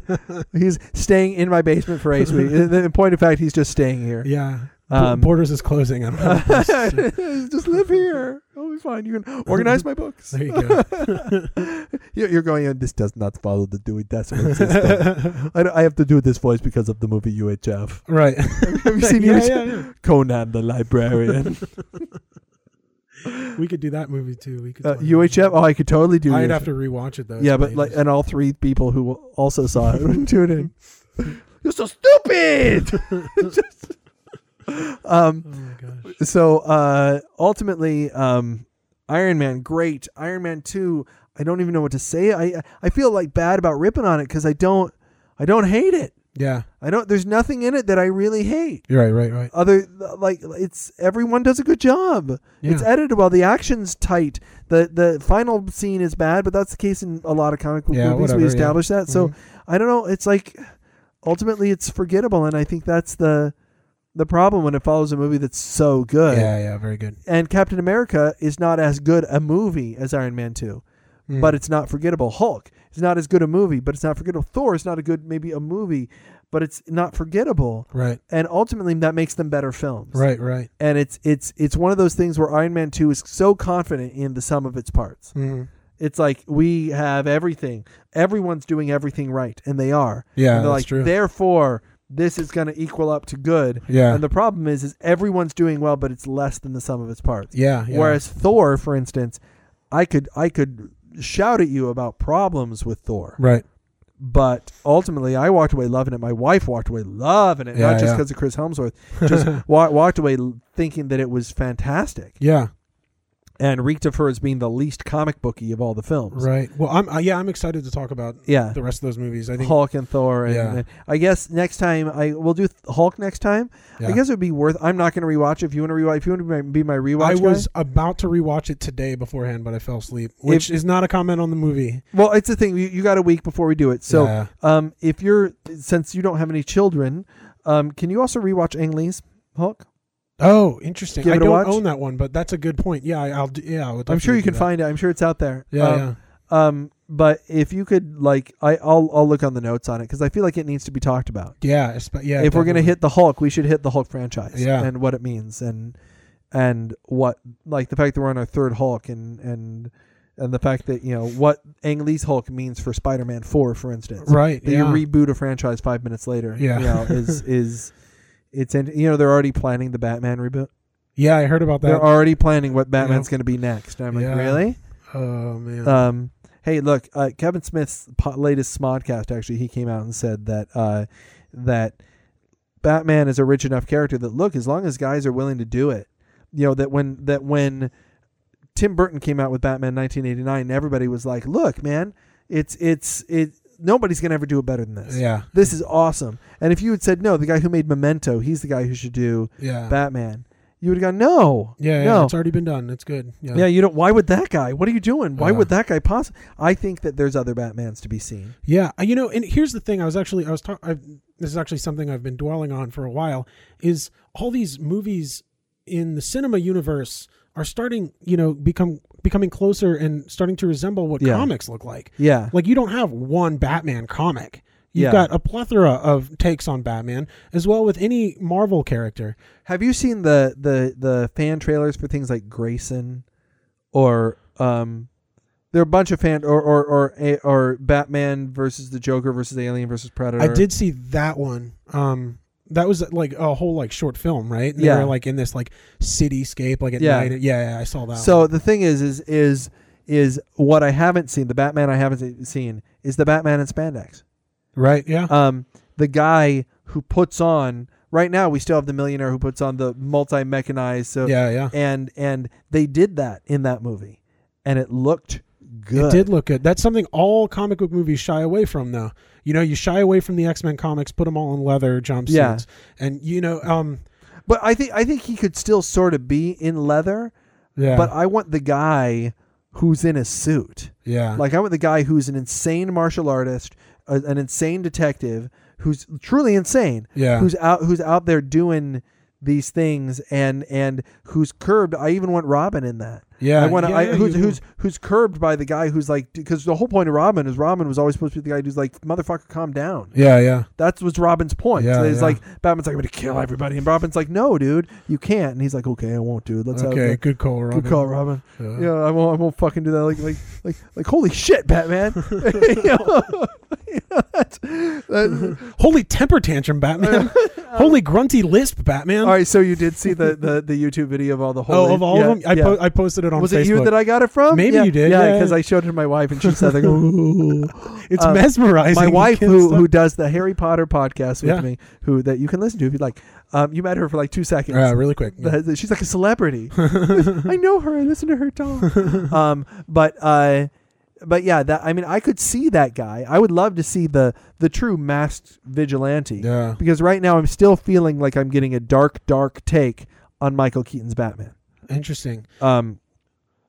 Speaker 1: he's staying in my basement for eight weeks. In in point of fact, he's just staying here.
Speaker 2: yeah, Bo-
Speaker 1: Um,
Speaker 2: Borders is closing. I don't have a place to-
Speaker 1: just live here. It'll be fine. You can organize my books.
Speaker 2: there you go.
Speaker 1: You're you're going in. This does not follow the Dewey Decimal System. I, don't- I have to do this voice because of the movie UHF.
Speaker 2: Right.
Speaker 1: Have you seen
Speaker 2: yeah,
Speaker 1: UHF?
Speaker 2: yeah, yeah.
Speaker 1: Conan the Librarian.
Speaker 2: We could do that movie too. We could
Speaker 1: uh,
Speaker 2: totally do
Speaker 1: UHF.
Speaker 2: that.
Speaker 1: Oh, I could totally do.
Speaker 2: I'd
Speaker 1: UHF.
Speaker 2: have to rewatch it though.
Speaker 1: Yeah,
Speaker 2: It's
Speaker 1: but like, uh,
Speaker 2: amazing.
Speaker 1: and all three people who also saw it would tune in. You're so stupid. Just- um.
Speaker 2: Oh my gosh.
Speaker 1: So uh, ultimately, um, Iron Man, great. Iron Man two. I don't even know what to say. I I feel like bad about ripping on it because I don't I don't hate it.
Speaker 2: Yeah.
Speaker 1: I don't. There's nothing in it that I really hate.
Speaker 2: You're right, right, right.
Speaker 1: Other like it's everyone does a good job.
Speaker 2: Yeah.
Speaker 1: It's edited well. The action's tight. the The final scene is bad, but that's the case in a lot of comic book
Speaker 2: Yeah,
Speaker 1: movies.
Speaker 2: whatever,
Speaker 1: we
Speaker 2: yeah. Mm-hmm.
Speaker 1: established that. So I don't know. It's like ultimately it's forgettable, and I think that's the the problem when it follows a movie that's so good.
Speaker 2: yeah, yeah, very good.
Speaker 1: And Captain America is not as good a movie as Iron Man two,
Speaker 2: Mm.
Speaker 1: but it's not forgettable. Hulk is not as good a movie, but it's not forgettable. Thor is not a good maybe a movie, but it's not forgettable
Speaker 2: right,
Speaker 1: and ultimately that makes them better films.
Speaker 2: right, right.
Speaker 1: And it's it's it's one of those things where Iron Man 2 is so confident in the sum of its parts.
Speaker 2: Mm.
Speaker 1: It's like we have everything. Everyone's doing everything right and they are. and
Speaker 2: Yeah, that's
Speaker 1: they're like
Speaker 2: true.
Speaker 1: therefore this is going to equal up to good.
Speaker 2: Yeah.
Speaker 1: And the problem is is everyone's doing well but it's less than the sum of its parts.
Speaker 2: Yeah, yeah.
Speaker 1: Whereas Thor for instance, I could I could shout at you about problems with Thor
Speaker 2: right,
Speaker 1: but ultimately I walked away loving it. My wife walked away loving it,
Speaker 2: Yeah,
Speaker 1: not just
Speaker 2: yeah.
Speaker 1: because of Chris Helmsworth. Just wa- walked away l- thinking that it was fantastic
Speaker 2: yeah,
Speaker 1: and reeked of her as being the least comic booky of all the films.
Speaker 2: right. Well, I'm uh, yeah, I'm excited to talk about
Speaker 1: Yeah.
Speaker 2: the rest of those movies. I think
Speaker 1: Hulk and Thor, and,
Speaker 2: Yeah.
Speaker 1: and I guess next time I we'll do th- Hulk next time. I
Speaker 2: Yeah.
Speaker 1: guess it would be worth. I'm not going to rewatch. it. If you want to rewatch, if you want to be my, be my rewatch,
Speaker 2: I
Speaker 1: guy-
Speaker 2: was about to rewatch it today beforehand, but I fell asleep, which is not a comment on the movie.
Speaker 1: well, it's the thing. You, you got a week before we do it, so
Speaker 2: Yeah.
Speaker 1: um, if you're since you don't have any children, um, can you also rewatch Ang Lee's Hulk?
Speaker 2: Oh, interesting.
Speaker 1: Give
Speaker 2: I
Speaker 1: it a
Speaker 2: don't
Speaker 1: watch?
Speaker 2: own that one, but that's a good point. Yeah, I, I'll. Do, yeah, I would
Speaker 1: I'm sure
Speaker 2: definitely
Speaker 1: you
Speaker 2: do
Speaker 1: can
Speaker 2: that.
Speaker 1: find it. I'm sure it's out there.
Speaker 2: Yeah,
Speaker 1: um,
Speaker 2: yeah.
Speaker 1: Um, but if you could like, I, I'll I'll look on the notes on it because I feel like it needs to be talked about.
Speaker 2: Yeah, espe- yeah.
Speaker 1: if we're gonna
Speaker 2: definitely.
Speaker 1: hit the Hulk, we should hit the Hulk franchise.
Speaker 2: Yeah.
Speaker 1: and what it means and and what like the fact that we're on our third Hulk and and and the fact that you know what Ang Lee's Hulk means for Spider-Man Four, for instance,
Speaker 2: right,
Speaker 1: that
Speaker 2: yeah.
Speaker 1: you reboot a franchise five minutes later.
Speaker 2: Yeah.
Speaker 1: you know, is is. It's in, you know they're already planning the Batman reboot.
Speaker 2: yeah, I heard about that.
Speaker 1: they're already planning what Batman's going to be next. And I'm like,
Speaker 2: Yeah.
Speaker 1: really?
Speaker 2: oh man.
Speaker 1: Um, hey, look, uh, Kevin Smith's po- latest Smodcast actually, he came out and said that uh, that Batman is a rich enough character that look, as long as guys are willing to do it, you know that when that when Tim Burton came out with Batman 1989, everybody was like, look, man, it's it's it. Nobody's gonna ever do it better than this.
Speaker 2: yeah,
Speaker 1: This is awesome. And if you had said no, the guy who made Memento, he's the guy who should do
Speaker 2: yeah.
Speaker 1: Batman. You would have gone no,
Speaker 2: Yeah,
Speaker 1: no.
Speaker 2: yeah, it's already been done. It's good. Yeah.
Speaker 1: Yeah, you don't. Why would that guy? What are you doing? Why
Speaker 2: Yeah.
Speaker 1: would that guy possibly? I think that there's other Batmans to be seen.
Speaker 2: Yeah, uh, you know, and here's the thing. I was actually, I was talking. This is actually something I've been dwelling on for a while. Is all these movies in the cinema universe are starting, you know, become becoming closer and starting to resemble what
Speaker 1: Yeah.
Speaker 2: comics look like.
Speaker 1: Yeah,
Speaker 2: Like you don't have one Batman comic. You've
Speaker 1: Yeah.
Speaker 2: got a plethora of takes on Batman, as well with any Marvel character.
Speaker 1: Have you seen the the the fan trailers for things like Grayson, or um, there are a bunch of fan or or or a- or Batman versus the Joker versus Alien versus Predator.
Speaker 2: I did see that one. Um, that was like a whole like short film, right? And
Speaker 1: Yeah.
Speaker 2: They were like in this like cityscape, like at
Speaker 1: Yeah.
Speaker 2: night. Yeah, yeah, I saw that.
Speaker 1: So
Speaker 2: one.
Speaker 1: the thing is, is is is what I haven't seen. The Batman I haven't se- seen is the Batman in spandex.
Speaker 2: right, yeah,
Speaker 1: Um, the guy who puts on right now we still have the millionaire who puts on the multi mechanized. So
Speaker 2: yeah, yeah.
Speaker 1: and and they did that in that movie, and it looked good.
Speaker 2: It did look good. That's something all comic book movies shy away from, though. You know, you shy away from the X Men comics, put them all in leather jumpsuits,
Speaker 1: Yeah.
Speaker 2: and you know, um,
Speaker 1: But I think I think he could still sort of be in leather,
Speaker 2: yeah,
Speaker 1: but I want the guy who's in a suit.
Speaker 2: yeah,
Speaker 1: Like I want the guy who's an insane martial artist, a, an insane detective who's truly insane,
Speaker 2: yeah,
Speaker 1: who's out who's out there doing these things and and who's curbed. I even want Robin in that.
Speaker 2: yeah.
Speaker 1: I want to
Speaker 2: Uh, yeah,
Speaker 1: I
Speaker 2: yeah,
Speaker 1: who's
Speaker 2: you-
Speaker 1: who's who's curbed by the guy who's like because the whole point of Robin is Robin was always supposed to be the guy who's like motherfucker calm down.
Speaker 2: yeah, yeah,
Speaker 1: That's was Robin's point.
Speaker 2: Yeah,
Speaker 1: So he's
Speaker 2: yeah.
Speaker 1: like Batman's like I'm gonna kill everybody, and Robin's like, no, dude, you can't. And he's like, okay, I won't, dude. Let's
Speaker 2: okay,
Speaker 1: have
Speaker 2: good call,
Speaker 1: a
Speaker 2: Robin.
Speaker 1: good call, Robin.
Speaker 2: Yeah.
Speaker 1: Yeah, I won't. I won't fucking do that. Like, like, like, like. Holy shit, Batman! You know? Yeah, that's- that-
Speaker 2: Holy temper tantrum, Batman! Holy grunty lisp, Batman!
Speaker 1: all right, so you did see the, the the YouTube video of all the holy.
Speaker 2: oh, of all
Speaker 1: yeah,
Speaker 2: of them, I,
Speaker 1: yeah.
Speaker 2: po- I posted it on
Speaker 1: was
Speaker 2: Facebook.
Speaker 1: it you that I got it from?
Speaker 2: Maybe
Speaker 1: Yeah,
Speaker 2: you did,
Speaker 1: Yeah,
Speaker 2: yeah.
Speaker 1: because I showed it to my wife, and she said, like, "Oh, "Ooh."
Speaker 2: it's
Speaker 1: uh,
Speaker 2: mesmerizing.
Speaker 1: my wife
Speaker 2: Kids
Speaker 1: who,
Speaker 2: stuff.
Speaker 1: who does the Harry Potter podcast with
Speaker 2: Yeah.
Speaker 1: me, who that you can listen to if you'd like. Um, you met her for like two seconds.
Speaker 2: uh, really quick. yeah.
Speaker 1: That- that- she's like a celebrity. I know her. I listen to her talk. um, but uh, but yeah, that I mean, I could see that guy. I would love to see the the true masked vigilante
Speaker 2: Yeah,
Speaker 1: because right now I'm still feeling like I'm getting a dark, dark take on Michael Keaton's Batman.
Speaker 2: interesting.
Speaker 1: Um,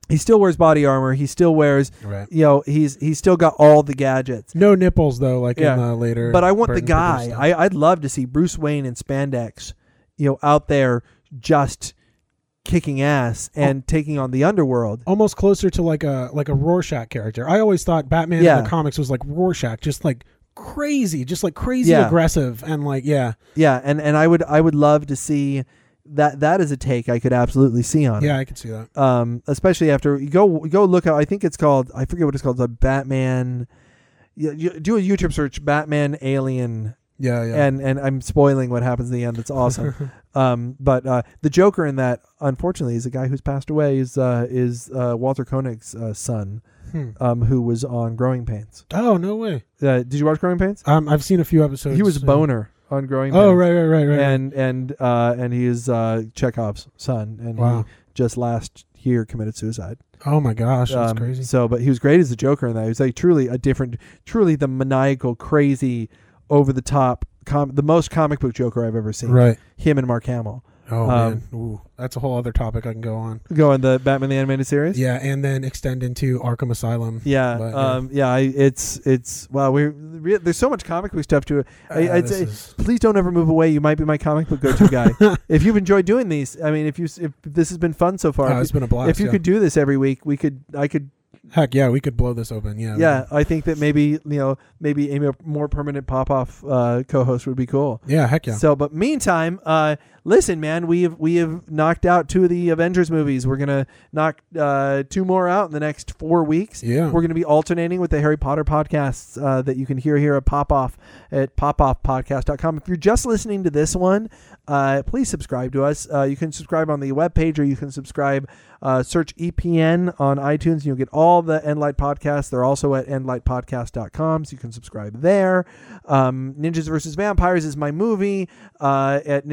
Speaker 1: he still wears body armor. He still wears
Speaker 2: Right.
Speaker 1: you know he's he's still got all the gadgets.
Speaker 2: No nipples though, like
Speaker 1: Yeah.
Speaker 2: in the later.
Speaker 1: But I want the
Speaker 2: Burton
Speaker 1: guy.
Speaker 2: Pickles stuff.
Speaker 1: I, I'd love to see Bruce Wayne in spandex, you know, out there just kicking ass
Speaker 2: Oh.
Speaker 1: and taking on the underworld.
Speaker 2: almost closer to like a like a Rorschach character. I always thought Batman
Speaker 1: Yeah.
Speaker 2: in the comics was like Rorschach, just like crazy, just like crazy
Speaker 1: Yeah.
Speaker 2: aggressive and like yeah,
Speaker 1: Yeah, and and I would I would love to see that that is a take I could absolutely see on
Speaker 2: yeah, I can see that.
Speaker 1: it. Um, especially after you go go look out. I think it's called I forget what it's called. The Batman. You, you, do a YouTube search Batman Alien
Speaker 2: Yeah, yeah,
Speaker 1: and and I'm spoiling what happens in the end. That's awesome. um, but uh, the Joker in that, unfortunately, is a guy who's passed away. Is uh, is uh, Walter Koenig's uh, son,
Speaker 2: Hmm.
Speaker 1: um, who was on Growing Pains.
Speaker 2: Oh no way.
Speaker 1: Uh, did you watch Growing Pains?
Speaker 2: Um, I've seen a few episodes.
Speaker 1: he was
Speaker 2: yeah.
Speaker 1: Boner on Growing Pains.
Speaker 2: Oh right, right, right, right.
Speaker 1: And and uh, and he is uh, Chekhov's son, and
Speaker 2: Wow.
Speaker 1: he just last year committed suicide.
Speaker 2: oh my gosh, that's
Speaker 1: Um,
Speaker 2: crazy.
Speaker 1: So, but he was great as the Joker in that. He was like truly a different, truly the maniacal, crazy, over the top, com- the most comic book Joker I've ever seen.
Speaker 2: Right.
Speaker 1: Him and Mark Hamill. um,
Speaker 2: Oh man, Ooh, that's a whole other topic I can go on.
Speaker 1: Go on the Batman the Animated Series.
Speaker 2: Yeah, and then extend into Arkham Asylum.
Speaker 1: Yeah,
Speaker 2: But, yeah.
Speaker 1: um, yeah. I, it's it's wow. We re- there's so much comic book stuff to it. I,
Speaker 2: Uh,
Speaker 1: I'd
Speaker 2: this
Speaker 1: say,
Speaker 2: is-
Speaker 1: please don't ever move away. You might be my comic book go-to guy. if you've enjoyed doing these, I mean, if you s- if this has been fun so far,
Speaker 2: oh,
Speaker 1: if,
Speaker 2: it's been a blast.
Speaker 1: if you
Speaker 2: yeah.
Speaker 1: could do this every week, we could. I could.
Speaker 2: heck yeah, we could blow this open. Yeah,
Speaker 1: Yeah, I think that maybe you know maybe a mo- more permanent pop-off uh, co-host would be cool.
Speaker 2: yeah, heck yeah.
Speaker 1: So, but meantime, uh, listen, man, we have we have knocked out two of the Avengers movies. We're gonna knock uh, two more out in the next four weeks.
Speaker 2: Yeah.
Speaker 1: we're gonna be alternating with the Harry Potter podcasts uh, that you can hear here at Pop Off at popoffpodcast.com. If you're just listening to this one, uh, please subscribe to us. Uh, you can subscribe on the webpage or you can subscribe. Uh, search EPN on iTunes. and You'll get all the Endlight podcasts. They're also at endlightpodcast.com, so you can subscribe there. Um, Ninjas vs. Vampires is my movie uh, at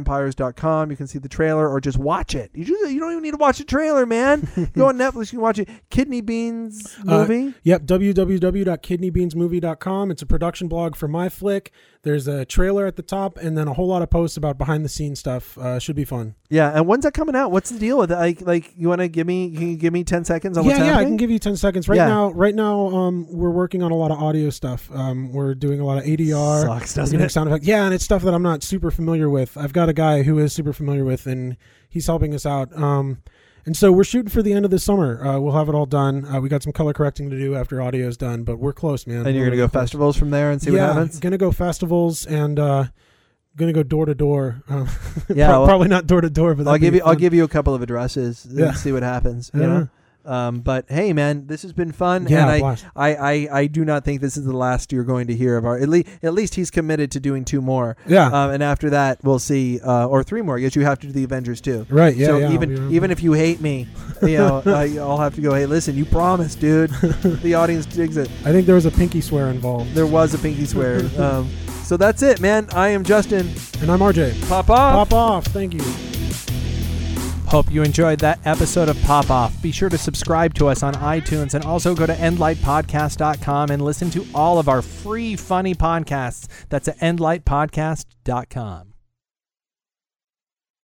Speaker 1: ninjasversusvampires.com. You can see the trailer or just watch it. You, just, you don't even need to watch the trailer, man. Go on Netflix, you can watch it. Kidney Beans
Speaker 2: Uh,
Speaker 1: movie.
Speaker 2: Yep, www.kidneybeansmovie.com. It's a production blog for my flick. There's a trailer at the top and then a whole lot of posts about behind the scenes stuff. Uh, should be fun.
Speaker 1: yeah, and when's that coming out? What's the deal with it? Like, like you want to give me? Can you give me ten seconds on
Speaker 2: yeah,
Speaker 1: what's
Speaker 2: yeah, I
Speaker 1: happening?
Speaker 2: can give you 10 seconds. Right
Speaker 1: Yeah.
Speaker 2: now, right now um, we're working on a lot of audio stuff. Um, we're doing a lot of ADR.
Speaker 1: Sucks,
Speaker 2: we're
Speaker 1: doesn't
Speaker 2: doing
Speaker 1: it?
Speaker 2: sound effect. Yeah, and it's stuff that I'm not super familiar with. I've got a guy who is super familiar with and he's helping us out. Um, And so we're shooting for the end of the summer. Uh, we'll have it all done. Uh, we got some color correcting to do after audio's done, but we're close, man.
Speaker 1: And you're
Speaker 2: We're
Speaker 1: gonna go
Speaker 2: really close.
Speaker 1: festivals from there and see
Speaker 2: yeah,
Speaker 1: what happens.
Speaker 2: Gonna go festivals and uh, gonna go door to door. Uh,
Speaker 1: Yeah,
Speaker 2: pro-
Speaker 1: well-
Speaker 2: probably not door to door, but
Speaker 1: I'll
Speaker 2: that'd
Speaker 1: give
Speaker 2: be
Speaker 1: you. I'll
Speaker 2: fun.
Speaker 1: give you a couple of addresses and
Speaker 2: Yeah.
Speaker 1: see what happens. You
Speaker 2: Yeah.
Speaker 1: know. Um, but hey, man, this has been fun,
Speaker 2: Yeah,
Speaker 1: and I,
Speaker 2: blast.
Speaker 1: I, I, I do not think this is the last you're going to hear of our. At least, at least he's committed to doing two more.
Speaker 2: Yeah,
Speaker 1: Um, and after that, we'll see, uh, or three more. Yes, you have to do the Avengers too.
Speaker 2: right. Yeah,
Speaker 1: so
Speaker 2: yeah, I'll be
Speaker 1: even
Speaker 2: around.
Speaker 1: even if you hate me, you know, I, I'll have to go. Hey, listen, you promised, dude. the audience digs it.
Speaker 2: I think there was a pinky swear involved,
Speaker 1: There was a pinky swear. um, so that's it, man. I am Justin.
Speaker 2: and I'm RJ.
Speaker 1: Pop off.
Speaker 2: Pop off. Thank you.
Speaker 5: Hope you enjoyed that episode of Pop Off. Be sure to subscribe to us on iTunes and also go to endlightpodcast.com and listen to all of our free funny podcasts. That's at endlightpodcast.com.